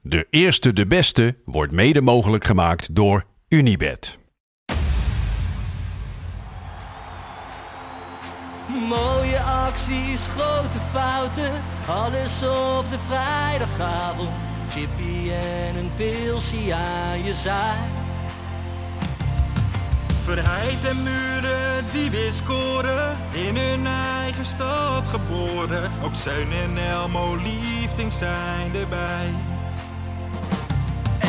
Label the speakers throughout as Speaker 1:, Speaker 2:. Speaker 1: De eerste, de beste wordt mede mogelijk gemaakt door Unibed.
Speaker 2: Mooie acties, grote fouten, alles op de vrijdagavond. Chippy en een pilsie aan je zaai.
Speaker 3: Verheid en muren die weer scoren, in hun eigen stad geboren. Ook Zeun en Elmo liefdings zijn erbij.
Speaker 2: En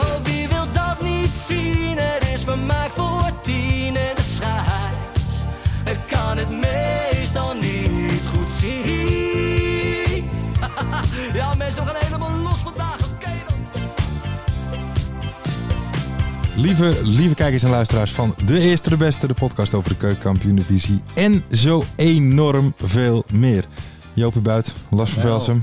Speaker 2: Oh, wie wil dat niet zien? Het is vermaakt voor tien en de scheids. Ik kan het meestal niet goed zien. ja mensen, we gaan helemaal los vandaag, oké dan.
Speaker 4: Lieve, lieve kijkers en luisteraars van De Eerste de Beste, de podcast over de keukenkampioendivisie en zo enorm veel meer. Joopie Buit, Lars van Velsum.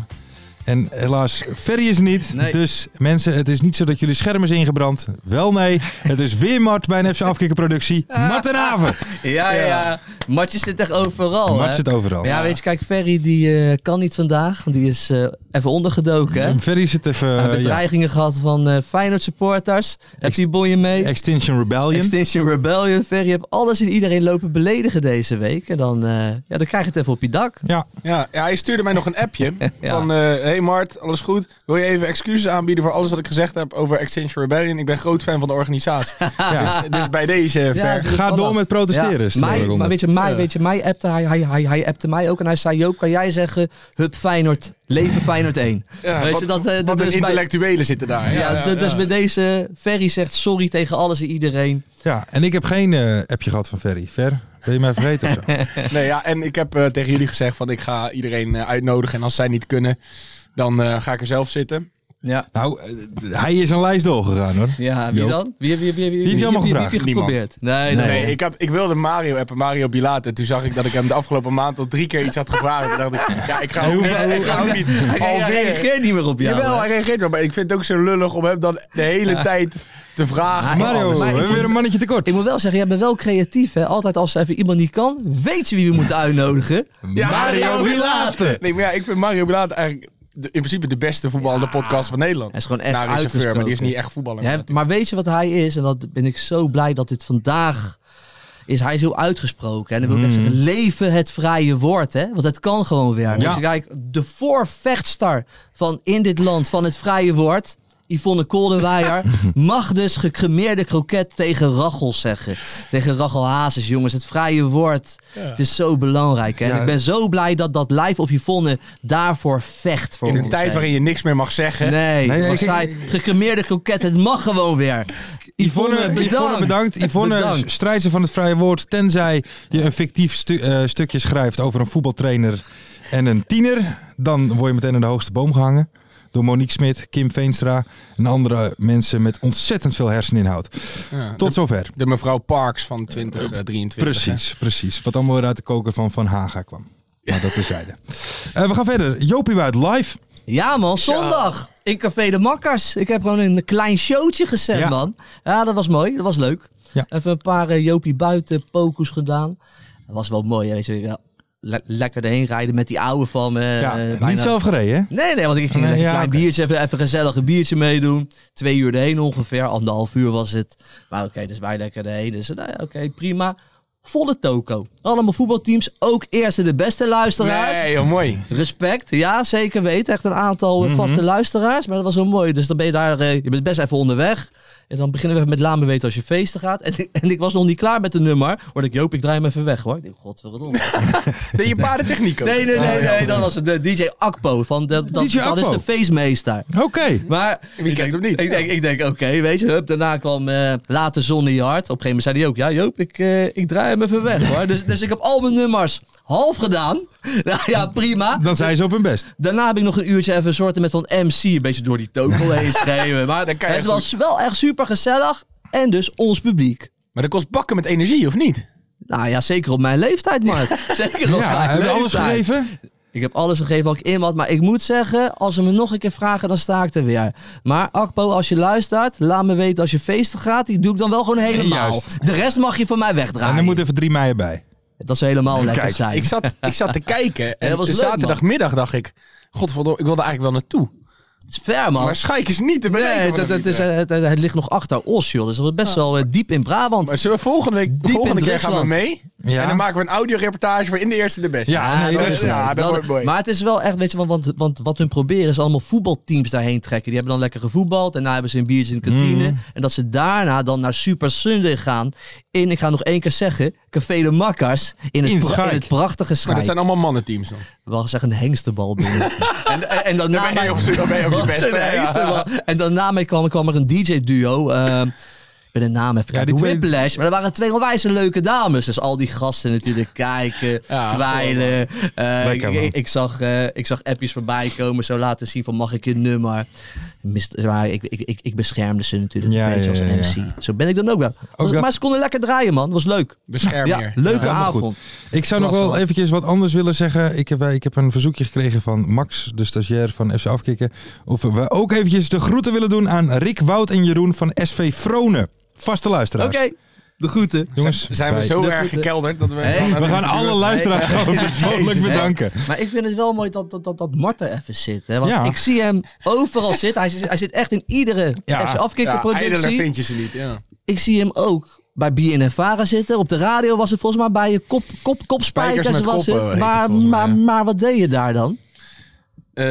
Speaker 4: En helaas, Ferry is er niet.
Speaker 5: Nee.
Speaker 4: Dus mensen, het is niet zo dat jullie scherm is ingebrand. Wel nee, het is weer Mart bij een FC Afkikken productie.
Speaker 5: Ah.
Speaker 4: Mart en Haven.
Speaker 5: Ja, ja, ja. Matje zit echt overal.
Speaker 4: Mart
Speaker 5: hè?
Speaker 4: zit overal.
Speaker 5: Maar ja, weet je, kijk, Ferry die eh, kan niet vandaag. want Die is eh, even ondergedoken, hè?
Speaker 4: En Ferry zit even...
Speaker 5: Hij heeft
Speaker 4: Eh, ja,
Speaker 5: bedreigingen gehad van eh Feyenoord supporters. Heb die bonje mee?
Speaker 4: Extinction Rebellion.
Speaker 5: Extinction Rebellion. Ferry heeft alles en iedereen lopen beledigen deze week. En dan, eh, ja, dan krijg je het even op je dak.
Speaker 4: ja,
Speaker 6: Ja, ja, hij stuurde mij nog een appje
Speaker 5: Ja.
Speaker 6: van... eh hey Mart, alles goed? Wil je even excuses aanbieden voor alles wat ik gezegd heb over Extinction Rebellion? Ik ben groot fan van de organisatie.
Speaker 4: ja.
Speaker 6: dus bij deze,
Speaker 5: Ja,
Speaker 6: ver.
Speaker 5: het is
Speaker 4: Ga door
Speaker 5: Ah, vallen.
Speaker 4: met protesteren. is de
Speaker 5: mij,
Speaker 4: ronde.
Speaker 5: maar weet je, mij,
Speaker 6: Ja.
Speaker 5: weet je, mij appte hij, hij, hij, hij appte mij ook. En hij zei, Joop, kan jij zeggen, hup Feyenoord, leven Feyenoord 1.
Speaker 6: Ja,
Speaker 5: weet
Speaker 6: wat,
Speaker 5: je, dat, eh, dat
Speaker 6: wat een
Speaker 5: is bij-
Speaker 6: intellectuelen zitten daar.
Speaker 5: Ja, d- dus bij deze, Ferry zegt sorry tegen alles en iedereen.
Speaker 4: Ja, en ik heb geen eh, appje gehad van Ferry. Ver, ben je mij vergeten of zo?
Speaker 6: Nee, ja, en ik heb eh, tegen jullie gezegd van ik ga iedereen eh, uitnodigen. En als zij niet kunnen, dan eh, ga ik er zelf zitten.
Speaker 5: Ja.
Speaker 4: Nou, eh, hij is een lijst doorgegaan hoor.
Speaker 5: Ja, wie
Speaker 4: Joop.
Speaker 5: dan? Wie, wie, wie, wie,
Speaker 4: je allemaal gevraagd?
Speaker 5: Wie heb je geprobeerd? Nee, nee.
Speaker 6: Nee, ik, had, ik wilde Mario appen, Mario Bilaat. En toen zag ik dat ik hem de afgelopen maand al drie keer iets had gevraagd. En toen dacht ik, ja, ik ga ook, nee, ik ga ook niet
Speaker 5: Hij
Speaker 6: alweer.
Speaker 5: reageert niet meer op jou.
Speaker 6: Jawel,
Speaker 5: hè?
Speaker 6: hij reageert wel. Maar ik vind het ook zo lullig om hem dan de hele tijd te vragen. van
Speaker 4: Mario,
Speaker 6: alles.
Speaker 4: we
Speaker 5: maar ik-
Speaker 4: hebben weer een mannetje tekort.
Speaker 5: Ik moet wel zeggen, jij bent wel creatief. Hè? Altijd als er even iemand niet kan, weet je wie we moeten uitnodigen.
Speaker 6: Ja,
Speaker 5: Mario Bilate.
Speaker 6: Nee, maar ja, ik vind Mario Bilaat eigenlijk de- in principe de beste voetballende podcast van Nederland.
Speaker 5: Hij is gewoon echt
Speaker 6: Naar is een
Speaker 5: uitgesproken.
Speaker 6: ver, maar die is niet echt voetballer.
Speaker 5: Ja, maar weet je wat hij is? En dat ben ik zo blij dat dit vandaag is. Hij is heel uitgesproken. En dan wil ik echt
Speaker 6: Hmm.
Speaker 5: zeggen, leven het vrije woord. Hè? Want het kan gewoon werken.
Speaker 4: Ja.
Speaker 5: Dus kijk, de voorvechtster van in dit land van het vrije woord... Yvonne Koldenweijer mag dus gecremeerde kroket tegen Rachel zeggen. Tegen Rachel Hazes, jongens. Het vrije woord. Het is zo belangrijk. Hè? En
Speaker 4: Ja.
Speaker 5: ik ben zo blij dat dat Live of Yvonne daarvoor vecht. Voor
Speaker 6: in een
Speaker 5: ons,
Speaker 6: tijd
Speaker 5: hè.
Speaker 6: waarin je niks meer mag zeggen.
Speaker 5: Nee,
Speaker 4: Nee, nee,
Speaker 5: was
Speaker 4: kijk,
Speaker 5: zij gecremeerde kroket, het mag gewoon weer. Yvonne, bedankt.
Speaker 4: Yvonne bedankt. Yvonne
Speaker 5: Bedankt.
Speaker 4: strijzen van het vrije woord. Tenzij je een fictief stu- eh, stukje schrijft over een voetbaltrainer en een tiener. Dan word je meteen aan de hoogste boom gehangen. Door Monique Smit, Kim Veenstra en andere mensen met ontzettend veel herseninhoud.
Speaker 6: Ja,
Speaker 4: Tot
Speaker 6: de,
Speaker 4: zover. Eh,
Speaker 6: de mevrouw Parks van eh, 2023.
Speaker 4: Precies, precies. Wat allemaal weer uit de koker van Van Haga kwam. Maar dat terzijde. Eh we gaan verder. Jopie Buit live.
Speaker 5: Ja man, zondag in Café de Makkers. Ik heb gewoon een klein showtje gezet
Speaker 4: Ja.
Speaker 5: man. Ja, dat was mooi, dat was leuk.
Speaker 4: Ja.
Speaker 5: Even een paar eh, Jopie buiten pokus gedaan. Dat was wel mooi, hè, weet je. Ja, le- lekker erheen rijden met die oude van me.
Speaker 4: Ja,
Speaker 5: eh,
Speaker 4: niet
Speaker 5: bijna-
Speaker 4: zelf gereden, hè?
Speaker 5: Nee, nee, want ik ging
Speaker 4: Nee,
Speaker 5: even een
Speaker 4: ja,
Speaker 5: klein
Speaker 4: oké.
Speaker 5: biertje, even, even gezellig een biertje meedoen. Twee uur erheen ongeveer, anderhalf uur was het. Maar oké, dus wij lekker erheen. Dus nou ja, oké, prima. Volle toko. Allemaal voetbalteams, ook eerste de beste luisteraars.
Speaker 6: Nee, joh, mooi.
Speaker 5: Respect, ja, zeker weten. Echt een aantal eh, vaste luisteraars. Maar dat was wel mooi. Dus dan ben je daar, eh, je bent best even onderweg. En dan beginnen we even met Laat me weten als je feesten gaat. En, en ik was nog niet klaar met de nummer. Hoorde ik, Joop, ik draai hem even weg hoor. Ik denk, godverdomme.
Speaker 6: Deed je paardentechniek ook?
Speaker 5: Nee, nee, nee, nee, dat was het. De DJ Akpo. Van de, dat,
Speaker 4: DJ
Speaker 5: dat is
Speaker 4: Akpo.
Speaker 5: de feestmeester.
Speaker 4: Oké.
Speaker 5: Maar
Speaker 6: Wie kent hem niet?
Speaker 5: Ik denk, ik denk oké, weet je. Hup, daarna kwam eh later Zonny Hart. Op een gegeven moment zei hij ook, ja Joop, ik, eh, ik draai hem even weg hoor. Dus, dus ik heb al mijn nummers half gedaan. Nou ja, prima.
Speaker 4: Dan zijn ze op hun best.
Speaker 5: Daarna heb ik nog een uurtje even een soort met van MC, een beetje door die tokel heen schreeuwen. Maar
Speaker 6: Dat kan je
Speaker 5: het
Speaker 6: goed.
Speaker 5: was wel echt super gezellig. en dus ons publiek.
Speaker 6: Maar dat kost bakken met energie, of niet?
Speaker 5: Nou ja, zeker op mijn leeftijd, Mark. Zeker op
Speaker 4: Ja,
Speaker 5: mijn
Speaker 4: hebben we
Speaker 5: leeftijd.
Speaker 4: alles gegeven?
Speaker 5: Ik heb alles gegeven wat ik in had. Maar ik moet zeggen, als ze me nog een keer vragen, dan sta ik er weer. Maar Akpo, als je luistert, laat me weten als je feesten gaat. Die doe ik dan wel gewoon helemaal.
Speaker 4: Juist.
Speaker 5: De rest mag je van mij
Speaker 4: En
Speaker 5: wegdragen.
Speaker 4: er moet even 3 mei bij.
Speaker 5: Dat zou helemaal lekker
Speaker 4: kijk,
Speaker 5: zijn.
Speaker 6: Ik zat, ik zat te kijken en
Speaker 5: dat was
Speaker 6: de
Speaker 5: leuk, man.
Speaker 6: zaterdagmiddag dacht ik... Godverdomme, ik wilde eigenlijk wel naartoe.
Speaker 5: Het is ver, man.
Speaker 6: Maar Schaik is niet te bereiken.
Speaker 5: Oh.
Speaker 6: van
Speaker 5: Nee, het,
Speaker 6: de
Speaker 5: het, is,
Speaker 6: Vlieger.
Speaker 5: het, het- het ligt nog achter Os, joh. Dus dat is best wel eh, diep in Brabant.
Speaker 6: Maar zullen we volgende week,
Speaker 5: Diep
Speaker 6: volgende
Speaker 5: in
Speaker 6: keer gaan we mee.
Speaker 4: Ja.
Speaker 6: En dan maken we een audioreportage voor in de eerste de beste.
Speaker 4: Ja, nee, dat is
Speaker 6: dat, is- ja,
Speaker 4: leuk.
Speaker 6: dat, wordt mooi.
Speaker 5: Maar het is wel echt, weet je, want, want, want wat hun proberen is allemaal voetbalteams daarheen trekken. Die hebben dan lekker gevoetbald en daarna hebben ze een biertje in de kantine.
Speaker 6: Mm.
Speaker 5: En dat ze daarna dan naar Super Sunday gaan in, ik ga nog één keer zeggen, Café de Makkers in het,
Speaker 4: In
Speaker 5: pra-
Speaker 4: Schaik.
Speaker 5: in het prachtige
Speaker 6: Maar dat
Speaker 5: Schaik.
Speaker 6: zijn allemaal mannenteams dan.
Speaker 5: Wel gezegd een hengstenbal binnen. en, en, en dan
Speaker 6: Dan ben je op dan ben je op je best.
Speaker 5: een hengstenbal. En daarna mee kwam, kwam er een DJ-duo. ehm, ik ben de naam even
Speaker 4: Ja,
Speaker 5: kwijt.
Speaker 4: die twee-
Speaker 5: Whiplash. Maar er waren twee onwijs leuke dames. Dus al die gasten natuurlijk kijken,
Speaker 6: Ja,
Speaker 5: kwijlen. Eh,
Speaker 4: Lekker,
Speaker 5: ik,
Speaker 4: man.
Speaker 5: ik, ik zag, eh, ik zag appjes voorbij komen. Zo laten zien van mag ik je nummer. Mist, maar ik, ik, ik, ik beschermde ze natuurlijk
Speaker 4: Ja,
Speaker 5: een beetje
Speaker 4: ja, ja,
Speaker 5: als
Speaker 4: ja.
Speaker 5: MC. Zo ben ik dan ook wel. Was-
Speaker 4: dat-
Speaker 5: Maar ze konden lekker draaien man. Was leuk.
Speaker 6: Bescherm
Speaker 5: Ja,
Speaker 6: hier.
Speaker 5: leuke
Speaker 4: Ja, helemaal goed.
Speaker 5: avond.
Speaker 4: Ik zou nog
Speaker 5: Klasse,
Speaker 4: wel
Speaker 5: man.
Speaker 4: eventjes wat anders willen zeggen. Ik heb, eh, ik heb een verzoekje gekregen van Max, de stagiair van FC Afkikken. Of we ook eventjes de groeten willen doen aan Rick, Wout en Jeroen van SV Vronen. Vaste
Speaker 5: Oké,
Speaker 4: luisteraars.
Speaker 5: de groeten.
Speaker 4: Jongens,
Speaker 6: Zijn we
Speaker 4: bij-
Speaker 6: zo
Speaker 5: de
Speaker 6: erg
Speaker 5: goede-
Speaker 6: gekelderd dat we...
Speaker 5: Hey,
Speaker 4: We gaan alle luisteraars gewoon persoonlijk
Speaker 5: Jezus, hè.
Speaker 4: bedanken.
Speaker 5: Maar ik vind het wel mooi dat, dat, dat, dat Mart er even zit. Hè? Want
Speaker 4: Ja.
Speaker 5: ik zie hem overal zitten. Hij, zit- hij zit echt in iedere
Speaker 4: Ja.
Speaker 5: FC
Speaker 6: Ja,
Speaker 5: afkikken
Speaker 6: ijdeler
Speaker 5: productie.
Speaker 6: vind je ze niet. Ja.
Speaker 5: ik zie hem ook bij BNF Vara zitten. Op de radio was het volgens mij bij je kop, kop, kopspijkers.
Speaker 6: Spijkers met
Speaker 5: was
Speaker 6: koppen heet
Speaker 5: het.
Speaker 6: het
Speaker 5: Maar,
Speaker 6: volgens mij,
Speaker 5: maar,
Speaker 6: ja.
Speaker 5: maar wat deed je daar dan?
Speaker 6: Eh,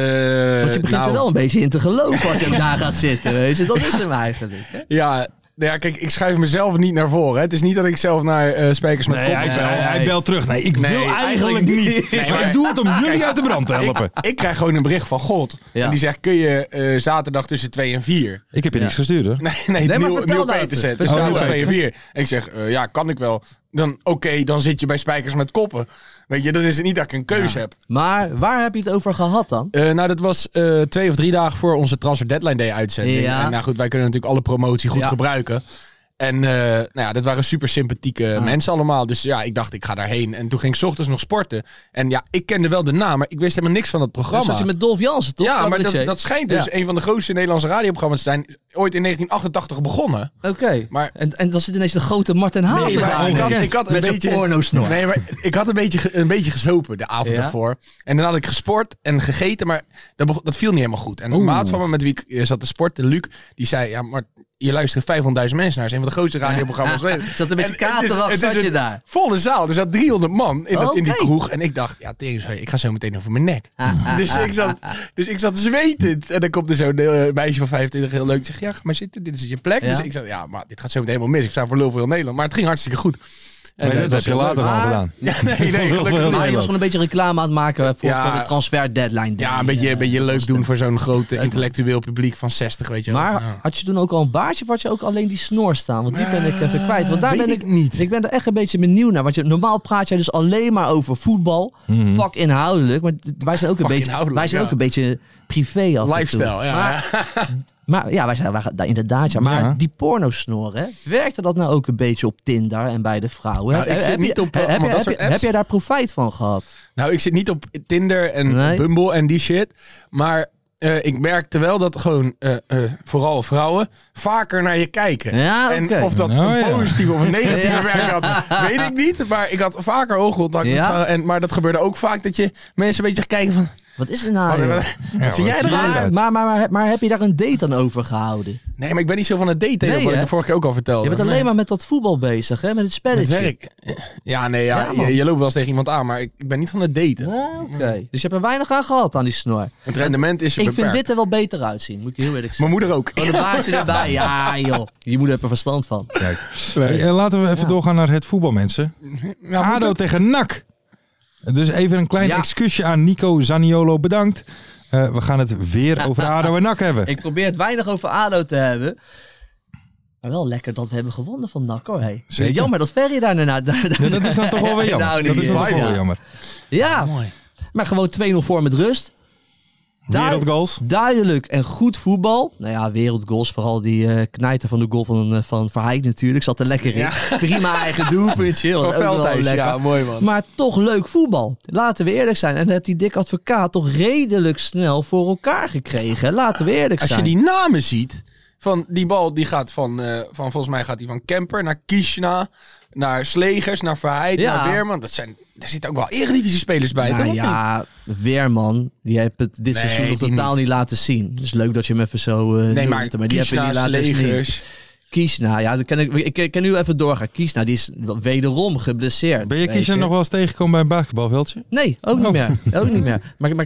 Speaker 5: Want je begint
Speaker 6: nou,
Speaker 5: er wel een beetje in te geloven als je hem daar gaat zitten. Weet je? Dat is hem eigenlijk. hè.
Speaker 6: Ja, nou ja, kijk, ik schuif mezelf niet naar voren. Hè. Het is niet dat ik zelf naar eh Spijkers met
Speaker 4: Nee,
Speaker 6: Koppen
Speaker 4: hij,
Speaker 6: ga.
Speaker 4: hij- hij belt terug. Nee, ik
Speaker 6: Nee,
Speaker 4: wil Oh, eigenlijk
Speaker 6: eigenlijk
Speaker 4: niet.
Speaker 6: Nee,
Speaker 4: maar
Speaker 6: maar-
Speaker 4: ik doe het om jullie uit de brand te helpen.
Speaker 6: Ik, ik krijg gewoon een bericht van God.
Speaker 5: Ja.
Speaker 6: En die zegt, kun je eh, zaterdag tussen 2 en 4?
Speaker 4: Ik heb je niks gestuurd hoor.
Speaker 6: Nee, nee,
Speaker 5: maar
Speaker 6: Neil,
Speaker 5: vertel
Speaker 6: Neil
Speaker 5: dat
Speaker 6: Petersen.
Speaker 5: even.
Speaker 6: Dus
Speaker 4: Oh,
Speaker 6: zaterdag
Speaker 4: Neil
Speaker 6: 2 en 4. En ik zeg, eh, ja, kan ik wel. Dan, oké, dan zit je bij Spijkers met Koppen. Weet je, dan is het niet dat ik een keus heb.
Speaker 5: Maar waar heb je het over gehad dan?
Speaker 6: Eh, nou, dat was eh, twee of drie dagen voor onze Transfer Deadline Day uitzending.
Speaker 5: Ja.
Speaker 6: En nou goed, wij kunnen natuurlijk alle promotie goed
Speaker 5: Ja.
Speaker 6: gebruiken. En eh, nou ja, dat waren super sympathieke mensen allemaal. Dus ja, ik dacht, ik ga daarheen. En toen ging ik 's ochtends nog sporten. En ja, ik kende wel de naam, maar ik wist helemaal niks van dat
Speaker 5: Dat
Speaker 6: programma.
Speaker 5: zat je met Dolf Jansen, toch?
Speaker 6: ja, maar dat,
Speaker 5: Cabaretier.
Speaker 6: dat schijnt dus
Speaker 5: Ja.
Speaker 6: een van de grootste Nederlandse radioprogramma's te zijn. Ooit in 1988 begonnen.
Speaker 5: Oké.
Speaker 6: Maar
Speaker 5: En, en dan zit ineens de grote Martin Haven
Speaker 6: Nee, maar
Speaker 5: daar.
Speaker 6: ik had- ik had een
Speaker 5: met zijn
Speaker 6: beetje-
Speaker 5: pornosnor.
Speaker 6: Nee, maar ik had een beetje, ge- een beetje gezopen de avond
Speaker 5: Ja?
Speaker 6: daarvoor. En dan had ik gesport en gegeten, maar dat, bego- dat viel niet helemaal goed. En een maat van me met wie ik eh, zat te sporten, Luc, die zei... Ja, maar je luistert 500.000 mensen naar. Dat is een van de grootste radioprogramma's.
Speaker 5: Ja, zat een beetje
Speaker 6: En het is-
Speaker 5: katerachtig,
Speaker 6: het is
Speaker 5: zat je
Speaker 6: een
Speaker 5: daar.
Speaker 6: Volle zaal. Er zat 300 man in, dat, in die
Speaker 5: Oké.
Speaker 6: kroeg. En ik dacht, ja, tering, sorry, ik ga zo meteen over mijn nek.
Speaker 5: Ah,
Speaker 6: dus, ik zat, dus ik zat zwetend. En dan komt er zo'n eh, meisje van 25 heel leuk. Die zegt, ja, ga maar zitten. Dit is je plek.
Speaker 5: Ja.
Speaker 6: Dus ik zei, ja, maar dit gaat zo meteen helemaal mis. Ik sta voor lul voor heel Nederland. Maar het ging hartstikke goed. En,
Speaker 4: Nee,
Speaker 6: eh,
Speaker 4: dat
Speaker 6: was
Speaker 4: heb je
Speaker 6: heel leuk.
Speaker 4: later al
Speaker 5: Maar-
Speaker 4: gedaan.
Speaker 6: Ja, nee, nee, gelukkig
Speaker 4: heel
Speaker 5: Maar je
Speaker 4: leuk.
Speaker 6: niet.
Speaker 5: was gewoon een beetje reclame aan het maken voor,
Speaker 6: Ja.
Speaker 5: voor de transfer deadline.
Speaker 6: Ja, een beetje, een beetje leuk doen voor zo'n grote intellectueel publiek van 60, weet je wel.
Speaker 5: Maar
Speaker 6: Ja.
Speaker 5: had je toen ook al een baardje of had je ook alleen die snor staan? Want die ben ik even kwijt. Want daar
Speaker 6: weet
Speaker 5: ben
Speaker 6: ik niet.
Speaker 5: Ik ben er echt een beetje benieuwd naar. Want je, normaal praat jij dus alleen maar over voetbal. Vak inhoudelijk. Maar d- wij zijn
Speaker 6: Vak
Speaker 5: ook een, beetje,
Speaker 6: Mhm. inhoudelijk,
Speaker 5: wij zijn
Speaker 6: ja.
Speaker 5: ook een beetje privé af en toe.
Speaker 6: Lifestyle, ja.
Speaker 5: Maar, maar ja, wij zijn wij, gaan- daar- inderdaad. Ja, maar
Speaker 4: Ja.
Speaker 5: die pornosnor, hè, werkte dat nou ook een beetje op Tinder en bij de vrouwen?
Speaker 6: Nou, ik zit niet op, eh,
Speaker 5: heb,
Speaker 6: allemaal
Speaker 5: je-
Speaker 6: dat
Speaker 5: heb,
Speaker 6: soort
Speaker 5: je-
Speaker 6: apps.
Speaker 5: heb jij daar profijt van gehad?
Speaker 6: Nou, ik zit niet op Tinder en
Speaker 5: Nee.
Speaker 6: Bumble en die shit. Maar eh, ik merkte wel dat gewoon eh, eh, vooral vrouwen vaker naar je kijken.
Speaker 5: Ja,
Speaker 6: en
Speaker 5: Ah, oké.
Speaker 6: of dat
Speaker 4: Nou, ja.
Speaker 6: een positieve of een negatieve
Speaker 5: Ja.
Speaker 6: werking had, weet ik niet. Maar ik had vaker oogcontact met
Speaker 5: Ja.
Speaker 6: vrouwen. En, maar dat gebeurde ook vaak dat je mensen een beetje kijken van...
Speaker 5: Wat is er nou?
Speaker 6: wat-
Speaker 5: joh?
Speaker 6: wat- wat zie jij
Speaker 4: wat zie
Speaker 6: eraan?
Speaker 4: jij
Speaker 5: Maar,
Speaker 4: uit.
Speaker 5: maar, maar, maar, maar heb je daar een date dan over gehouden?
Speaker 6: Nee, maar ik ben niet zo van het daten,
Speaker 5: Nee,
Speaker 6: wat ik
Speaker 5: hè?
Speaker 6: de vorige keer ook al vertelde.
Speaker 5: Je bent
Speaker 6: Nee.
Speaker 5: alleen maar met dat voetbal bezig, hè? Met het
Speaker 6: Het
Speaker 5: spelletje.
Speaker 6: werk. Ja, nee, ja,
Speaker 5: Ja, man.
Speaker 6: je, je loopt wel eens tegen iemand aan, maar ik, ik ben niet van het daten.
Speaker 5: Ah, Oké. Dus je hebt er weinig aan gehad aan die snor.
Speaker 6: Het rendement is
Speaker 5: Ik
Speaker 6: beperkt.
Speaker 5: vind dit Oh, er wel beter uitzien, moet ik je heel eerlijk
Speaker 6: Mijn
Speaker 5: zeggen.
Speaker 6: moeder ook.
Speaker 5: Gewoon een baardje erbij. Ja, joh. Je moeder heeft er verstand van.
Speaker 4: Hey, eh, laten we even doorgaan naar het voetbal, mensen.
Speaker 6: Ja, moet
Speaker 4: ADO
Speaker 6: het?
Speaker 4: tegen NAC. Dus even een klein
Speaker 5: Ja.
Speaker 4: excuusje aan Nico Zaniolo. Bedankt. Eh, we gaan het weer over ADO en NAC hebben.
Speaker 5: Ik probeer het weinig over ADO te hebben. Maar wel lekker dat we hebben gewonnen van NAC, hoor. Hey.
Speaker 4: Zeker.
Speaker 5: Jammer dat Ferry daar daarna... daar- daar-
Speaker 4: Ja, dat is dan toch wel weer jammer.
Speaker 5: Nou,
Speaker 4: dat is dan toch wel
Speaker 5: ja.
Speaker 4: weer jammer.
Speaker 5: Ja,
Speaker 6: Mooi.
Speaker 5: maar gewoon 2-0 voor met rust. Daar-
Speaker 4: Wereldgoals.
Speaker 5: Duidelijk en goed voetbal. Nou ja, wereldgoals. Vooral die eh knijter van de goal van, eh, van Verheid natuurlijk. Zat er lekker in. Prima eigen doelpuntje. was
Speaker 6: Van
Speaker 5: ook wel
Speaker 6: Veldhuis,
Speaker 5: lekker.
Speaker 6: ja, mooi man.
Speaker 5: Maar toch leuk voetbal. Laten we eerlijk zijn. En dat heeft die dik advocaat toch redelijk snel voor elkaar gekregen. Laten we eerlijk
Speaker 6: Als je
Speaker 5: zijn.
Speaker 6: die namen ziet, van die bal die gaat van, eh, van volgens mij gaat die van Kemper naar Kishna, naar Slegers, naar Verheid,
Speaker 5: Ja.
Speaker 6: naar Weerman. Dat zijn, daar zitten ook wel eredivisie spelers bij, toch?
Speaker 5: nou
Speaker 6: of niet?
Speaker 5: ja, Weerman, die heeft het dit
Speaker 6: Nee,
Speaker 5: seizoen nog
Speaker 6: die
Speaker 5: totaal niet.
Speaker 6: niet.
Speaker 5: laten zien. Dus leuk dat je hem even zo eh
Speaker 6: Nee,
Speaker 5: noemt,
Speaker 6: maar,
Speaker 5: die heb je
Speaker 6: Kishna,
Speaker 5: niet laten zien.
Speaker 6: Slegers.
Speaker 5: Kiesna, ja, dat kan ik, ik, ik kan nu even doorgaan. Kiesna, die is wederom geblesseerd.
Speaker 4: Ben je
Speaker 5: weet
Speaker 4: kiezer nog wel eens tegengekomen bij een basketbalveldje?
Speaker 5: Nee, ook niet
Speaker 4: Oh.
Speaker 5: meer. Ook niet meer. Maar, maar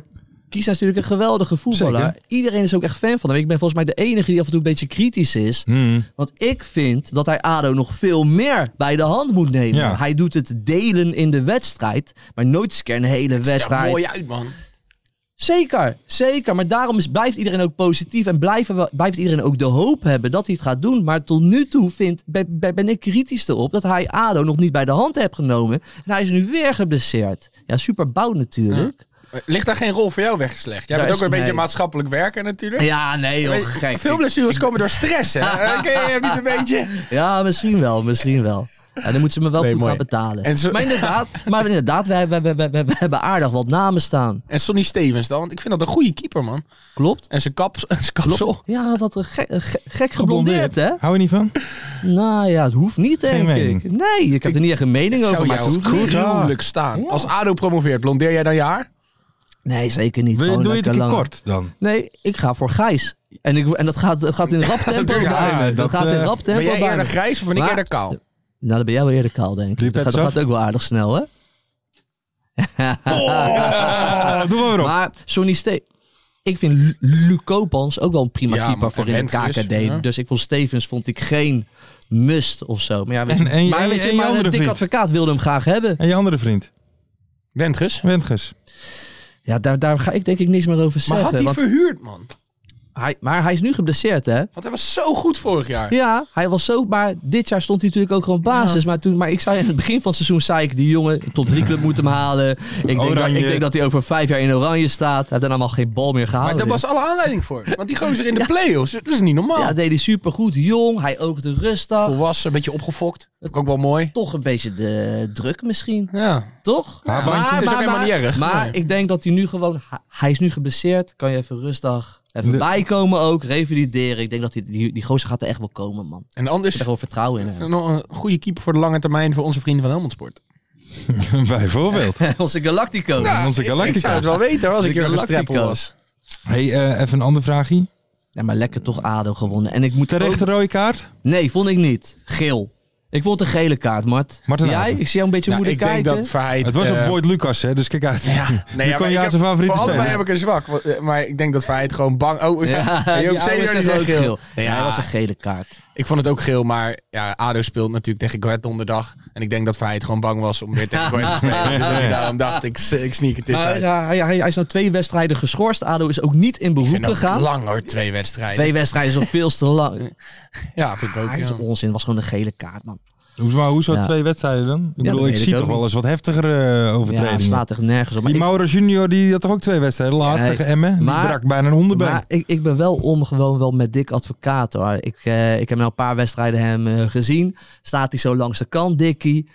Speaker 5: Kiesna is natuurlijk een geweldige voetballer.
Speaker 4: Zeker.
Speaker 5: Iedereen is ook echt fan van hem. Ik ben volgens mij de enige die af en toe een beetje kritisch is.
Speaker 4: Hm.
Speaker 5: Want ik vind dat hij ADO nog veel meer bij de hand moet nemen.
Speaker 4: Ja.
Speaker 5: Hij doet het delen in de wedstrijd, maar nooit eens een keer een hele
Speaker 6: Ja,
Speaker 5: wedstrijd.
Speaker 6: mooi uit, man.
Speaker 5: Zeker, zeker. Maar daarom is, blijft iedereen ook positief en blijven we- blijft iedereen ook de hoop hebben dat hij het gaat doen. Maar tot nu toe vind, ben, ben- ben ik kritisch erop dat hij ADO nog niet bij de hand heeft genomen. En hij is nu weer geblesseerd. Ja, super bout natuurlijk.
Speaker 6: Ligt daar geen rol voor jou weggeslecht? Jij
Speaker 5: Daar
Speaker 6: bent ook
Speaker 5: is-
Speaker 6: een beetje
Speaker 5: nee.
Speaker 6: maatschappelijk werker natuurlijk.
Speaker 5: Ja, nee joh,
Speaker 6: Weet-
Speaker 5: gek.
Speaker 6: Veel blessures komen door stress, hè? Eh, Ken je hem niet een beetje?
Speaker 5: Ja, misschien wel, misschien wel. En dan moeten ze me wel
Speaker 6: Nee,
Speaker 5: goed
Speaker 6: mooi.
Speaker 5: gaan betalen.
Speaker 6: En zo-
Speaker 5: Maar inderdaad, maar inderdaad we, we, we, we, we hebben aardig wat namen staan.
Speaker 6: En Sonny Stevens dan, want ik vind dat een goede keeper, man.
Speaker 5: Klopt?
Speaker 6: En zijn, kaps, zijn kapsel.
Speaker 5: Ja, dat een gek, een ge- gek geblondeerd, hè?
Speaker 4: Hou je niet van?
Speaker 5: Nou ja, het hoeft niet, denk ik.
Speaker 4: mening.
Speaker 5: Nee, ik heb er niet echt een mening over,
Speaker 6: Zou
Speaker 5: maar
Speaker 6: jou
Speaker 5: het hoeft niet.
Speaker 6: gruwelijk staan. Als ADO promoveert, blondeer jij dan je haar?
Speaker 5: Nee, zeker niet.
Speaker 4: Wil je,
Speaker 5: Gewoon
Speaker 4: doe je het een
Speaker 5: Oh, lekker
Speaker 4: keer
Speaker 5: langer.
Speaker 4: kort dan?
Speaker 5: Nee, ik ga voor Gijs. En, ik, en dat gaat, dat gaat in rap tempo
Speaker 6: duurt-
Speaker 5: bij
Speaker 4: ja,
Speaker 5: me. Dat,
Speaker 4: dat,
Speaker 5: gaat in
Speaker 4: eh,
Speaker 5: rap tempo
Speaker 6: Ben jij
Speaker 5: bij
Speaker 6: eerder
Speaker 5: me.
Speaker 6: grijs of ben ik
Speaker 5: Maar-
Speaker 6: eerder kaal?
Speaker 5: Nou, dan ben jij wel eerder kaal, denk
Speaker 4: Drie
Speaker 5: ik. Dat gaat,
Speaker 4: pets
Speaker 5: dat
Speaker 4: af.
Speaker 5: gaat ook wel aardig snel, hè?
Speaker 4: Ah, doe maar weer op.
Speaker 5: Maar Sonny Ste Ik vind Lu- Luc Koopmans ook wel een prima
Speaker 6: Ja,
Speaker 5: keeper
Speaker 6: maar-
Speaker 5: voor
Speaker 6: en
Speaker 5: in het
Speaker 6: Rentgers,
Speaker 5: KKD.
Speaker 6: ja.
Speaker 5: Dus ik vond Stevens vond ik geen must of zo. Maar ja, weet je,
Speaker 4: En- en-
Speaker 5: maar,
Speaker 4: en-
Speaker 5: weet je,
Speaker 4: en je
Speaker 5: maar
Speaker 4: andere
Speaker 5: een dik
Speaker 4: vriend?
Speaker 5: advocaat wilde hem graag hebben.
Speaker 4: En je andere vriend,
Speaker 6: Wendges.
Speaker 4: Wendges.
Speaker 5: Ja, daar, daar ga ik denk ik niks meer over
Speaker 6: Maar
Speaker 5: zeggen.
Speaker 6: had hij
Speaker 5: want
Speaker 6: verhuurd, man?
Speaker 5: hij, maar hij is nu geblesseerd, hè?
Speaker 6: Want hij was zo goed vorig jaar.
Speaker 5: Ja, hij was zo. Maar dit jaar stond hij natuurlijk ook gewoon basis. Maar, toen, maar ik zei in het begin van het seizoen: zei ik, die jongen, top 3 club moet hem halen. Ik denk, dat,
Speaker 4: Oranje.
Speaker 5: ik denk dat hij over vijf jaar in Oranje staat. Hij heeft dan allemaal geen bal meer gehaald.
Speaker 6: Maar daar was alle aanleiding voor. Want die gozer in de play-offs, dat is niet normaal.
Speaker 5: Ja, deed hij supergoed. Jong, hij oogde rustig.
Speaker 6: Volwassen, een beetje opgefokt. Ook wel mooi.
Speaker 5: Toch een beetje de druk misschien,
Speaker 6: Ja.
Speaker 5: toch?
Speaker 4: Haarbandje.
Speaker 6: Is ook helemaal niet erg.
Speaker 5: Maar
Speaker 6: Nee.
Speaker 5: ik denk dat hij nu gewoon... hij- Hij is nu geblesseerd. Kan je even rustig even
Speaker 4: De-
Speaker 5: bijkomen ook. Revalideren. Ik denk dat die, die, die gozer gaat er echt wel komen, man. Ik
Speaker 6: En anders,
Speaker 5: heb er wel vertrouwen in. hem.
Speaker 6: nog een goede keeper voor de lange termijn voor onze vrienden van Helmond Sport.
Speaker 4: Bijvoorbeeld.
Speaker 5: Onze Galactico.
Speaker 4: Onze
Speaker 6: Ik zou het
Speaker 4: Galactica.
Speaker 6: wel weten hoor, als ik
Speaker 5: De
Speaker 6: hier gestrappel
Speaker 5: Galactico's.
Speaker 6: was.
Speaker 4: Hey, eh, even een ander vraagje.
Speaker 5: Ja, maar lekker toch ADO gewonnen. En ik moet er
Speaker 4: Terecht
Speaker 5: ook...
Speaker 4: de rode kaart?
Speaker 5: Nee, vond ik niet. Geel. Ik vond een gele kaart, Mart.
Speaker 4: Martin
Speaker 5: Jij?
Speaker 4: Huijven.
Speaker 5: Ik zie jou een beetje
Speaker 6: Nou,
Speaker 5: moeilijk
Speaker 6: ik denk
Speaker 5: kijken.
Speaker 6: dat Verheid...
Speaker 4: Het was
Speaker 6: eh,
Speaker 4: een Boyd Lucas, hè, dus kijk uit.
Speaker 6: Nee,
Speaker 4: Nu
Speaker 6: ja,
Speaker 4: kan
Speaker 6: maar
Speaker 4: je
Speaker 6: ik
Speaker 4: aan
Speaker 6: heb-
Speaker 4: zijn favoriete
Speaker 6: Voor allebei
Speaker 4: speler.
Speaker 6: heb ik een zwak. want, eh, Maar ik denk dat Verheid gewoon bang... Oh,
Speaker 5: Ja,
Speaker 6: ja,
Speaker 5: die
Speaker 6: Joop
Speaker 5: ouders
Speaker 6: Senior die
Speaker 5: zeggen
Speaker 6: zegt
Speaker 5: ook geel.
Speaker 6: geel.
Speaker 5: Nee,
Speaker 6: Ja,
Speaker 5: hij was een gele kaart.
Speaker 6: Ik vond het ook geel, maar ja, ADO speelt natuurlijk tegen Goed donderdag. En ik denk dat Verheid gewoon bang was om weer tegen Goed te spelen. Dus ook daarom dacht ik, s- ik sneak het
Speaker 5: Maar,
Speaker 6: tussenuit.
Speaker 5: Ah, ja, hij, hij, hij is nou twee wedstrijden geschorst. ADO is ook niet in
Speaker 6: Ik
Speaker 5: beroep
Speaker 6: vind dat
Speaker 5: gegaan.
Speaker 6: lang hoor, twee wedstrijden.
Speaker 5: Twee wedstrijden is nog veel te lang.
Speaker 6: Ja, vind ik ook.
Speaker 5: Hij is
Speaker 6: ja.
Speaker 5: onzin. was gewoon een gele kaart, man.
Speaker 4: Hoezo, maar hoezo
Speaker 5: Ja.
Speaker 4: twee wedstrijden dan? Ik
Speaker 5: dat
Speaker 4: bedoel, ik
Speaker 5: weet ik
Speaker 4: zie
Speaker 5: ook
Speaker 4: toch wel
Speaker 5: niet.
Speaker 4: eens wat heftigere eh,
Speaker 5: Ja,
Speaker 4: overtredingen.
Speaker 5: slaat echt nergens op. Maar,
Speaker 4: die
Speaker 5: ik,
Speaker 4: Mauro Junior die had toch ook twee wedstrijden? Laatst
Speaker 5: Nee,
Speaker 4: tegen Emmen. Die
Speaker 5: maar-
Speaker 4: brak bijna een hondenbeen.
Speaker 5: maar ik, ik ben wel om gewoon wel met Dick Advocaat. Hoor. Ik, eh, ik heb nou een paar wedstrijden hem eh, gezien. Staat hij zo langs de kant, Dickie.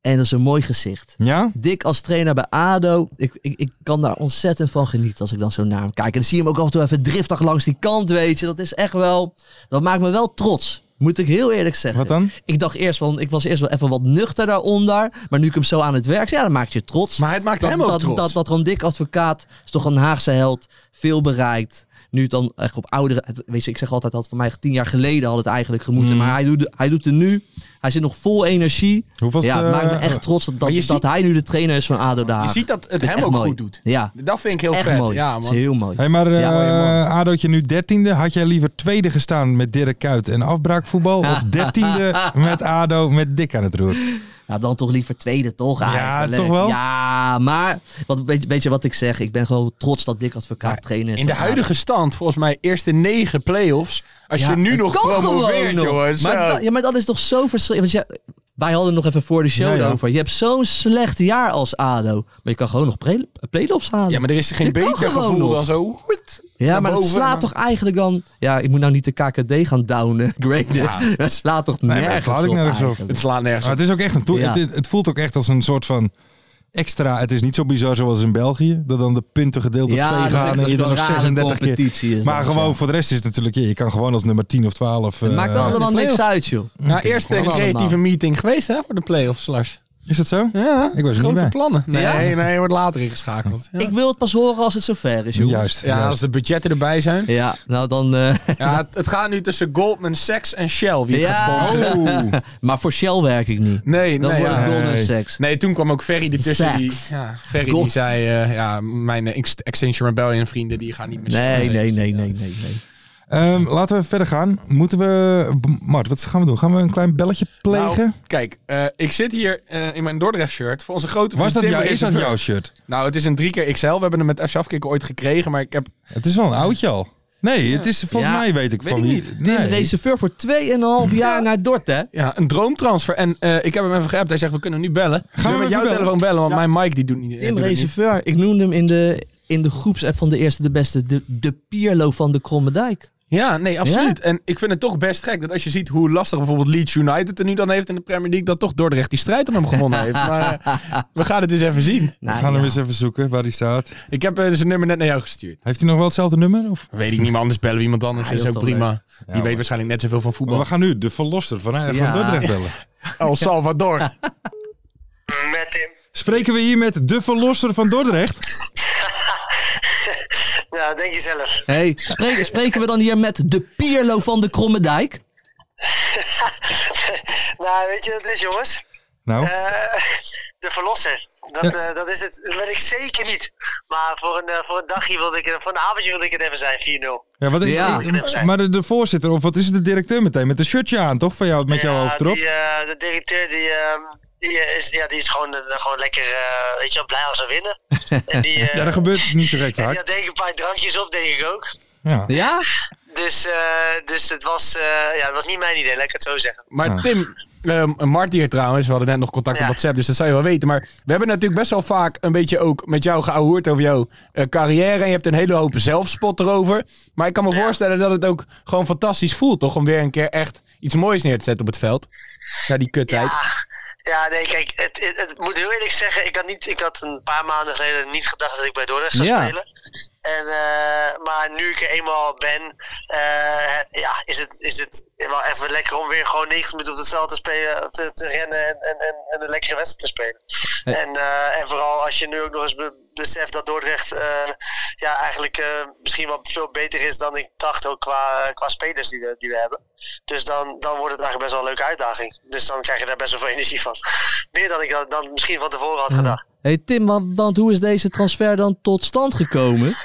Speaker 5: En dat is een mooi gezicht.
Speaker 4: ja?
Speaker 5: Dick als trainer bij ADO. Ik, ik, ik kan daar ontzettend van genieten als ik dan zo naar hem kijk. En dan zie je hem ook af en toe even driftig langs die kant, weet je. Dat is echt wel... Dat maakt me wel trots. Moet ik heel eerlijk zeggen.
Speaker 4: Wat dan?
Speaker 5: Ik dacht eerst van... Ik was eerst wel even wat nuchter daaronder. Maar nu ik hem zo aan het werk zie, ja, dan maakt je trots.
Speaker 6: Maar het maakt
Speaker 5: dat,
Speaker 6: hem ook
Speaker 5: dat,
Speaker 6: trots.
Speaker 5: Dat, dat Ron Dick advocaat is toch een Haagse held. Veel bereikt. Nu het dan echt op oudere... het- weet je, ik zeg altijd dat voor mij tien jaar geleden had het eigenlijk gemoeten.
Speaker 6: Mm.
Speaker 5: Maar hij doet, hij doet het nu. Hij zit nog vol energie.
Speaker 4: Hoeveel
Speaker 5: ja, het
Speaker 4: eh,
Speaker 5: maakt me echt trots dat, dat,
Speaker 6: Maar je
Speaker 5: dat hij nu de trainer is van ADO Den
Speaker 6: Je
Speaker 5: Haag.
Speaker 6: ziet dat het
Speaker 5: Echt
Speaker 6: hem ook
Speaker 5: mooi.
Speaker 6: goed doet.
Speaker 5: Ja,
Speaker 6: Dat vind ik heel
Speaker 5: echt
Speaker 6: vet.
Speaker 5: mooi.
Speaker 6: Ja,
Speaker 5: Dat
Speaker 6: man.
Speaker 5: is heel mooi.
Speaker 4: Hey, maar eh
Speaker 5: Ja, mooi,
Speaker 4: Adootje nu dertiende. Had jij liever tweede gestaan met Dirk Kuyt en afbraakvoetbal? Of dertiende met Ado met Dick aan het roer?
Speaker 5: Nou, dan toch liever tweede, toch?
Speaker 4: Ja,
Speaker 5: eigenlijk?
Speaker 4: toch wel?
Speaker 5: Ja, maar wat, weet, je- weet je wat ik zeg? Ik ben gewoon trots dat Dick advocaat
Speaker 6: Maar
Speaker 5: trainer is.
Speaker 6: In de
Speaker 5: van
Speaker 6: huidige stand, volgens mij eerste negen play-offs. Als
Speaker 5: Ja,
Speaker 6: je nu
Speaker 5: het
Speaker 6: nog
Speaker 5: kan gewoon
Speaker 6: promoveert,
Speaker 5: nog.
Speaker 6: jongens.
Speaker 5: Maar,
Speaker 6: zo.
Speaker 5: dat- ja, maar dat is toch zo verschrikkelijk. Want Wij hadden nog even voor de show
Speaker 4: Ja, ja.
Speaker 5: over. Je hebt zo'n slecht jaar als ADO. Maar je kan gewoon nog pre- play-offs halen.
Speaker 6: Ja, maar er is geen
Speaker 5: Je kan
Speaker 6: beter
Speaker 5: gewoon
Speaker 6: gevoel
Speaker 5: nog.
Speaker 6: dan zo. hoeit,
Speaker 5: Ja,
Speaker 6: naar
Speaker 5: maar dat
Speaker 6: boven.
Speaker 5: slaat toch eigenlijk dan... Ja, ik moet nou niet de KKD gaan downen, graden. Dat slaat toch
Speaker 4: maar dat
Speaker 5: nergens
Speaker 4: slaat ook
Speaker 5: op
Speaker 4: nergens op.
Speaker 5: eigenlijk.
Speaker 6: Het slaat nergens
Speaker 4: Maar
Speaker 6: op.
Speaker 4: het is ook echt een toe-
Speaker 5: Ja.
Speaker 4: het, het voelt ook echt als een soort van extra. Het is niet zo bizar zoals in België. Dat dan de punten gedeeld op
Speaker 5: Ja,
Speaker 4: twee
Speaker 5: dat
Speaker 4: gaan
Speaker 5: vind ik
Speaker 4: en je
Speaker 5: dus
Speaker 4: dan
Speaker 5: wel
Speaker 4: nog
Speaker 5: een rare
Speaker 4: 36 keer.
Speaker 5: competitie is
Speaker 4: Maar
Speaker 5: dat,
Speaker 4: gewoon
Speaker 5: ja.
Speaker 4: voor de rest is het natuurlijk. Je je kan gewoon als nummer 10 of 12.
Speaker 5: Het
Speaker 4: eh,
Speaker 5: maakt allemaal niks uit, joh.
Speaker 6: Nou, eerst een
Speaker 5: Gewoon
Speaker 6: creatieve
Speaker 5: allemaal.
Speaker 6: meeting geweest hè, voor de play-offs. Lars.
Speaker 4: Is dat zo?
Speaker 6: Ja,
Speaker 4: Ik was er niet
Speaker 6: grote
Speaker 4: bij.
Speaker 6: plannen. Nee,
Speaker 5: Ja?
Speaker 6: nee, nee, wordt later ingeschakeld. Ja.
Speaker 5: Ik wil het pas horen als het zover is, joh.
Speaker 4: Juist.
Speaker 6: Ja, als
Speaker 4: juist.
Speaker 6: de budgetten erbij zijn.
Speaker 5: Ja, nou dan... eh,
Speaker 6: Ja, het, het gaat nu tussen Goldman Sachs en Shell. Wie het
Speaker 5: Ja.
Speaker 6: gaat sponsoren.
Speaker 4: Oeh.
Speaker 5: maar voor Shell werk ik niet.
Speaker 6: Nee,
Speaker 5: Dan
Speaker 6: nee,
Speaker 5: word ik
Speaker 6: ja.
Speaker 5: dol in
Speaker 4: Nee.
Speaker 5: seks.
Speaker 6: nee, toen kwam ook Ferry ertussen. Die,
Speaker 5: Sachs.
Speaker 6: ja, Ferry
Speaker 5: God.
Speaker 6: die zei, eh, ja, mijn eh, Ext- Extinction Rebellion vrienden, die gaan niet meer
Speaker 5: Nee,
Speaker 6: zingen.
Speaker 5: nee, nee, nee, nee. nee.
Speaker 4: Ehm, laten we verder gaan. Moeten we. B- Mart, wat gaan we doen? Gaan we een klein belletje plegen?
Speaker 6: Nou, kijk, eh, ik zit hier eh, in mijn Dordrecht shirt voor onze grote
Speaker 4: Was
Speaker 6: vriend
Speaker 4: dat
Speaker 6: Tim
Speaker 4: jou, is dat
Speaker 6: Reserveur.
Speaker 4: jouw shirt?
Speaker 6: Nou, het is een 3 XL. We hebben hem met FC Afkikken ooit gekregen, maar ik heb...
Speaker 4: Het is wel een oudje al. Nee, het is volgens
Speaker 5: Ja,
Speaker 4: mij weet ik
Speaker 6: weet
Speaker 4: van
Speaker 6: ik
Speaker 4: wie.
Speaker 6: niet.
Speaker 4: het-
Speaker 5: Tim,
Speaker 4: nee.
Speaker 5: reserveur voor 2,5 jaar naar Dort, hè?
Speaker 6: Ja, een droomtransfer. En eh, ik heb hem even geappt. Hij zegt, we kunnen nu bellen. Gaan
Speaker 4: hem
Speaker 6: met
Speaker 4: even
Speaker 6: jouw
Speaker 4: bellen?
Speaker 6: telefoon bellen, want mijn mic die doet niet.
Speaker 5: Tim
Speaker 6: doet het niet.
Speaker 5: Reserveur, ik noemde hem in de, in de groepsapp van de eerste de beste, de, de Pierlo van de Kromme Dijk.
Speaker 6: Ja, nee, absoluut. En ik vind het toch best gek dat als je ziet hoe lastig bijvoorbeeld Leeds United er nu dan heeft in de Premier League, dat toch Dordrecht die strijd om hem gewonnen heeft. Maar eh, we gaan het eens even zien.
Speaker 4: We
Speaker 5: Nou,
Speaker 4: gaan hem
Speaker 5: ja.
Speaker 4: eens even zoeken waar die staat.
Speaker 6: Ik heb eh, dus een nummer net naar jou gestuurd.
Speaker 4: Heeft hij nog wel hetzelfde nummer? Of?
Speaker 6: Weet ik niet, maar anders bellen we iemand anders.
Speaker 5: Ah,
Speaker 6: is
Speaker 5: dat
Speaker 6: ook
Speaker 5: is toch
Speaker 6: prima. Die
Speaker 4: maar-
Speaker 6: weet waarschijnlijk net zoveel van
Speaker 4: Maar we
Speaker 5: Oh,
Speaker 6: voetbal.
Speaker 4: gaan nu de verlosser van, eh,
Speaker 5: Ja.
Speaker 4: van Dordrecht bellen.
Speaker 6: El Salvador.
Speaker 7: Met Tim.
Speaker 4: Spreken we hier met de verlosser van Dordrecht?
Speaker 7: Nou, denk je zelf.
Speaker 5: Hey, spreken, spreken we dan hier met de Pierlo van de Kromme Dijk?
Speaker 7: nou, weet je wat het is, jongens?
Speaker 4: Nou,
Speaker 7: Eh, de verlosser. Dat, eh, dat is het. Dat ben ik zeker niet. Maar voor een, eh, voor een dagje wilde ik, er- voor een avondje wilde ik het even zijn, 4-0.
Speaker 4: ja, wat,
Speaker 5: Ja.
Speaker 4: eh, Maar de, de voorzitter, of wat is het, de directeur meteen? Met een shirtje aan, toch? Van jou, met jouw
Speaker 7: Ja,
Speaker 4: hoofd erop?
Speaker 7: Die, eh, de directeur die, ehm, die, eh, is, ja, die is gewoon, eh, gewoon lekker eh, weet je, wel, blij als we winnen. En die, eh,
Speaker 4: Ja, dat gebeurt niet zo gek
Speaker 7: en die
Speaker 4: vaak.
Speaker 7: had denk ik een paar drankjes op, denk ik ook.
Speaker 4: Ja.
Speaker 5: Ja?
Speaker 7: Dus, eh, dus het, was, eh, ja, het was niet mijn idee, laat ik het zo zeggen.
Speaker 6: Maar
Speaker 4: Ja.
Speaker 6: Tim, ehm Mart hier trouwens, we hadden net nog contact op
Speaker 7: Ja.
Speaker 6: WhatsApp, dus dat zou je wel weten. Maar we hebben natuurlijk best wel vaak een beetje ook met jou geouwehoerd over jouw eh, carrière. En je hebt een hele hoop zelfspot erover. Maar ik kan me voorstellen dat het ook gewoon fantastisch voelt, toch? Om weer een keer echt iets moois neer te zetten op het veld. Na die kuttijd.
Speaker 7: Ja, ja nee, kijk, het, het, het moet heel eerlijk zeggen, ik had, niet, ik had een paar maanden geleden niet gedacht dat ik bij Dordrecht zou
Speaker 6: Ja.
Speaker 7: spelen. En, eh, maar nu ik er eenmaal ben, eh, ja, is het, is het wel even lekker om weer gewoon 90 minuten op het veld te spelen, te, te rennen en, en, en, en een lekkere wedstrijd te spelen. En, eh, en vooral als je nu ook nog eens be- beseft dat Dordrecht eh, ja, eigenlijk eh, misschien wel veel beter is dan ik dacht ook qua, qua spelers die we, die we hebben. Dus dan, dan wordt het eigenlijk best wel een leuke uitdaging. Dus dan krijg je daar best wel veel energie van. Meer dan ik dat, dan misschien van tevoren had gedacht.
Speaker 5: Hey Tim, want, want hoe is deze transfer dan tot stand gekomen?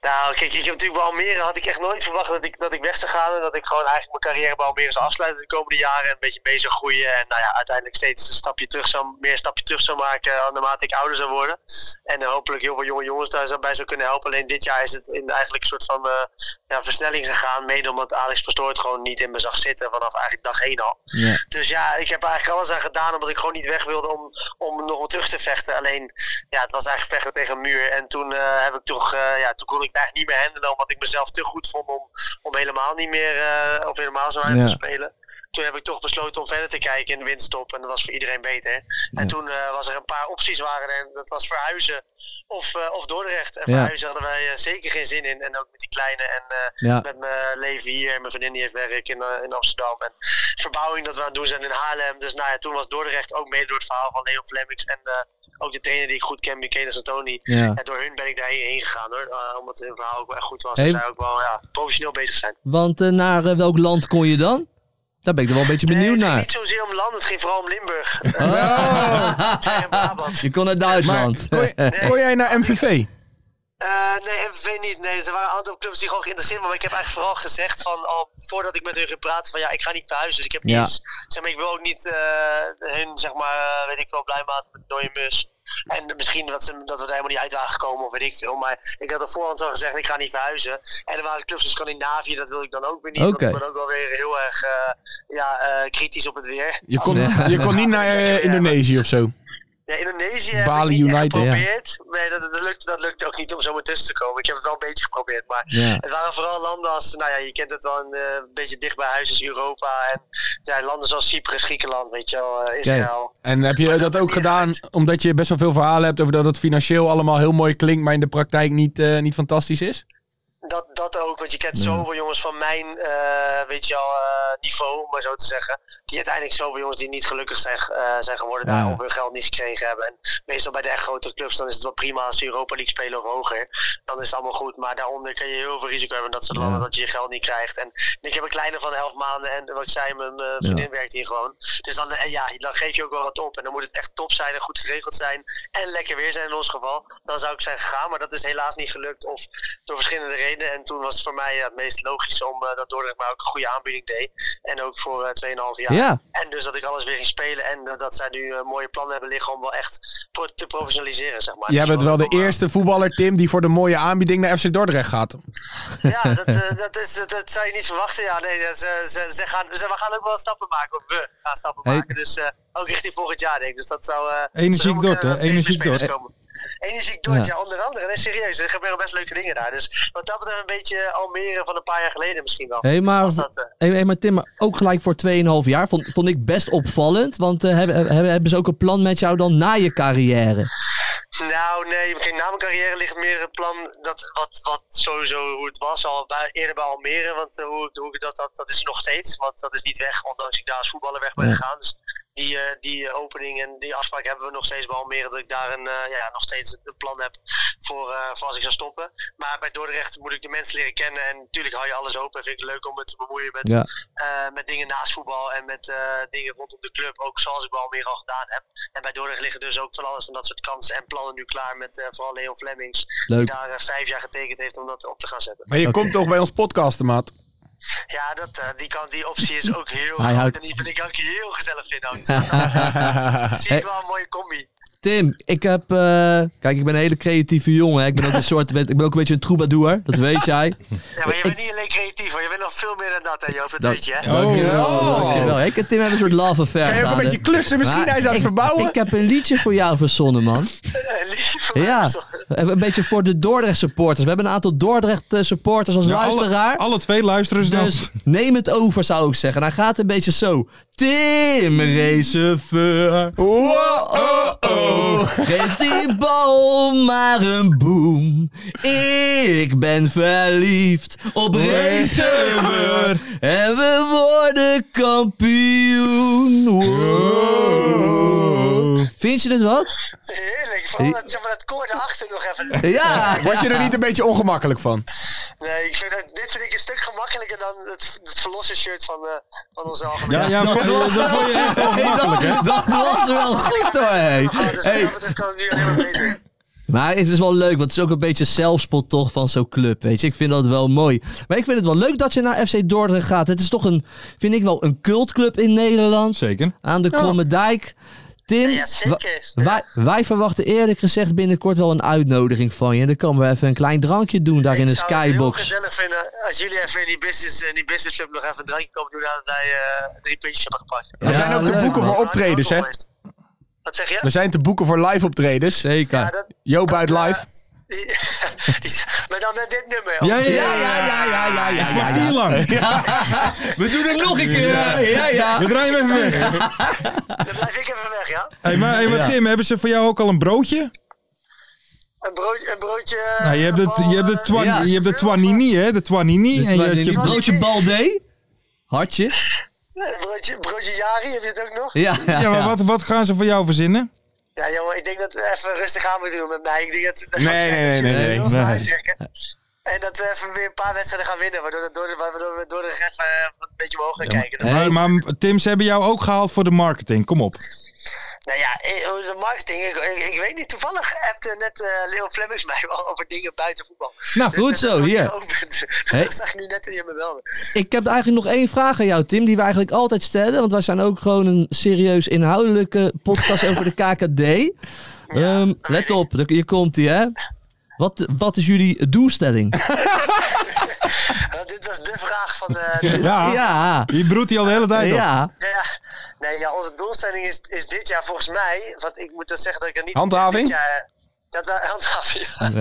Speaker 7: Nou, kijk, ik heb natuurlijk bij Almere had ik echt nooit verwacht dat ik, dat ik weg zou gaan. En dat ik gewoon eigenlijk mijn carrière bij Almere zou afsluiten de komende jaren. En een beetje mee zou groeien. En nou ja, uiteindelijk steeds een stapje terug zou, meer een stapje terug zou maken eh, naarmate ik ouder zou worden. En eh, hopelijk heel veel jonge jongens daar zou bij zou kunnen helpen. Alleen dit jaar is het in eigenlijk een soort van eh, ja, versnelling gegaan. Mede omdat Alex Pastoor het gewoon niet in me zag zitten vanaf eigenlijk dag 1 al.
Speaker 5: Ja.
Speaker 7: Dus ja, ik heb er eigenlijk alles aan gedaan omdat ik gewoon niet weg wilde om, om nog wat terug te vechten. Alleen, ja, het was eigenlijk vechten tegen een muur. En toen, eh, heb ik toch, eh, ja, toen kon ik het eigenlijk niet meer handelen omdat ik mezelf te goed vond om, om helemaal niet meer, eh, of helemaal zo uit
Speaker 5: Ja.
Speaker 7: te spelen. Toen heb ik toch besloten om verder te kijken in de winterstop en dat was voor iedereen beter. En toen eh, was er een paar opties waren en dat was verhuizen of, eh, of Dordrecht. En
Speaker 5: Ja.
Speaker 7: verhuizen hadden wij eh, zeker geen zin in. En ook met die kleine en eh,
Speaker 5: Ja.
Speaker 7: met mijn leven hier en mijn vriendin die heeft werk in, eh, in Amsterdam. En verbouwing dat we aan het doen zijn in Haarlem. Dus nou ja, toen was Dordrecht ook mede door het verhaal van Leon Flemmings en eh, ook de trainer die ik goed ken, Michele Santoni.
Speaker 5: Ja.
Speaker 7: En door hun ben ik daarheen heen gegaan hoor, Eh, omdat hun verhaal ook wel echt goed was.
Speaker 5: Hey.
Speaker 7: En zij ook wel ja, professioneel bezig zijn.
Speaker 5: Want eh, naar eh, welk land kon je dan? Daar ben ik er wel een beetje
Speaker 7: Nee,
Speaker 5: benieuwd
Speaker 7: het ging
Speaker 5: naar. Oh.
Speaker 7: niet zozeer om land, het ging vooral om Limburg en Brabant.
Speaker 5: Je kon naar
Speaker 6: Maar
Speaker 5: Duitsland.
Speaker 6: kon, je- kon jij naar MVV?
Speaker 7: Eh, nee, MVV niet. Nee, er waren een aantal clubs die gewoon geïnteresseerd waren. Maar ik heb eigenlijk vooral gezegd van al voordat ik met hun ging praten van ja, ik ga niet verhuizen. Dus ik heb
Speaker 5: Ja.
Speaker 7: niet, zeg maar, ik wil ook niet eh, hun zeg maar, eh, weet ik wel, blij maken met een dode mus. En misschien dat, ze, dat we er helemaal niet uit waren gekomen of weet ik veel. Maar ik had er voorhand al gezegd, ik ga niet verhuizen. En er waren clubs in Scandinavië, dat wil ik dan ook weer niet.
Speaker 5: Oké.
Speaker 7: Want ik ben ook wel weer heel erg eh, ja, eh, kritisch op het weer.
Speaker 6: Je kon,
Speaker 5: Ja.
Speaker 6: je kon niet naar eh, Indonesië of zo.
Speaker 7: Ja, Indonesië heb
Speaker 6: Bali
Speaker 7: ik niet echt
Speaker 6: United, ja.
Speaker 7: geprobeerd. Nee, dat, dat, lukt, dat lukt ook niet om zomaar tussen te komen. Ik heb het wel een beetje geprobeerd. Maar
Speaker 5: Ja.
Speaker 7: het waren vooral landen als, nou ja, je kent het wel, een eh, beetje dicht bij huis is Europa. En ja, landen zoals Cyprus, Griekenland, weet je wel, eh, Israël.
Speaker 6: En heb je dat ook gedaan omdat je best wel veel verhalen hebt over dat het financieel allemaal heel mooi klinkt, maar in de praktijk niet, eh, niet fantastisch is?
Speaker 7: Dat, dat ook, want je kent zoveel jongens van mijn eh, weet je wel, eh, niveau, om maar zo te zeggen. Die uiteindelijk zoveel jongens die niet gelukkig zijn, eh, zijn geworden daar of hun geld niet gekregen hebben. En meestal bij de echt grote clubs, dan is het wel prima als ze Europa League spelen of hoger. Dan is het allemaal goed, maar daaronder kan je heel veel risico hebben in dat soort landen dat je je geld niet krijgt. En ik heb een kleine van elf maanden en wat ik zei, mijn eh, vriendin werkt hier gewoon. Dus dan, eh, ja, dan geef je ook wel wat op. En dan moet het echt top zijn en goed geregeld zijn en lekker weer zijn in ons geval. Dan zou ik zijn gegaan, maar dat is helaas niet gelukt. Of door verschillende redenen. En toen was het voor mij ja, het meest logisch om eh, dat Dordrecht mij ook een goede aanbieding deed. En ook voor eh 2,5 jaar.
Speaker 5: Ja.
Speaker 7: En dus dat ik alles weer ging spelen. En eh, dat zij nu eh, mooie plannen hebben liggen om wel echt pro- te professionaliseren, zeg maar.
Speaker 6: Jij
Speaker 7: Dus
Speaker 6: bent wel de
Speaker 7: om, eh,
Speaker 6: eerste voetballer, Tim, die voor de mooie aanbieding naar FC Dordrecht gaat.
Speaker 7: Ja, dat, eh, dat, is, dat, dat zou je niet verwachten. Ja, nee, dat- ze, ze, ze gaan, ze, we gaan ook wel stappen maken. Of we gaan stappen
Speaker 5: Hey.
Speaker 7: maken. Dus eh, ook richting volgend jaar, denk ik. Dus dat zou... eh,
Speaker 4: Energiek
Speaker 7: zou helemaal
Speaker 4: door,
Speaker 7: kunnen
Speaker 4: hè?
Speaker 7: dat er steeds meer
Speaker 4: Energiek door.
Speaker 7: spelers komen. Energiek door, ja.
Speaker 5: Ja.
Speaker 7: onder andere. Nee, serieus, er gebeuren best leuke dingen daar. Dus wat dat betreft een beetje Almere van een paar jaar geleden misschien wel.
Speaker 5: Hé, maar,
Speaker 7: Als dat, eh,
Speaker 5: hé, hé, maar Tim, maar ook gelijk voor 2,5 jaar vond, vond ik best opvallend. Want eh, hebben, hebben, hebben ze ook een plan met jou dan na je carrière?
Speaker 7: Nou, nee. Kijk, na mijn carrière ligt meer het plan. Dat, wat, wat sowieso hoe het was al bij, eerder bij Almere. Want eh, hoe, hoe ik dat, dat, dat is er nog steeds. Want dat is niet weg, ondanks ik daar als voetballer weg ben gegaan. Dus die, eh, die eh, opening en die afspraak hebben we nog steeds bij Almere. Dat ik daar een, eh, ja, nog steeds een plan heb voor, eh, voor als ik zou stoppen. Maar bij Dordrecht moet ik de mensen leren kennen. En natuurlijk hou je alles open. En vind ik het leuk om me te bemoeien met,
Speaker 5: Ja.
Speaker 7: eh, met dingen naast voetbal. En met eh, dingen rondom de club. Ook zoals ik bij Almere al gedaan heb. En bij Dordrecht liggen dus ook van alles van dat soort kansen en plannen nu klaar met eh, vooral Leo Flemings.
Speaker 5: Leuk.
Speaker 7: Die daar eh, vijf jaar getekend heeft om dat op te gaan zetten.
Speaker 6: Maar je komt toch bij ons podcasten, maat?
Speaker 7: Ja, dat, eh, die, kan, die optie is ook heel
Speaker 5: Hij
Speaker 7: groot
Speaker 5: houdt-
Speaker 7: en die vind ik ook heel gezellig vinden. ook. Dus dat zie ik wel een mooie combi.
Speaker 5: Tim, ik heb. eh, kijk, ik ben een hele creatieve jongen. hè. Ik ben ook een soort. ben- Ik ben ook een beetje een troubadour. Dat weet jij.
Speaker 6: Oh.
Speaker 7: Ja, maar je bent niet alleen creatief hoor, je bent nog veel meer dan dat hè Joop, dat weet je hè.
Speaker 5: Dankjewel. dankjewel. Ik en Tim hebben een soort love
Speaker 6: Kan
Speaker 5: affair.
Speaker 6: je ook een
Speaker 5: gaande.
Speaker 6: beetje klussen? Misschien
Speaker 5: Maar
Speaker 6: hij is aan het
Speaker 5: ik-
Speaker 6: verbouwen.
Speaker 5: Ik heb een liedje voor jou verzonnen, man. Ja, een beetje voor de Dordrecht supporters. We hebben een aantal Dordrecht eh, supporters als
Speaker 4: Ja,
Speaker 5: luisteraar.
Speaker 4: alle, alle twee luisteren ze dan.
Speaker 5: Dus neem het over, zou ik zeggen. En hij gaat een beetje zo. Tim Reserveur. Wow, oh, oh. Geef die bal maar een boom. Ik ben verliefd op Reserveur. En we worden kampioen.
Speaker 4: Oh.
Speaker 5: Wow. Vind je dit wat?
Speaker 7: Heerlijk, vooral dat, zeg maar, dat koor erachter nog even.
Speaker 5: Ja.
Speaker 6: Word je er niet een beetje ongemakkelijk van?
Speaker 7: Nee, ik vind dat, dit vind ik een stuk gemakkelijker dan het, het verlossen shirt van, eh, van onze algemene.
Speaker 4: ja, ja, dat, dat vond je echt ongemakkelijk, hè?
Speaker 5: dat, dat was wel goed hoor. Hey.
Speaker 7: Ah, dus
Speaker 5: Hey.
Speaker 7: wat dat betreft kan het nu alleen maar beter.
Speaker 5: Maar het is wel leuk, want het is ook een beetje zelfspot toch van zo'n club, weet je. Ik vind dat wel mooi. Maar ik vind het wel leuk dat je naar FC Dordrecht gaat. Het is toch een, vind ik wel, een cultclub in Nederland.
Speaker 4: Zeker.
Speaker 5: Aan de Kromme Dijk. Tim,
Speaker 7: Ja, zeker.
Speaker 5: wa- wij, wij verwachten eerlijk gezegd binnenkort wel een uitnodiging van je. En dan komen we even een klein drankje doen daar in de
Speaker 7: Ik zou het heel
Speaker 5: skybox.
Speaker 7: gezellig vinden als jullie even in die business, eh, in die business club nog even een drankje komen doen nadat wij eh, drie puntjes hebben gepakt.
Speaker 6: We zijn ook te
Speaker 5: leuk,
Speaker 6: boeken
Speaker 5: man.
Speaker 6: voor optredens, hè? Dus-
Speaker 7: Wat zeg je?
Speaker 6: We zijn te boeken voor live optredens.
Speaker 5: Zeker.
Speaker 7: Ja, dat,
Speaker 6: Joop uit live.
Speaker 7: die, die- maar dan met dit nummer.
Speaker 4: Ja,
Speaker 7: of-
Speaker 4: ja, ja.
Speaker 6: ja, ja, ja.
Speaker 4: Een kwartier lang.
Speaker 5: We doen het nog een keer. Ja, ja.
Speaker 4: We draaien hem even weg.
Speaker 7: Dan blijf ik even weg, ja?
Speaker 4: Hey, maar, hey, maar Tim, hebben ze voor jou ook al een broodje?
Speaker 7: Een, brood, een broodje... eh,
Speaker 4: Nou, je hebt de, je hebt de, twan,
Speaker 5: Ja.
Speaker 4: je hebt de Twanini, hè? De Twanini. en je hebt je-
Speaker 5: Broodje Balde. Hartje.
Speaker 7: Een Eh, broodje, broodje Jari, heb je het ook nog?
Speaker 5: Ja, ja,
Speaker 4: Ja, maar
Speaker 5: ja.
Speaker 4: wat, wat gaan ze voor jou verzinnen?
Speaker 7: Ja, jongen, ik denk dat we even rustig aan moeten doen met mij. Ik denk dat, dat
Speaker 6: Nee,
Speaker 7: ga ik zeggen,
Speaker 6: nee, nee,
Speaker 7: dat jullie
Speaker 6: nee,
Speaker 7: heel
Speaker 4: nee,
Speaker 7: snel
Speaker 4: nee.
Speaker 7: uitrekken. En dat we even weer een paar wedstrijden gaan winnen, waardoor, dat door, de- waardoor we door de ref eh, een beetje omhoog gaan kijken. Dat-
Speaker 4: Maar, maar Tim, ze hebben jou ook gehaald voor de marketing. Kom op.
Speaker 7: Nou ja, eh, hoe is de marketing, ik, ik, ik weet niet, toevallig appte net eh Leo Flemmings mij wel over dingen buiten voetbal. Dus, eh,
Speaker 5: Nou, goed
Speaker 7: dat
Speaker 5: zo,
Speaker 7: heb ik
Speaker 5: hier.
Speaker 7: geopend.
Speaker 5: Hey.
Speaker 7: Dat zag ik nu net toen je me belde.
Speaker 5: Ik heb eigenlijk nog één vraag aan jou, Tim, die we eigenlijk altijd stellen. Want wij zijn ook gewoon een serieus inhoudelijke podcast over de KKD. Ehm, let op, er- hier komt hij, hè? Wat, wat is jullie doelstelling?
Speaker 7: Nou, dit was de vraag van eh, de...
Speaker 4: Ja,
Speaker 5: Ja,
Speaker 4: die broedt hij al de hele tijd op.
Speaker 5: ja.
Speaker 7: Ja, nee, ja, onze doelstelling is, is dit jaar volgens mij, want ik moet dat zeggen dat ik er niet...
Speaker 6: Handhaving?
Speaker 7: Dit jaar, dat wel, handhaving, ja.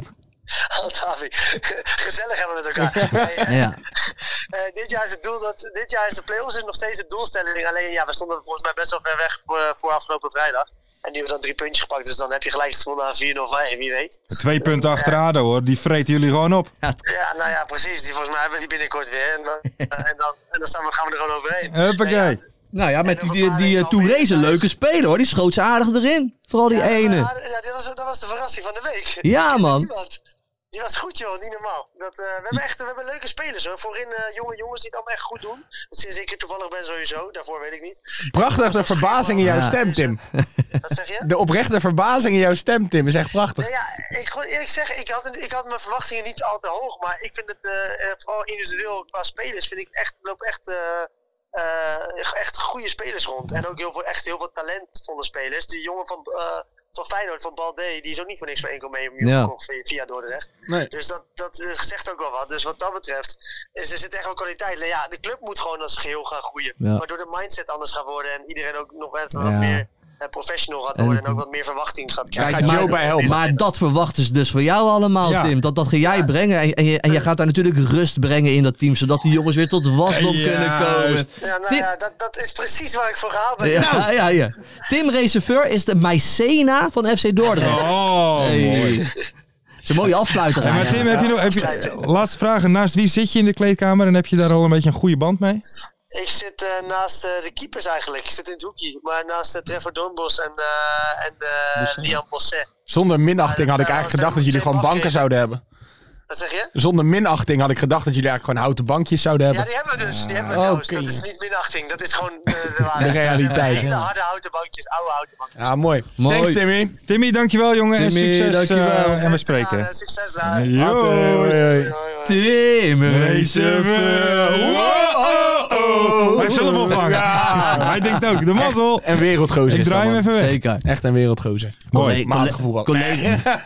Speaker 7: Handhaving. Gezellig hebben we met elkaar. Nee, eh,
Speaker 5: ja.
Speaker 7: eh, dit jaar is het doel dat, dit jaar is de play-offs is nog steeds de doelstelling. Alleen ja, we stonden volgens mij best wel ver weg voor, voor afgelopen vrijdag. En nu hebben we dan drie puntjes gepakt, dus dan heb je gelijk gevonden aan 4 of 5, wie weet.
Speaker 4: Twee punten achter ADO hoor, die vreten jullie gewoon op.
Speaker 7: Ja, nou ja, precies. Die, volgens mij hebben we die binnenkort weer. En dan, eh, en dan, en dan staan we, gaan we er gewoon overheen. Nee, ja,
Speaker 4: Huppakee.
Speaker 5: Nou ja, met die,
Speaker 7: En over
Speaker 5: die,
Speaker 7: een paar
Speaker 5: die eh,
Speaker 7: weken alweer
Speaker 5: Touré is een
Speaker 7: thuis.
Speaker 5: leuke speler hoor. Die schoot ze aardig erin. Vooral die
Speaker 7: Ja,
Speaker 5: ene.
Speaker 7: maar, Ja, dat was, dat was de verrassing van de week. Die
Speaker 5: Ja,
Speaker 7: kende
Speaker 5: man.
Speaker 7: niemand. Die was goed, joh. Niet normaal. Dat, eh, we, hebben echt, we hebben leuke spelers, hoor. Voorin eh, jonge jongens die het allemaal echt goed doen. Sinds ik er toevallig ben sowieso. Daarvoor weet ik niet.
Speaker 6: Prachtig de verbazing in jouw
Speaker 5: Ja.
Speaker 6: stem, Tim.
Speaker 7: Wat zeg je?
Speaker 6: De oprechte verbazing in jouw stem, Tim, is echt prachtig.
Speaker 7: Nou ja, ik gewoon eerlijk zeggen, ik had, ik had mijn verwachtingen niet al te hoog. Maar ik vind het, eh, eh, vooral individueel qua spelers, vind ik echt, loop echt, eh, eh, echt goede spelers rond. En ook heel veel, echt heel veel talentvolle spelers. Die jongen van, eh, van Feyenoord, van Balde, die is ook niet voor niks voor 1,1 miljoen
Speaker 5: Ja.
Speaker 7: verkocht via, via Dordrecht.
Speaker 6: Nee.
Speaker 7: Dus dat, dat eh, zegt ook wel wat. Dus wat dat betreft, is, er zit echt wel kwaliteit. Nou Ja, de club moet gewoon als geheel gaan groeien.
Speaker 5: Ja.
Speaker 7: Waardoor de mindset anders gaat worden en iedereen ook nog net wat
Speaker 5: Ja.
Speaker 7: meer eh, professional gaat worden en ook wat meer verwachting gaat krijgen.
Speaker 6: Gaat Joe bij helpen.
Speaker 5: maar dat verwachten ze dus van jou allemaal,
Speaker 4: Ja.
Speaker 5: Tim. Dat, dat ga jij brengen. En, en, je, en je gaat daar natuurlijk rust brengen in dat team. Zodat die jongens weer tot wasdom kunnen komen.
Speaker 4: Juist.
Speaker 7: Ja, nou
Speaker 5: Tim-
Speaker 7: ja, dat, dat is precies waar ik voor gehaald ben.
Speaker 5: Ja, ja, ja, Tim Reserveur is de Mycena van FC Dordrecht.
Speaker 4: Oh,
Speaker 5: Hey.
Speaker 4: mooi.
Speaker 5: Dat is een mooie afsluiter.
Speaker 4: Hey, maar
Speaker 5: eigenlijk.
Speaker 4: Tim, heb je nog, heb je, laatste vraag. Naast wie zit je in de kleedkamer en heb je daar al een beetje een goede band mee?
Speaker 7: Ik zit eh, naast eh, de keepers eigenlijk. Ik zit in het hoekje. Maar naast eh, Trevor Dombos en, eh en eh, Liam Bosset.
Speaker 6: Zonder minachting had ik
Speaker 7: Ja, dat zijn-
Speaker 6: eigenlijk gedacht dat jullie
Speaker 7: dat zijn
Speaker 6: gewoon banken
Speaker 7: basketten.
Speaker 6: zouden hebben.
Speaker 7: Wat zeg je?
Speaker 6: Zonder minachting had ik gedacht dat jullie eigenlijk gewoon houten bankjes zouden
Speaker 7: Ja,
Speaker 6: hebben.
Speaker 7: die hebben we dus. Die hebben we
Speaker 6: Ah,
Speaker 7: trouwens.
Speaker 6: oké.
Speaker 7: Dat is niet minachting. Dat is gewoon eh, de waarheid.
Speaker 6: realiteit,
Speaker 7: We hebben Hele
Speaker 6: ja.
Speaker 7: harde houten bankjes. Oude houten bankjes.
Speaker 6: Ja, mooi.
Speaker 5: Mooi.
Speaker 6: Thanks, Timmy.
Speaker 4: Timmy, dankjewel jongen en
Speaker 6: Timmy,
Speaker 4: succes.
Speaker 6: dankjewel.
Speaker 4: eh, en we
Speaker 7: Ja, eh,
Speaker 4: spreken.
Speaker 7: succes daar.
Speaker 4: Yo.
Speaker 6: Hoi, hoi, hoi.
Speaker 7: Hoi, hoi.
Speaker 5: Tim
Speaker 4: Reserveur. Wow, oh, oh. Hij heeft zelf opgehangen. Hij denkt ook, de mazzel.
Speaker 6: En wereldgozer
Speaker 4: Ik
Speaker 6: is dat,
Speaker 4: draai hem
Speaker 6: man.
Speaker 4: even weg.
Speaker 5: Zeker.
Speaker 6: Echt een wereldgozer.
Speaker 5: Mooi.
Speaker 6: Maandag voetbal.
Speaker 5: Collega,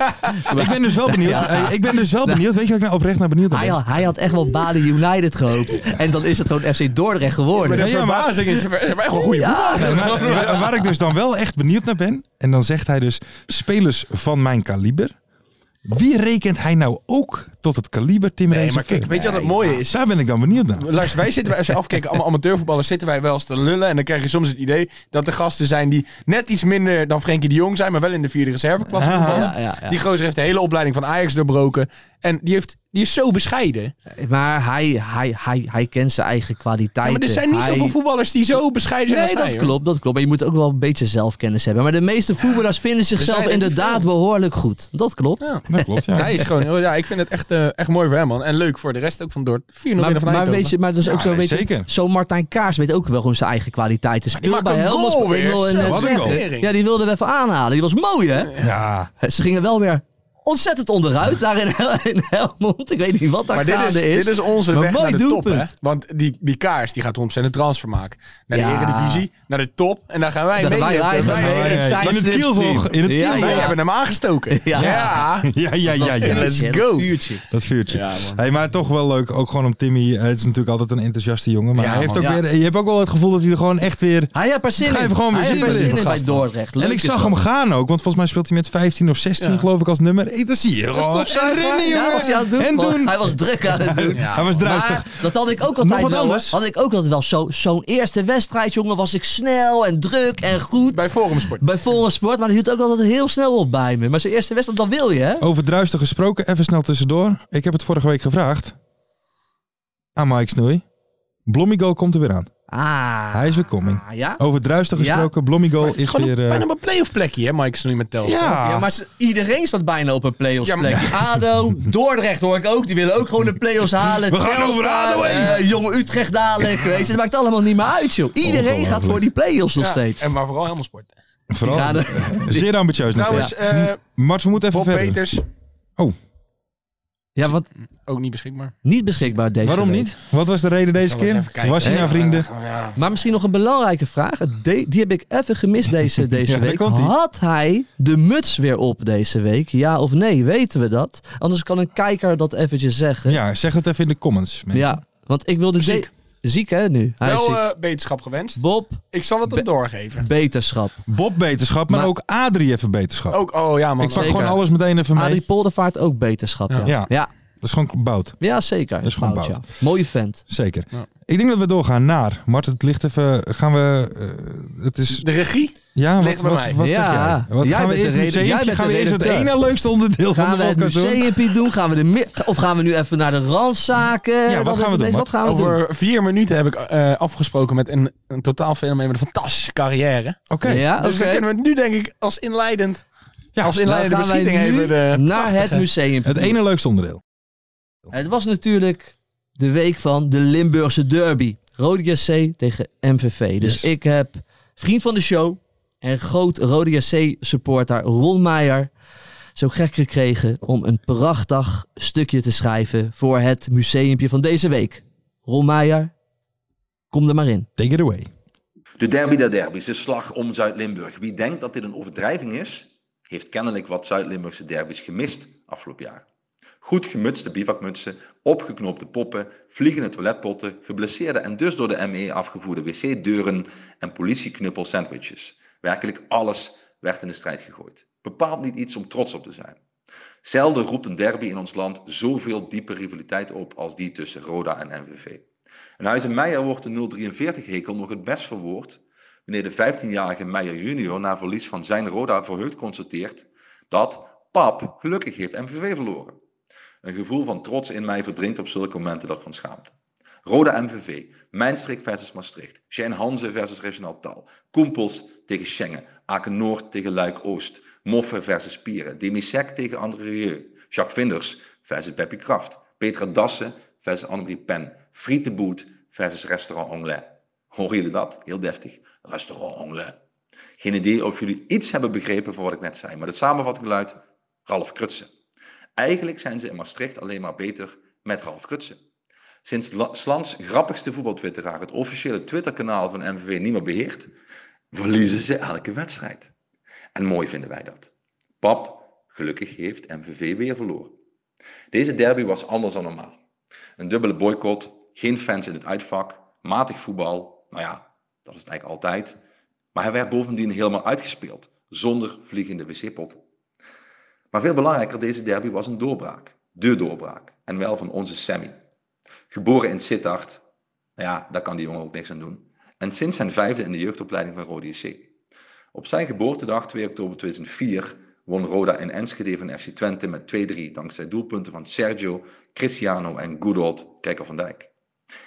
Speaker 4: Ik ben dus wel benieuwd. Hey, Ik ben dus wel benieuwd. Weet je waar ik nou oprecht naar benieuwd naar
Speaker 5: hij,
Speaker 4: ben?
Speaker 5: had, hij had echt wel Baden United gehoopt. En dan is het gewoon FC Dordrecht geworden.
Speaker 6: Maar de
Speaker 4: Ja, ja, maar-
Speaker 6: verbazing is... We hebben echt wel goede
Speaker 5: Ja.
Speaker 4: Ja,
Speaker 6: voetbal.
Speaker 4: maar- waar, waar ik dus dan wel echt benieuwd naar ben. En dan zegt hij dus: spelers van mijn kaliber. Wie rekent hij nou ook tot het kaliber Tim
Speaker 6: Nee, maar
Speaker 4: Reserveur?
Speaker 6: kijk, weet je wat het mooie is?
Speaker 4: Daar ben ik dan benieuwd naar.
Speaker 6: Luister, wij zitten, bij- als je afkijkt, allemaal amateurvoetballers, zitten wij wel eens te lullen. En dan krijg je soms het idee dat er gasten zijn die net iets minder dan Frenkie de Jong zijn, maar wel in de vierde reserveklasse voetballen.
Speaker 5: Ja, ja, ja.
Speaker 6: Die gozer heeft de hele opleiding van Ajax doorbroken. En die, heeft, die is zo bescheiden.
Speaker 5: Maar hij, hij, hij, hij kent zijn eigen
Speaker 6: Ja,
Speaker 5: kwaliteiten.
Speaker 6: maar er zijn niet
Speaker 5: Hij-
Speaker 6: zoveel voetballers die zo bescheiden zijn
Speaker 5: Nee,
Speaker 6: als
Speaker 5: dat
Speaker 6: hij, hoor.
Speaker 5: klopt, dat klopt. Maar je moet ook wel een beetje zelfkennis hebben. Maar de meeste voetballers vinden zichzelf
Speaker 6: zijn er niet
Speaker 5: inderdaad
Speaker 6: veel.
Speaker 5: behoorlijk goed. Dat klopt.
Speaker 6: Ja.
Speaker 4: Dat klopt, ja.
Speaker 6: Hij is gewoon, ja, ik vind het echt, eh, echt mooi voor hem, man. En leuk voor de rest ook van Dordt. 4-0 winnen
Speaker 5: Maar,
Speaker 6: van
Speaker 5: maar,
Speaker 6: Eindhoven.
Speaker 5: weet je, maar dat is
Speaker 4: Ja,
Speaker 5: ook zo,
Speaker 4: nee,
Speaker 5: weet je,
Speaker 4: zeker.
Speaker 5: zo Martijn Kaars weet ook wel gewoon zijn eigen kwaliteiten.
Speaker 6: die
Speaker 5: Speelde
Speaker 6: maakt
Speaker 5: bij
Speaker 6: een
Speaker 5: Helmond
Speaker 6: goal weer.
Speaker 5: Springel en
Speaker 6: Zo,
Speaker 5: eh,
Speaker 6: wat een
Speaker 5: Zwolle.
Speaker 6: goal.
Speaker 5: Ja, die wilden we even aanhalen. Die was mooi, hè? Eh,
Speaker 4: ja.
Speaker 5: Ze gingen wel weer ontzettend onderuit daar in, Hel- in Helmond. Ik weet niet wat daar
Speaker 6: Maar dit is,
Speaker 5: gaande is.
Speaker 6: dit is onze
Speaker 5: Maar
Speaker 6: weg
Speaker 5: mooi
Speaker 6: naar de top, hè?
Speaker 5: doelpunt.
Speaker 6: Want die, die kaars die gaat ontzettend transfer maken. Naar de
Speaker 5: Ja.
Speaker 6: Eredivisie, naar de top. En daar gaan wij
Speaker 5: Daar
Speaker 6: mee.
Speaker 5: gaan wij
Speaker 6: liften.
Speaker 5: rijden.
Speaker 6: Wij-
Speaker 5: Hey, het zijn
Speaker 4: in het
Speaker 5: slips,
Speaker 4: kielzog.
Speaker 5: team.
Speaker 4: In het
Speaker 5: Ja,
Speaker 4: kielzog.
Speaker 6: Wij
Speaker 5: ja.
Speaker 6: hebben hem aangestoken.
Speaker 5: Ja.
Speaker 6: Ja.
Speaker 4: Ja, ja, ja, ja.
Speaker 5: Dat
Speaker 6: Let's
Speaker 5: vuurtje,
Speaker 6: go.
Speaker 5: Dat vuurtje.
Speaker 4: Dat vuurtje.
Speaker 6: Ja, man.
Speaker 4: hey, maar toch wel leuk. Ook gewoon om Timmy. eh, Het is natuurlijk altijd een enthousiaste jongen. Maar
Speaker 6: Ja,
Speaker 4: hij heeft
Speaker 6: man.
Speaker 4: ook
Speaker 5: Ja.
Speaker 4: weer, je hebt ook wel het gevoel dat hij er gewoon echt weer...
Speaker 5: Hij heeft er zin in.
Speaker 4: Ga even gewoon weer
Speaker 5: Hij heeft er
Speaker 4: zin in,
Speaker 5: zin in bij
Speaker 4: gasten.
Speaker 5: Dordrecht. Leuk
Speaker 4: en ik
Speaker 5: is
Speaker 4: zag
Speaker 5: dat.
Speaker 4: hem gaan ook. Want volgens mij speelt hij met 15 of 16
Speaker 6: Ja.
Speaker 4: geloof ik als nummer. Hey, dat zie je gewoon. En rennen,
Speaker 5: Ja,
Speaker 4: jongen.
Speaker 5: was hij aan het doen.
Speaker 4: En
Speaker 5: Want
Speaker 4: doen.
Speaker 5: Hij was druk aan het doen.
Speaker 4: Hij was druistig.
Speaker 5: Maar dat had ik ook
Speaker 4: Nog
Speaker 5: altijd
Speaker 4: wat
Speaker 5: wel. hoor.
Speaker 4: anders?
Speaker 5: Had ik ook altijd wel. Zo- Zo'n eerste wedstrijd, jongen, was ik snel en druk en goed. Bij,
Speaker 6: Bij Forum Sport.
Speaker 5: Forum Sport, maar dat hield ook altijd heel snel op bij me. Maar zo'n eerste wedstrijd, dan wil je, hè?
Speaker 4: Over druisten gesproken, even snel tussendoor. Ik heb het vorige week gevraagd aan Mike Snoei. Blommigo komt er weer aan.
Speaker 5: Ah.
Speaker 4: Hij is weer coming.
Speaker 5: Ah, ja?
Speaker 4: Over druisten
Speaker 5: Ja.
Speaker 4: gesproken, Blommigo is
Speaker 6: Gewoon
Speaker 4: weer...
Speaker 6: op,
Speaker 4: eh,
Speaker 6: bijna op een play-off plekje, hè, Mike Snoei met Telstra.
Speaker 4: ja.
Speaker 5: Ja, maar ze- iedereen staat bijna op een play-offs
Speaker 6: Ja, maar-
Speaker 5: plek. ADO, Dordrecht hoor ik ook. Die willen ook gewoon de play-offs halen.
Speaker 4: We gaan
Speaker 5: Telstra,
Speaker 4: over ADO heen.
Speaker 5: eh, jonge Utrecht dadelijk. weet je. Het maakt allemaal niet meer uit, joh. Iedereen gaat voor die play-offs nog
Speaker 6: Ja,
Speaker 5: steeds.
Speaker 6: En maar vooral helemaal sport.
Speaker 4: vooral,
Speaker 5: Die gaan er-
Speaker 4: zeer ambitieus
Speaker 6: Trouwens,
Speaker 4: natuurlijk.
Speaker 6: eh
Speaker 4: Mart, we moeten even
Speaker 6: Bob
Speaker 4: verder.
Speaker 6: Peters.
Speaker 4: Oh.
Speaker 5: Ja, want
Speaker 6: Ook niet beschikbaar.
Speaker 5: niet beschikbaar deze
Speaker 4: Waarom
Speaker 5: week.
Speaker 4: niet? Wat was de reden deze keer? Was je
Speaker 5: hè?
Speaker 4: naar vrienden?
Speaker 5: Maar misschien nog een belangrijke vraag. De- die heb ik even gemist deze, deze
Speaker 4: Ja, daar
Speaker 5: week.
Speaker 4: komt-ie.
Speaker 5: Had hij de muts weer op deze week? Ja of nee? Weten we dat? Anders kan een kijker dat eventjes zeggen.
Speaker 4: Ja, zeg het even in de comments, mensen.
Speaker 5: Ja, want ik wilde...
Speaker 6: Ziek.
Speaker 5: de- Ziek hè nu? Hij is
Speaker 6: Wel
Speaker 5: ziek.
Speaker 6: eh, beterschap gewenst.
Speaker 5: Bob,
Speaker 6: Ik zal het hem
Speaker 5: Be-
Speaker 6: doorgeven.
Speaker 5: beterschap.
Speaker 4: Bob beterschap, maar,
Speaker 5: Maar-
Speaker 4: ook Adrie even beterschap.
Speaker 6: Ook, oh ja man.
Speaker 4: ik pak
Speaker 5: zeker.
Speaker 4: gewoon alles meteen even mee.
Speaker 5: Adrie Poldervaart ook beterschap. Ja,
Speaker 4: Ja.
Speaker 5: ja. ja,
Speaker 4: Dat is gewoon bout.
Speaker 5: zeker.
Speaker 4: is gewoon
Speaker 5: Bout,
Speaker 4: Bout.
Speaker 5: ja. Mooie vent.
Speaker 4: Zeker.
Speaker 6: Ja.
Speaker 4: Ik denk dat we doorgaan naar. Mart, het ligt even. Gaan we. eh, het is.
Speaker 6: De regie?
Speaker 4: Ja, wat,
Speaker 6: ligt bij
Speaker 4: wat,
Speaker 6: mij.
Speaker 4: wat zeg
Speaker 5: Ja.
Speaker 4: jij? Wat
Speaker 5: Jij
Speaker 4: gaan we
Speaker 5: bent
Speaker 4: eerst
Speaker 5: de reden- jij
Speaker 4: museumpje?
Speaker 5: bent
Speaker 4: Gaan
Speaker 5: de
Speaker 4: we eerst het
Speaker 5: redacteur.
Speaker 4: ene leukste onderdeel van
Speaker 5: Gaan we
Speaker 4: de
Speaker 5: het
Speaker 4: podcast doen?
Speaker 5: museumpje doen? Gaan we de mi- of gaan we nu even naar de randzaken?
Speaker 4: wat
Speaker 5: Dan
Speaker 4: gaan we doen,
Speaker 5: ineens-
Speaker 4: Mart?
Speaker 5: Wat gaan we doen?
Speaker 6: Over vier minuten heb ik eh, afgesproken met een, een totaal fenomeen met een fantastische carrière.
Speaker 4: Oké.
Speaker 5: Ja,
Speaker 6: dus
Speaker 5: Ah, oké.
Speaker 6: dan kunnen we nu denk ik als inleidend, ja, als
Speaker 5: Dan
Speaker 6: inleidende
Speaker 5: gaan wij
Speaker 6: beschieting
Speaker 5: nu
Speaker 6: even eh, de
Speaker 5: naar het
Speaker 6: prachtige-
Speaker 5: museum.
Speaker 4: Het ene leukste onderdeel.
Speaker 5: Het was natuurlijk de week van de Limburgse derby. Rode JC tegen MVV. Dus
Speaker 4: Yes.
Speaker 5: ik heb vriend van de show en groot Rode JC supporter Ron Meijer zo gek gekregen om een prachtig stukje te schrijven voor het museumpje van deze week. Ron Meijer, kom er maar in.
Speaker 4: Take it away.
Speaker 8: De derby der derbies, de slag om Zuid-Limburg. Wie denkt dat dit een overdrijving is, heeft kennelijk wat Zuid-Limburgse derbies gemist afgelopen jaar. Goed gemutste bivakmutsen, opgeknoopte poppen, vliegende toiletpotten, geblesseerde en dus door de ME afgevoerde wc-deuren en politieknuppel sandwiches. Werkelijk alles werd in de strijd gegooid. Bepaald niet iets om trots op te zijn. Zelden roept een derby in ons land zoveel diepe rivaliteit op als die tussen Roda en MVV. En Huis en Meijer wordt de 043-hekel nog het best verwoord wanneer de 15-jarige Meijer junior na verlies van zijn Roda verheugd constateert dat pap gelukkig heeft MVV verloren. Een gevoel van trots in mij verdrinkt op zulke momenten dat van schaamte. Roda MVV, Mijnstreek versus Maastricht, Shane Hanze versus Regionaal Tal, Koempels tegen Schengen, Aken Noord tegen Luik Oost, Moffe versus Pieren, Demisec tegen André Rieu, Jacques Vinders versus Beppie Kraft, Petra Dassen versus Annemarie Pen, Friet de Boet versus Restaurant Anglais. Horen jullie dat? Heel deftig. Restaurant Anglais. Geen idee of jullie iets hebben begrepen van wat ik net zei, maar de samenvatting luidt Ralf Krutsen. Eigenlijk zijn ze in Maastricht alleen maar beter met Ralf Krutsen. Sinds La- Slans grappigste voetbaltwitteraar het officiële Twitterkanaal van MVV niet meer beheert, verliezen ze elke wedstrijd. En mooi vinden wij dat. Pap, gelukkig heeft MVV weer verloren. Deze derby was anders dan normaal. Een dubbele boycott, geen fans in het uitvak, matig voetbal. Nou ja, dat is het eigenlijk altijd. Maar hij werd bovendien helemaal uitgespeeld, zonder vliegende wc-potten. Maar veel belangrijker, deze derby was een doorbraak. De doorbraak. En wel van onze Sammy. Geboren in Sittard. Nou ja, daar kan die jongen ook niks aan doen. En sinds zijn vijfde in de jeugdopleiding van Rode JC. Op zijn geboortedag, 2 oktober 2004, won Roda in Enschede van FC Twente met 2-3 dankzij doelpunten van Sergio, Cristiano en Goodold Kijker van Dijk.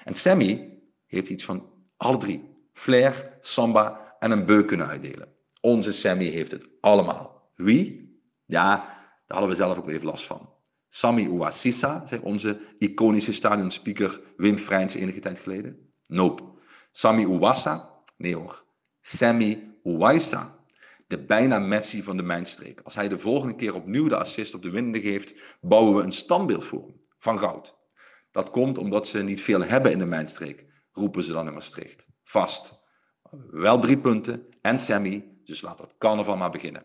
Speaker 8: En Sammy heeft iets van alle drie. Flair, samba en een beu kunnen uitdelen. Onze Sammy heeft het allemaal. Wie? Ja, daar hadden we zelf ook even last van. Sammy Ouassissa, zei onze iconische stadionspeaker Wim Vrijns enige tijd geleden. Nope. Sammy Ouassa? Nee hoor. Sammy Ouaissa. De bijna Messi van de mijnstreek. Als hij de volgende keer opnieuw de assist op de winnende geeft, bouwen we een standbeeld voor hem. Van goud. Dat komt omdat ze niet veel hebben in de mijnstreek, roepen ze dan in Maastricht. Vast. Wel drie punten en Sammy, dus laat dat carnaval maar beginnen.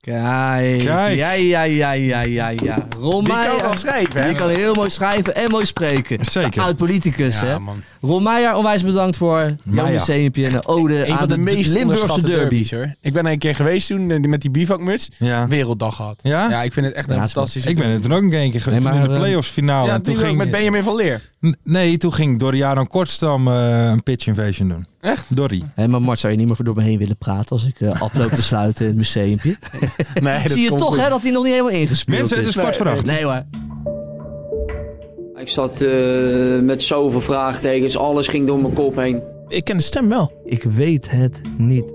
Speaker 5: Kijk.
Speaker 4: Kijk.
Speaker 5: Ja, ja, ja, ja, ja, ja. Ron
Speaker 6: Die kan
Speaker 5: Meijer.
Speaker 6: wel schrijven, hè?
Speaker 5: Die kan heel mooi schrijven en mooi spreken.
Speaker 4: Zeker.
Speaker 5: Oud politicus, hè?
Speaker 6: Ja, man.
Speaker 5: Ron Meijer, onwijs bedankt voor jouw
Speaker 4: Meijer.
Speaker 5: museumpje en de ode
Speaker 6: Een
Speaker 5: aan
Speaker 6: van de, meest
Speaker 5: Limburgse
Speaker 6: onderschatte
Speaker 5: derby.
Speaker 6: derbies hoor. Ik ben er een keer geweest toen eh, met die bivakmuts.
Speaker 4: Ja.
Speaker 6: Werelddag gehad.
Speaker 4: Ja?
Speaker 6: ik vind het echt een
Speaker 5: Ja, is
Speaker 6: fantastische.
Speaker 4: Ik ben er toen ook een keer geweest. toen
Speaker 5: Nee,
Speaker 4: in de
Speaker 5: maar, eh,
Speaker 4: playoffs finale.
Speaker 6: ja,
Speaker 4: en toen
Speaker 6: die ging
Speaker 4: ging,
Speaker 6: met Benjamin van Leer.
Speaker 4: N- Nee, toen ging Doriano Kortstam eh, een pitch invasion doen.
Speaker 6: Echt?
Speaker 4: Dorry.
Speaker 5: Hé, maar Mart, zou je niet meer voor door me heen willen praten als ik eh afloop te sluiten in het museumpje?
Speaker 6: Nee,
Speaker 5: Zie je toch, hè, dat hij nog niet helemaal ingespeeld
Speaker 4: Mensen, het
Speaker 5: is.
Speaker 4: is kwart voor acht.
Speaker 5: Nee hoor.
Speaker 9: Ik zat eh, met zoveel vraagtekens, alles ging door mijn kop heen.
Speaker 10: Ik ken de stem wel.
Speaker 5: Ik weet het niet.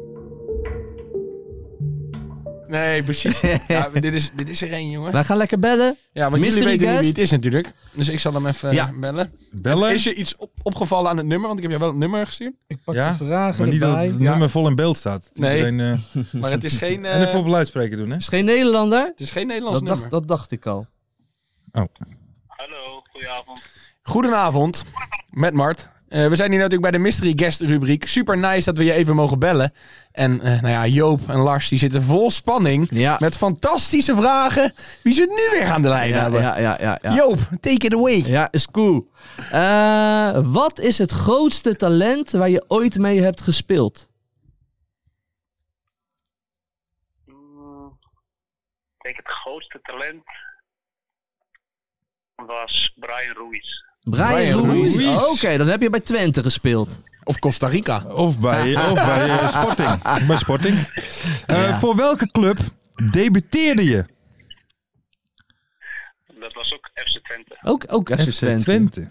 Speaker 6: Nee, precies. Ja, maar dit, is, dit is er één, jongen.
Speaker 5: Wij gaan lekker bellen.
Speaker 6: Ja, want jullie
Speaker 5: Mystery
Speaker 6: weten niet
Speaker 5: guest?
Speaker 6: wie het is natuurlijk. Dus ik zal hem even eh,
Speaker 5: Ja.
Speaker 6: bellen.
Speaker 4: Bellen.
Speaker 6: Is je iets op- opgevallen aan het nummer? Want ik heb je wel het nummer gestuurd.
Speaker 5: Ik pak
Speaker 4: Ja,
Speaker 5: de vragen
Speaker 4: maar niet dat
Speaker 5: erbij.
Speaker 4: het
Speaker 6: Ja.
Speaker 4: nummer vol in beeld staat.
Speaker 6: Nee.
Speaker 4: Iedereen, eh,
Speaker 6: Maar het is geen, eh,
Speaker 4: en even op luidspreker doen, hè?
Speaker 5: Is geen Nederlander?
Speaker 6: het is geen Nederlands
Speaker 5: Dat
Speaker 6: nummer.
Speaker 5: dacht, dat dacht ik al.
Speaker 7: Hallo, goedenavond.
Speaker 6: Goedenavond, met Mart. Eh, we zijn hier natuurlijk bij de Mystery Guest rubriek. Super nice dat we je even mogen bellen. En eh, nou ja, Joop en Lars die zitten vol spanning.
Speaker 5: Ja.
Speaker 6: Met fantastische vragen wie ze nu weer aan de lijn
Speaker 5: Ja,
Speaker 6: hebben.
Speaker 5: ja, ja, ja, ja.
Speaker 6: Joop, take it away.
Speaker 5: Ja, is cool. Eh, wat is het grootste talent waar je ooit mee hebt gespeeld?
Speaker 7: Mm, Ik denk het grootste talent was Brian Ruiz.
Speaker 5: Brian,
Speaker 6: Brian
Speaker 5: Ruiz. Oh,
Speaker 6: Ruiz.
Speaker 5: Oké, dan heb je bij Twente gespeeld.
Speaker 6: Of Costa Rica.
Speaker 4: Of bij, of bij eh, Sporting. Bij Sporting. Eh, Voor welke club debuteerde je?
Speaker 7: Dat was ook FC Twente.
Speaker 5: Ook, ook FC, Twente.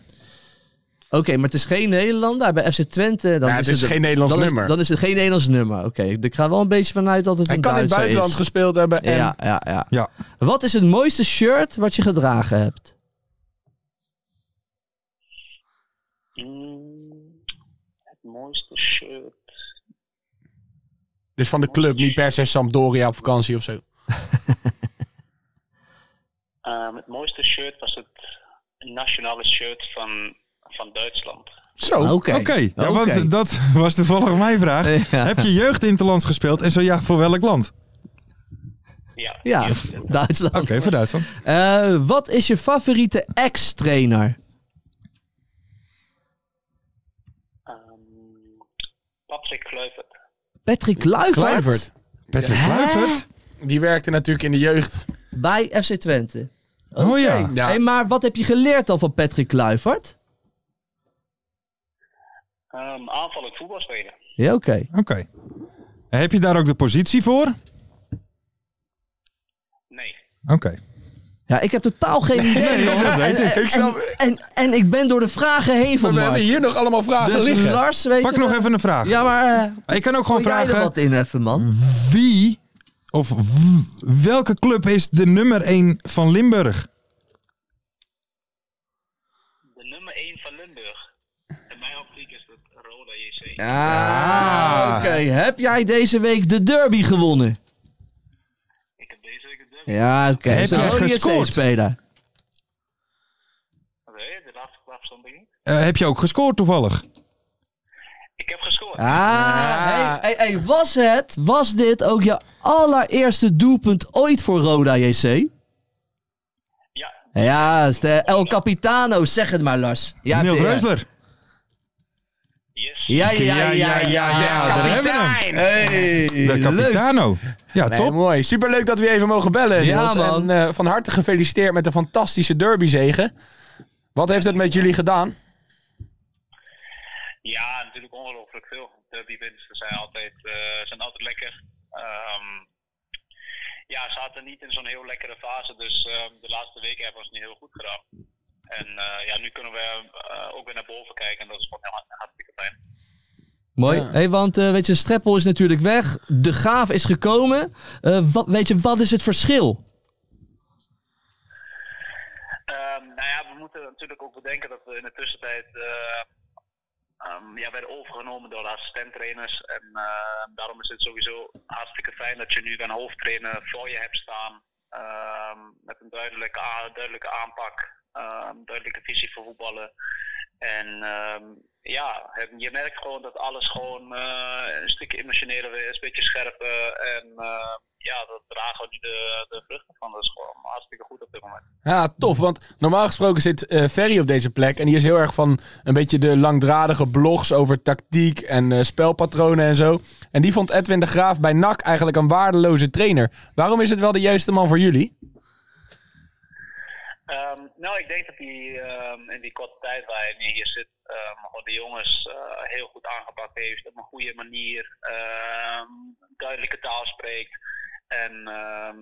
Speaker 5: Oké, maar het is geen Nederlander. Bij FC Twente... Dan
Speaker 6: Ja, het is geen Nederlands
Speaker 5: dan
Speaker 6: nummer.
Speaker 5: dan is het geen Nederlands nummer. Oké, ik ga wel een beetje vanuit dat het
Speaker 6: Hij
Speaker 5: een
Speaker 6: kan in het
Speaker 5: Duitser
Speaker 6: buitenland
Speaker 5: is.
Speaker 6: gespeeld hebben. En
Speaker 5: Ja, ja, ja.
Speaker 4: Ja.
Speaker 5: Wat is het mooiste shirt wat je gedragen hebt?
Speaker 7: Mm, Het mooiste shirt.
Speaker 6: Dus van de club, niet per se Sampdoria op vakantie of zo.
Speaker 7: Ehm, het mooiste shirt was het nationale shirt van, van Duitsland.
Speaker 6: Zo.
Speaker 5: Oké.
Speaker 4: Oké, ja, want eh,
Speaker 5: Oké.
Speaker 4: dat was toevallig mijn vraag.
Speaker 5: Ja.
Speaker 4: Heb je jeugdinterlands gespeeld en zo ja, voor welk land?
Speaker 7: Ja,
Speaker 5: Ja,
Speaker 7: die-
Speaker 5: Duitsland.
Speaker 4: Oké, voor Duitsland.
Speaker 5: Eh, wat is je favoriete ex-trainer?
Speaker 7: ehm, Patrick Kluivert.
Speaker 5: Patrick Kluivert.
Speaker 6: Kluivert.
Speaker 4: Patrick
Speaker 5: Hè?
Speaker 4: Kluivert?
Speaker 6: Die werkte natuurlijk in de jeugd.
Speaker 5: Bij FC Twente.
Speaker 4: Oh ja.
Speaker 6: Ja.
Speaker 5: Hey, maar wat heb je geleerd dan van Patrick Kluivert?
Speaker 7: Ehm aanvallend voetbal spelen.
Speaker 5: Ja, oké.
Speaker 4: Oké. En Heb je daar ook de positie voor? Oké.
Speaker 7: Nee.
Speaker 5: Ja, ik heb totaal geen idee.
Speaker 4: dat
Speaker 5: hoor.
Speaker 4: weet
Speaker 5: En-
Speaker 4: ik. Ik snap-
Speaker 5: En, en, en ik ben door de vragen heen
Speaker 6: Maar
Speaker 5: van
Speaker 6: we hebben
Speaker 5: Mart.
Speaker 6: hier nog allemaal vragen
Speaker 5: Dus
Speaker 6: liggen.
Speaker 5: Lars, weet
Speaker 4: eh, Pak
Speaker 5: je
Speaker 4: nog
Speaker 5: wel-
Speaker 4: even een vraag.
Speaker 5: Ja, maar eh,
Speaker 4: Ik kan ook gewoon
Speaker 5: gooi jij er
Speaker 4: vragen
Speaker 5: wat in even, man.
Speaker 4: wie of w- welke club is de nummer 1 van Limburg?
Speaker 7: De nummer 1 van Limburg. In mijn optiek is het Roda JC.
Speaker 5: Ah, Oké, heb jij deze week de derby gewonnen?
Speaker 7: Ik heb deze week het derby.
Speaker 5: Ja, oké.
Speaker 4: Heb
Speaker 5: Is een
Speaker 4: jij
Speaker 5: rode
Speaker 4: gescoord?
Speaker 5: JC-speler.
Speaker 7: Nee, de laatste klap stond ik niet.
Speaker 4: Eh, heb je ook gescoord toevallig?
Speaker 7: Ik heb gescoord.
Speaker 5: Ah, hey, hey, hey, was het, was dit ook je allereerste doelpunt ooit voor Roda JC?
Speaker 7: Ja,
Speaker 5: Ja, het is de El Capitano, zeg het maar Lars. Ja,
Speaker 4: Niels
Speaker 5: de-
Speaker 4: Reusler.
Speaker 7: yes.
Speaker 5: Ja, ja, ja, ja, ja.
Speaker 4: daar hebben we hem.
Speaker 6: Kapitein. Hey.
Speaker 4: De Capitano. Ja,
Speaker 6: Nee,
Speaker 4: top.
Speaker 6: mooi. Superleuk dat we je even mogen bellen.
Speaker 5: Ja,
Speaker 6: Niels.
Speaker 5: man.
Speaker 6: En eh, van harte gefeliciteerd met de fantastische derbyzegen. Wat heeft het met jullie gedaan?
Speaker 7: Ja, natuurlijk ongelooflijk veel. Derbywinsten zijn altijd, eh, zijn altijd lekker. Ehm, ja, ze zaten niet in zo'n heel lekkere fase, dus ehm, de laatste weken hebben we ons niet heel goed gedaan. En eh, ja, nu kunnen we eh, ook weer naar boven kijken en dat is gewoon heel hart- hartstikke fijn.
Speaker 5: Mooi.
Speaker 6: Ja.
Speaker 5: Hey, want eh, weet je, Streppel is natuurlijk weg. De Graaf is gekomen. Eh, wat, weet je, wat is het verschil?
Speaker 7: Ehm, nou ja, we moeten natuurlijk ook bedenken dat we in de tussentijd eh, ehm, ja, werden overgenomen door de assistenttrainers. En eh, daarom is het sowieso hartstikke fijn dat je nu een hoofdtrainer voor je hebt staan. Ehm, met een duidelijke, a- duidelijke aanpak, ehm, duidelijke visie voor voetballen. En ehm, ja, het- je merkt gewoon dat alles gewoon eh, een stukje emotioneler weer is, een beetje scherper. En eh, ja, dat dragen we nu de, de vruchten van. Dat is gewoon hartstikke goed op dit moment.
Speaker 6: Ja, tof. Want normaal gesproken zit eh, Ferry op deze plek. En die is heel erg van een beetje de langdradige blogs over tactiek en eh, spelpatronen en zo. En die vond Edwin de Graaf bij NAC eigenlijk een waardeloze trainer. Waarom is het wel de juiste man voor jullie?
Speaker 7: Ehm, nou, ik denk dat hij ehm, in die korte tijd waar hij nu hier zit, ehm, gewoon de jongens eh, heel goed aangepakt heeft. Op een goede manier, ehm, duidelijke taal spreekt. En ehm,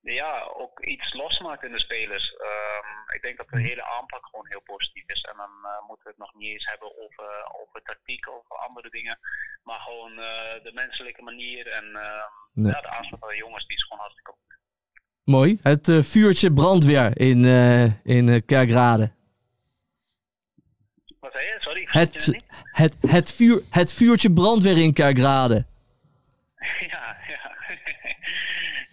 Speaker 7: ja, ook iets losmaakt in de spelers. Ehm, ik denk dat de hele aanpak gewoon heel positief is. En dan eh, moeten we het nog niet eens hebben over, over tactiek, over andere dingen. Maar gewoon eh, de menselijke manier en ehm,
Speaker 5: Nee.
Speaker 7: ja, de aanslag van de jongens, die is gewoon hartstikke goed.
Speaker 5: Mooi. Het eh, vuurtje brandweer in, eh in eh, Kerkrade.
Speaker 7: Wat zei je? Sorry, ik verstond je
Speaker 5: Het,
Speaker 7: het niet.
Speaker 5: het, het, vuur, het vuurtje brandweer in Kerkrade.
Speaker 7: Ja, ja.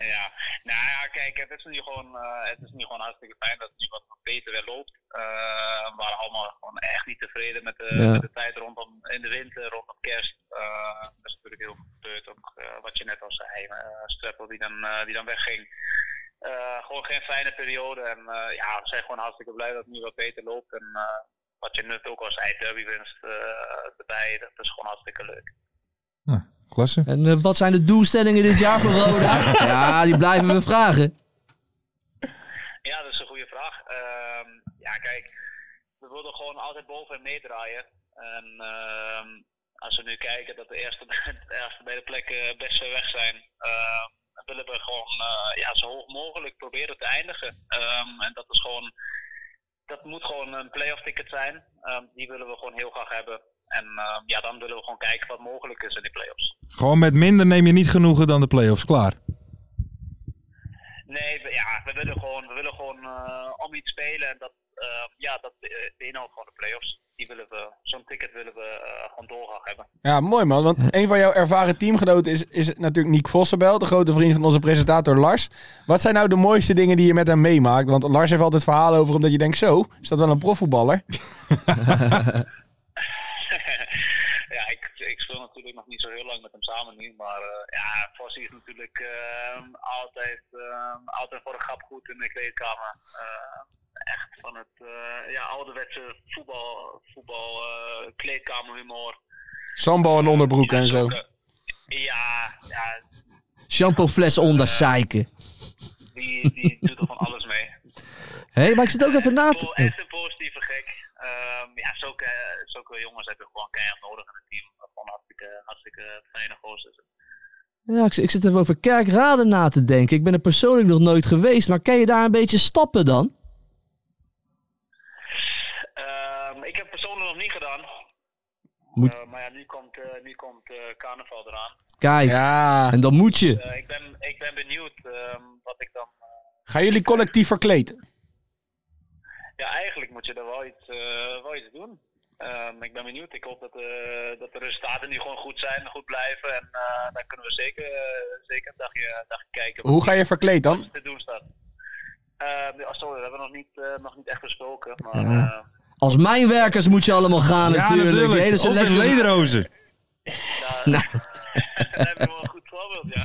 Speaker 7: ja. Nou ja, kijk, kijk, het is nu gewoon, eh, het is nu gewoon hartstikke fijn dat het nu wat beter weer loopt. Eh, we waren allemaal gewoon echt niet tevreden met de,
Speaker 11: Ja.
Speaker 7: met de tijd rondom in de winter, rondom kerst. Eh, dat is natuurlijk heel veel gebeurd, ook eh, wat je net al zei. eh Streppel die dan, eh, die dan wegging. Eh, gewoon geen fijne periode. En eh, ja, we zijn gewoon hartstikke blij dat het nu wat beter loopt. En eh, wat je net ook al zei, derby winst erbij, dat is gewoon hartstikke leuk.
Speaker 4: Nou, klasse.
Speaker 5: En eh, wat zijn de doelstellingen dit jaar voor Roda? ja, die blijven we vragen.
Speaker 7: Ja, dat is een goede vraag. Ehm, ja, kijk, we wilden gewoon altijd boven en meedraaien. En ehm, als we nu kijken dat de eerste, de eerste beide plekken best ver weg zijn, ehm, dan willen we gewoon eh, ja, zo hoog mogelijk proberen te eindigen. Ehm, en dat is gewoon, dat moet gewoon een playoff ticket zijn. Ehm, die willen we gewoon heel graag hebben. En ehm, ja, dan willen we gewoon kijken wat mogelijk is in die playoffs.
Speaker 4: Gewoon met minder neem je niet genoegen dan de play-offs. Klaar.
Speaker 7: Nee, we- ja, we willen gewoon, we willen gewoon eh, om iets spelen. En dat, eh, ja, dat eh, beïnhoudt gewoon de play-offs. Die willen we, zo'n ticket willen we eh, gewoon doorgaan hebben.
Speaker 6: Ja, mooi man. Want een van jouw ervaren teamgenoten is, is natuurlijk Nick Vossenbel, de grote vriend van onze presentator Lars. Wat zijn nou de mooiste dingen die je met hem meemaakt? Want Lars heeft altijd verhalen over hem dat je denkt, zo, is dat wel een profvoetballer?
Speaker 7: ja, ik, ik speel natuurlijk nog niet zo heel lang met hem samen nu. Maar eh, ja, Fossi is natuurlijk eh, altijd, eh, altijd voor de grap goed in de kleedkamer. Eh, echt van het eh, ja, ouderwetse voetbal, voetbal eh, kleedkamerhumor. eh,
Speaker 6: Sambal en onderbroek en zo.
Speaker 7: Ja, ja,
Speaker 5: Shampoo fles onder zeiken.
Speaker 7: die, die doet er van alles mee.
Speaker 5: Hé, maar ik zit ook even na
Speaker 7: Po-
Speaker 5: te...
Speaker 7: Echt een positieve gek. Ehm, ja, zulke, zulke jongens hebben gewoon keihard nodig in het team. Gewoon hartstikke, hartstikke fijne gozers.
Speaker 5: Ja, ik, ik zit even over kerkraden na te denken. Ik ben er persoonlijk nog nooit geweest, maar kan je daar een beetje stappen dan?
Speaker 7: Ehm, ik heb persoonlijk nog niet gedaan.
Speaker 5: Moet-
Speaker 7: Eh, maar ja, nu komt, eh, nu komt eh, carnaval eraan.
Speaker 5: Kijk,
Speaker 6: Ja.
Speaker 5: en dan moet je.
Speaker 7: Eh, ik, ben, ik ben benieuwd ehm, wat ik dan...
Speaker 6: Gaan jullie collectief verkleed?
Speaker 7: Ja, eigenlijk moet je er wel iets, eh, wel iets doen. Ehm, ik ben benieuwd. Ik hoop dat, eh, dat de resultaten nu gewoon goed zijn, goed blijven. En eh dan kunnen we zeker, eh, zeker een dagje, dagje kijken.
Speaker 6: Hoe ga je verkleed dan?
Speaker 7: te doen staat. Eh, ja, sorry, dat hebben we nog niet, eh, nog niet echt besproken. Maar, eh,
Speaker 5: Als mijnwerkers moet je allemaal gaan
Speaker 4: Ja,
Speaker 5: natuurlijk.
Speaker 4: natuurlijk.
Speaker 5: De hele
Speaker 4: Of in
Speaker 5: selectie.
Speaker 4: lederhozen.
Speaker 7: eh,
Speaker 5: Nou.
Speaker 7: daar, daar hebben we wel een goed voorbeeld, ja.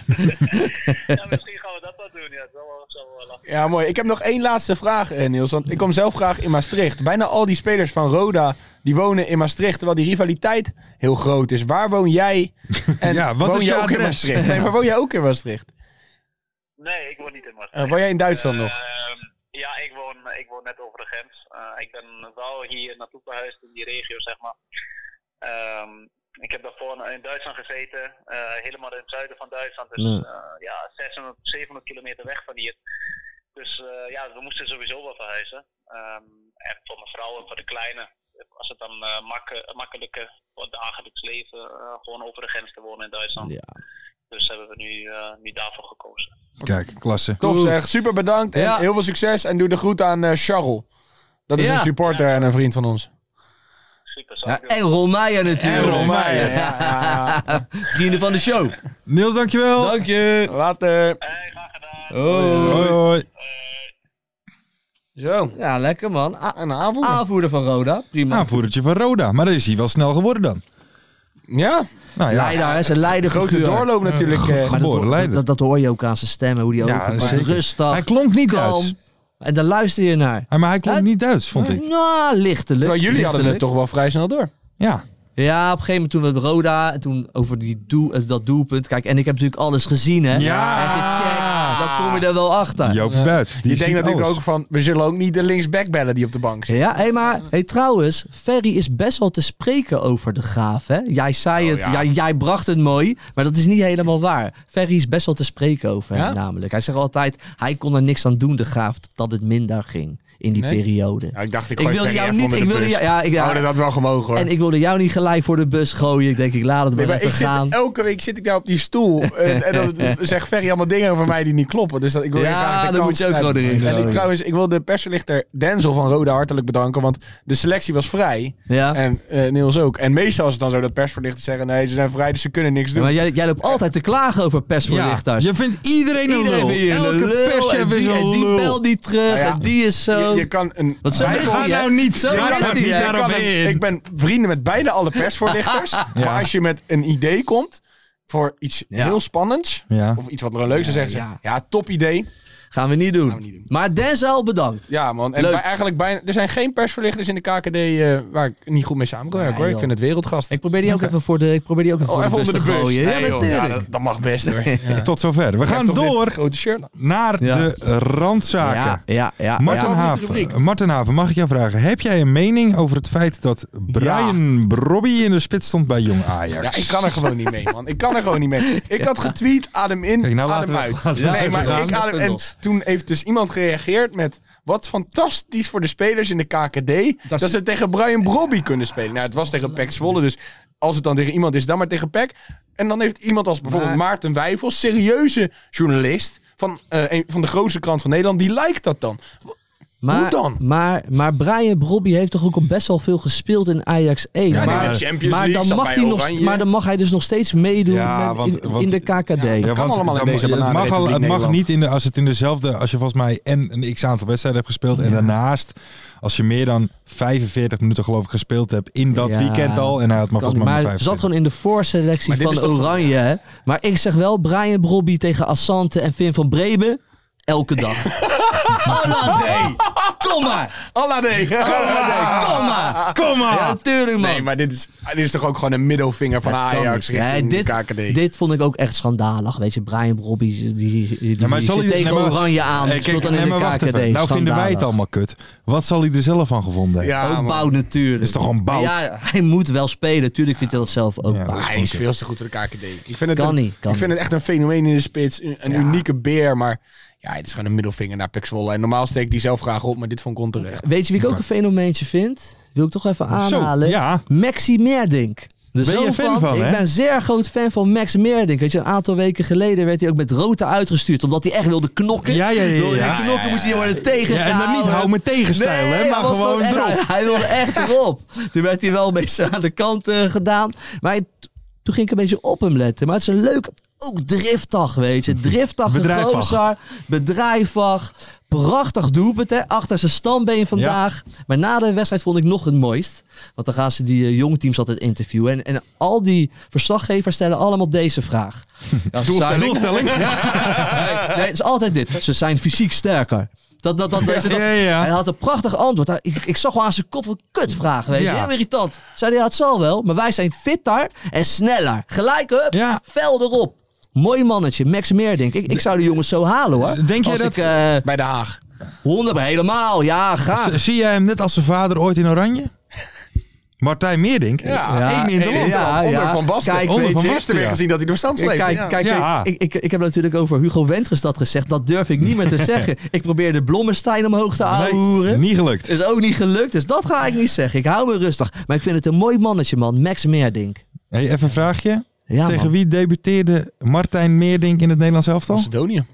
Speaker 7: ja. Misschien gaan we dat wel doen, ja. Dat zal wel, zal wel lachen.
Speaker 6: Ja, mooi. Ik heb nog één laatste vraag, eh, Niels. Want ik kom zelf graag in Maastricht. Bijna al die spelers van Roda die wonen in Maastricht, terwijl die rivaliteit heel groot is. Waar woon jij? En
Speaker 4: Ja, wat
Speaker 6: woon
Speaker 4: is
Speaker 6: jij
Speaker 4: je
Speaker 6: ook in
Speaker 4: adres?
Speaker 6: Maastricht? Nee, maar woon jij ook in Maastricht?
Speaker 7: Nee, ik woon niet in Maastricht.
Speaker 6: Eh, woon jij in Duitsland nog?
Speaker 7: Ehm, ja, ik woon, ik woon net over de grens. Eh, ik ben wel hier naartoe verhuisd in die regio, zeg maar. Ehm, ik heb daarvoor in Duitsland gezeten, eh, helemaal in het zuiden van Duitsland. Dus
Speaker 5: Ja.
Speaker 7: eh, ja, 600, 700 kilometer weg van hier. Dus eh, ja, we moesten sowieso wel verhuizen. Ehm, en voor mijn vrouw en voor de kleine was het dan eh, makke- makkelijker voor het dagelijks leven eh, gewoon over de grens te wonen in Duitsland. Dus hebben we nu, eh, nu daarvoor gekozen.
Speaker 4: Kijk, klasse.
Speaker 6: Tof
Speaker 5: Goed.
Speaker 6: zeg, super bedankt en
Speaker 5: Ja.
Speaker 6: heel veel succes. En doe de groet aan eh, Charles. Dat is
Speaker 5: Ja.
Speaker 6: een supporter en een vriend van ons.
Speaker 7: Super,
Speaker 5: Ja,
Speaker 7: zaken.
Speaker 5: en Romeyer natuurlijk.
Speaker 6: En Romeyer, ja, ja,
Speaker 5: Vrienden van de show.
Speaker 4: Niels, dankjewel.
Speaker 5: Dank je.
Speaker 6: Later.
Speaker 7: Hey, graag gedaan.
Speaker 4: Hoi, hoi.
Speaker 6: Zo,
Speaker 5: Ja, lekker man. A-
Speaker 6: een avond.
Speaker 4: Ah.
Speaker 5: aanvoerder van Roda. Prima.
Speaker 4: Aanvoerdertje van Roda. Maar dat is hij wel snel geworden dan.
Speaker 6: Ja,
Speaker 4: Nou ja,
Speaker 5: Leider, hè. Zijn leider
Speaker 6: grote
Speaker 5: figuur.
Speaker 6: doorloop natuurlijk. eh.
Speaker 5: Maar dat,
Speaker 4: Geboren
Speaker 5: ho-
Speaker 4: leider.
Speaker 5: dat, dat hoor je ook aan zijn stemmen, hoe die
Speaker 4: Ja,
Speaker 5: overkomt.
Speaker 4: zeker.
Speaker 5: Rustig,
Speaker 4: hij klonk niet Duits.
Speaker 5: kalm. En daar luister je naar.
Speaker 4: Hij- Maar hij klonk
Speaker 5: Hè?
Speaker 4: niet Duits, vond ik.
Speaker 5: Nou, lichtelijk.
Speaker 6: Terwijl jullie hadden het
Speaker 5: lichtelijk.
Speaker 6: toch wel vrij snel door.
Speaker 4: Ja.
Speaker 5: Ja, op een gegeven moment toen we bij Roda, en toen over die doel, eh, dat doelpunt. Kijk, en ik heb natuurlijk alles gezien, hè.
Speaker 4: Ja.
Speaker 5: En gecheckt, dan kom je er wel achter.
Speaker 4: Joop Buit. Die
Speaker 6: Ik denk
Speaker 4: ziet
Speaker 6: natuurlijk
Speaker 4: alles.
Speaker 6: ook van, we zullen ook niet de linksback bellen die op de bank zit.
Speaker 5: Ja, hey, maar hey, trouwens, Ferry is best wel te spreken over de graaf. Hè? Jij
Speaker 6: Oh,
Speaker 5: zei het, jij, jij bracht het mooi, maar dat is niet helemaal waar. Ferry is best wel te spreken over hem
Speaker 6: Ja?
Speaker 5: namelijk. Hij zegt altijd, hij kon er niks aan doen, de graaf, dat het minder ging. in die
Speaker 6: Nee?
Speaker 5: periode.
Speaker 6: Ja, ik dacht, ik
Speaker 5: Ik
Speaker 6: gooi
Speaker 5: wilde
Speaker 6: Ferry
Speaker 5: jou
Speaker 6: even
Speaker 5: niet-
Speaker 6: onder
Speaker 5: ik
Speaker 6: de
Speaker 5: wilde
Speaker 6: bus.
Speaker 5: jou- ja, ik- ja.
Speaker 6: Oh, dat had wel gemogen hoor.
Speaker 5: En ik wilde jou niet gelijk voor de bus gooien. Ik denk, ik laat het maar
Speaker 6: Nee, maar
Speaker 5: even
Speaker 6: ik zit,
Speaker 5: gaan.
Speaker 6: elke week zit ik daar op die stoel eh, en, en dan zegt Ferry allemaal dingen over mij die niet kloppen. Dus dat, ik wil
Speaker 5: Ja,
Speaker 6: heel graag de
Speaker 5: dan
Speaker 6: kans
Speaker 5: moet je ook
Speaker 6: geven.
Speaker 5: gewoon erin
Speaker 6: En ik,
Speaker 5: gooien.
Speaker 6: trouwens, ik wil de persverlichter Denzel van Roda hartelijk bedanken, want de selectie was vrij.
Speaker 5: Ja.
Speaker 6: En eh, Niels ook. En meestal is het dan zo dat persverlichters zeggen, nee, ze zijn vrij, dus ze kunnen niks
Speaker 5: Ja,
Speaker 6: doen.
Speaker 5: maar jij, jij loopt altijd te klagen over persvoorlichters.
Speaker 4: je vindt iedereen een
Speaker 5: Iedereen
Speaker 4: lul.
Speaker 5: vindt je een
Speaker 4: Elke
Speaker 5: lul, en
Speaker 4: perschef is
Speaker 5: die,
Speaker 4: een
Speaker 5: en die
Speaker 4: lul.
Speaker 5: belt niet terug.
Speaker 6: Nou ja.
Speaker 5: En die is zo.
Speaker 6: je, je kan een...
Speaker 5: Want zo
Speaker 6: Wij-
Speaker 5: is
Speaker 6: Ga
Speaker 5: die, hè?
Speaker 4: nou niet-
Speaker 5: Zo
Speaker 4: ga
Speaker 5: is
Speaker 4: nou
Speaker 5: die,
Speaker 4: niet
Speaker 5: hè?
Speaker 4: daarop
Speaker 6: ik, kan
Speaker 4: in.
Speaker 6: een- ik ben vrienden met beide alle persvoorlichters. Maar als je met een idee komt voor iets heel spannends,
Speaker 4: Ja.
Speaker 6: of iets wat er leuk is, zeggen ze, ja. top idee.
Speaker 5: Gaan we niet
Speaker 6: Gaan we niet
Speaker 5: doen.
Speaker 6: doen.
Speaker 5: Maar Denzel, bedankt.
Speaker 6: Ja man, en
Speaker 5: Leuk.
Speaker 6: bij- eigenlijk bijna, er zijn geen persverlichters in de KKD eh, waar ik niet goed mee samen kan werken
Speaker 5: Nee,
Speaker 6: hoor. Ik
Speaker 5: joh.
Speaker 6: vind het wereldgast.
Speaker 5: Ik probeer die ook even voor de, ik probeer die ook even
Speaker 6: oh,
Speaker 5: voor
Speaker 6: even
Speaker 5: de
Speaker 6: onder
Speaker 5: bus
Speaker 6: de
Speaker 5: te
Speaker 6: bus.
Speaker 5: gooien.
Speaker 6: Nee,
Speaker 5: ja,
Speaker 6: joh. Ja,
Speaker 5: natuurlijk.
Speaker 6: dat, dat mag best hoor.
Speaker 4: Tot zover. We
Speaker 6: Ik heb
Speaker 4: gaan
Speaker 6: toch dit
Speaker 4: door
Speaker 6: grote shirt.
Speaker 4: naar
Speaker 5: Ja.
Speaker 4: de randzaken.
Speaker 5: Ja, ja, ja.
Speaker 4: Martin,
Speaker 5: Ah, ja.
Speaker 4: Haven, Martin Haven, mag ik jou vragen? Heb jij een mening over het feit dat Brian Brobby in de spits stond bij Jong Ajax?
Speaker 6: Ja, ik kan er gewoon niet mee, man. Ik kan er gewoon niet mee. Ik had getweet, adem in,
Speaker 4: Kijk, nou laten
Speaker 6: adem
Speaker 4: we-
Speaker 6: uit.
Speaker 4: laten we
Speaker 6: nee,
Speaker 4: even
Speaker 6: maar
Speaker 4: gaan.
Speaker 6: ik adem, en toen heeft dus iemand gereageerd met... Wat fantastisch voor de spelers in de KKD... dat, ze tegen Brian Brobby kunnen spelen. Nou, het was tegen Pek Zwolle, dus als het dan tegen iemand is, dan maar tegen Pek. En dan heeft iemand als bijvoorbeeld Maarten Wijfels, serieuze journalist... Van, eh, een, van de grootste krant van Nederland, die lijkt dat dan.
Speaker 5: Maar,
Speaker 6: Hoe dan?
Speaker 5: Maar, maar Brian Brobby heeft toch ook al best wel veel gespeeld in Ajax 1.
Speaker 4: Ja,
Speaker 5: maar,
Speaker 4: maar-
Speaker 6: Champions
Speaker 5: maar
Speaker 6: League,
Speaker 5: dan
Speaker 6: zat
Speaker 5: mag
Speaker 6: bij
Speaker 5: hij nog,
Speaker 6: Oranje.
Speaker 5: maar dan mag hij dus nog steeds meedoen
Speaker 4: Ja,
Speaker 5: met-
Speaker 4: want-
Speaker 5: in,
Speaker 4: want-
Speaker 5: in de KKD.
Speaker 4: Ja,
Speaker 6: kan
Speaker 4: want
Speaker 6: allemaal in
Speaker 4: dan-
Speaker 6: deze
Speaker 4: het mag, al,
Speaker 6: bananenrepubliek
Speaker 4: het mag
Speaker 6: Nederland.
Speaker 4: niet in de, als het in dezelfde, als je volgens mij en een x aantal wedstrijden hebt gespeeld en daarnaast, als je meer dan 45 minuten geloof ik gespeeld hebt in dat
Speaker 5: Ja,
Speaker 4: weekend al en hij had maar
Speaker 5: Kan
Speaker 4: volgens
Speaker 5: niet,
Speaker 4: mij
Speaker 5: maar
Speaker 4: maar
Speaker 5: het
Speaker 4: 45.
Speaker 5: zat gewoon in de voorselectie
Speaker 6: Maar dit
Speaker 5: van
Speaker 6: is toch-
Speaker 5: Oranje. hè. Maar ik zeg wel Brian Brobby tegen Assante en Vin van Breben. Elke dag. Alla nee. Kom maar.
Speaker 6: Allah nee.
Speaker 5: Alla nee. Kom maar.
Speaker 4: Kom maar!
Speaker 5: Ja, tuurlijk man.
Speaker 6: Nee, maar dit is, dit is toch ook gewoon een middelvinger van
Speaker 5: Het kan
Speaker 6: Ajax
Speaker 5: niet.
Speaker 6: richting
Speaker 5: Nee, dit,
Speaker 6: de KKD.
Speaker 5: Dit vond ik ook echt schandalig. Weet je, Brian Robbie die, die, die
Speaker 4: Ja, maar
Speaker 5: zit
Speaker 4: zal hij-
Speaker 5: tegen
Speaker 4: nee, maar-
Speaker 5: Oranje aan.
Speaker 4: Hey,
Speaker 5: Hey,
Speaker 4: kijk,
Speaker 5: dan
Speaker 4: nee,
Speaker 5: in de
Speaker 4: maar
Speaker 5: KKD.
Speaker 4: wacht even. Nou vinden wij het
Speaker 5: Schandalig.
Speaker 4: allemaal kut. Wat zal hij er zelf van gevonden hebben?
Speaker 6: ja,
Speaker 5: ook
Speaker 6: man.
Speaker 5: Bout natuurlijk.
Speaker 4: Is toch gewoon Bout?
Speaker 5: Ja, hij moet wel spelen. Tuurlijk vindt hij dat zelf ook
Speaker 4: Ja, dat
Speaker 5: Bout.
Speaker 6: Hij is veel te goed voor de KKD. Ik vind het,
Speaker 5: Kan
Speaker 6: een,
Speaker 5: niet, kan
Speaker 6: ik vind
Speaker 5: niet.
Speaker 6: het echt een fenomeen in de spits. Een, een unieke beer, maar ja, het is gewoon een middelvinger naar Pek Zwolle. En normaal steek ik die zelf graag op, maar dit vond ik onterecht.
Speaker 5: Weet je wie ik ook een fenomeentje vind? Wil ik toch even aanhalen.
Speaker 4: ja.
Speaker 5: Maxi Meerdink. De
Speaker 4: Ben je
Speaker 5: zoon
Speaker 4: een fan van,
Speaker 5: Ik
Speaker 4: hè?
Speaker 5: ben een zeer groot fan van Max Meerdink. Weet je, een aantal weken geleden werd hij ook met Rota uitgestuurd. Omdat hij echt wilde knokken.
Speaker 4: Ja, ja, ja, ja,
Speaker 5: Wilde hij
Speaker 4: ja,
Speaker 5: knokken, moest hij worden tegengehouden.
Speaker 4: Ja, en dan niet hou me tegenstijl,
Speaker 5: Nee,
Speaker 4: hè, maar
Speaker 5: hij was
Speaker 4: gewoon
Speaker 5: echt-
Speaker 4: erop.
Speaker 5: hij, hij wilde echt erop. Toen werd hij wel een beetje aan de kant eh, gedaan. Maar hij- t- toen ging ik een beetje op hem letten. Maar het is een leuk, ook driftig, weet je. Driftig,
Speaker 4: Bedrijfig.
Speaker 5: gozer, bedrijfig. Prachtig doelpunt, hè. Achter zijn stambeen vandaag. Maar na de wedstrijd vond ik nog het mooist. Want dan gaan ze die eh, jonge teams altijd interviewen. En, en al die verslaggevers stellen allemaal deze vraag. Ja, ze zijn-
Speaker 4: Doelstelling?
Speaker 5: Nee, nee, het is altijd dit. Ze zijn fysiek sterker. Dat, dat, dat, dat, dat-
Speaker 4: ja, ja.
Speaker 5: Hij had een prachtig antwoord. Hij- Ik, ik zag wel aan zijn kop een kutvraag. Weet je?
Speaker 4: Ja.
Speaker 5: Heel irritant. Zei hij, ja, het zal wel. Maar wij zijn fitter en sneller. Gelijk, hup,
Speaker 4: Ja.
Speaker 5: fel erop. Mooi mannetje, Max Meerdink. Ik, ik zou de jongens zo halen hoor.
Speaker 4: Denk jij
Speaker 5: Als
Speaker 4: dat-
Speaker 5: Ik, eh,
Speaker 6: Bij Den Haag.
Speaker 5: 100 helemaal, ja, graag.
Speaker 4: Zie jij hem net als zijn vader ooit in Oranje? Martijn Meerdink? eh,
Speaker 5: Ja,
Speaker 4: Eén in de
Speaker 5: één-
Speaker 4: land.
Speaker 5: ja,
Speaker 6: onder
Speaker 5: ja.
Speaker 6: Van Basten.
Speaker 5: Kijk,
Speaker 4: Onder
Speaker 5: weet
Speaker 4: Van
Speaker 5: je-
Speaker 4: Basten.
Speaker 6: Gisteren weer gezien dat hij door stand
Speaker 5: Kijk,
Speaker 6: sleept.
Speaker 5: kijk,
Speaker 6: ja.
Speaker 5: kijk,
Speaker 4: Ja.
Speaker 5: ik, ik, ik heb natuurlijk over Hugo Wendres dat gezegd. Dat durf ik niet meer te zeggen. Ik probeerde Blommestein omhoog te
Speaker 4: Nee,
Speaker 5: aanhoeren.
Speaker 4: niet gelukt.
Speaker 5: Is ook niet gelukt, dus dat ga ik niet zeggen. Ik hou me rustig. Maar ik vind het een mooi mannetje, man. Max Meerdink.
Speaker 4: Hey, even een vraagje.
Speaker 5: Ja,
Speaker 4: Tegen
Speaker 5: man.
Speaker 4: wie debuteerde Martijn Meerdink in het Nederlands elftal?
Speaker 6: Macedonië.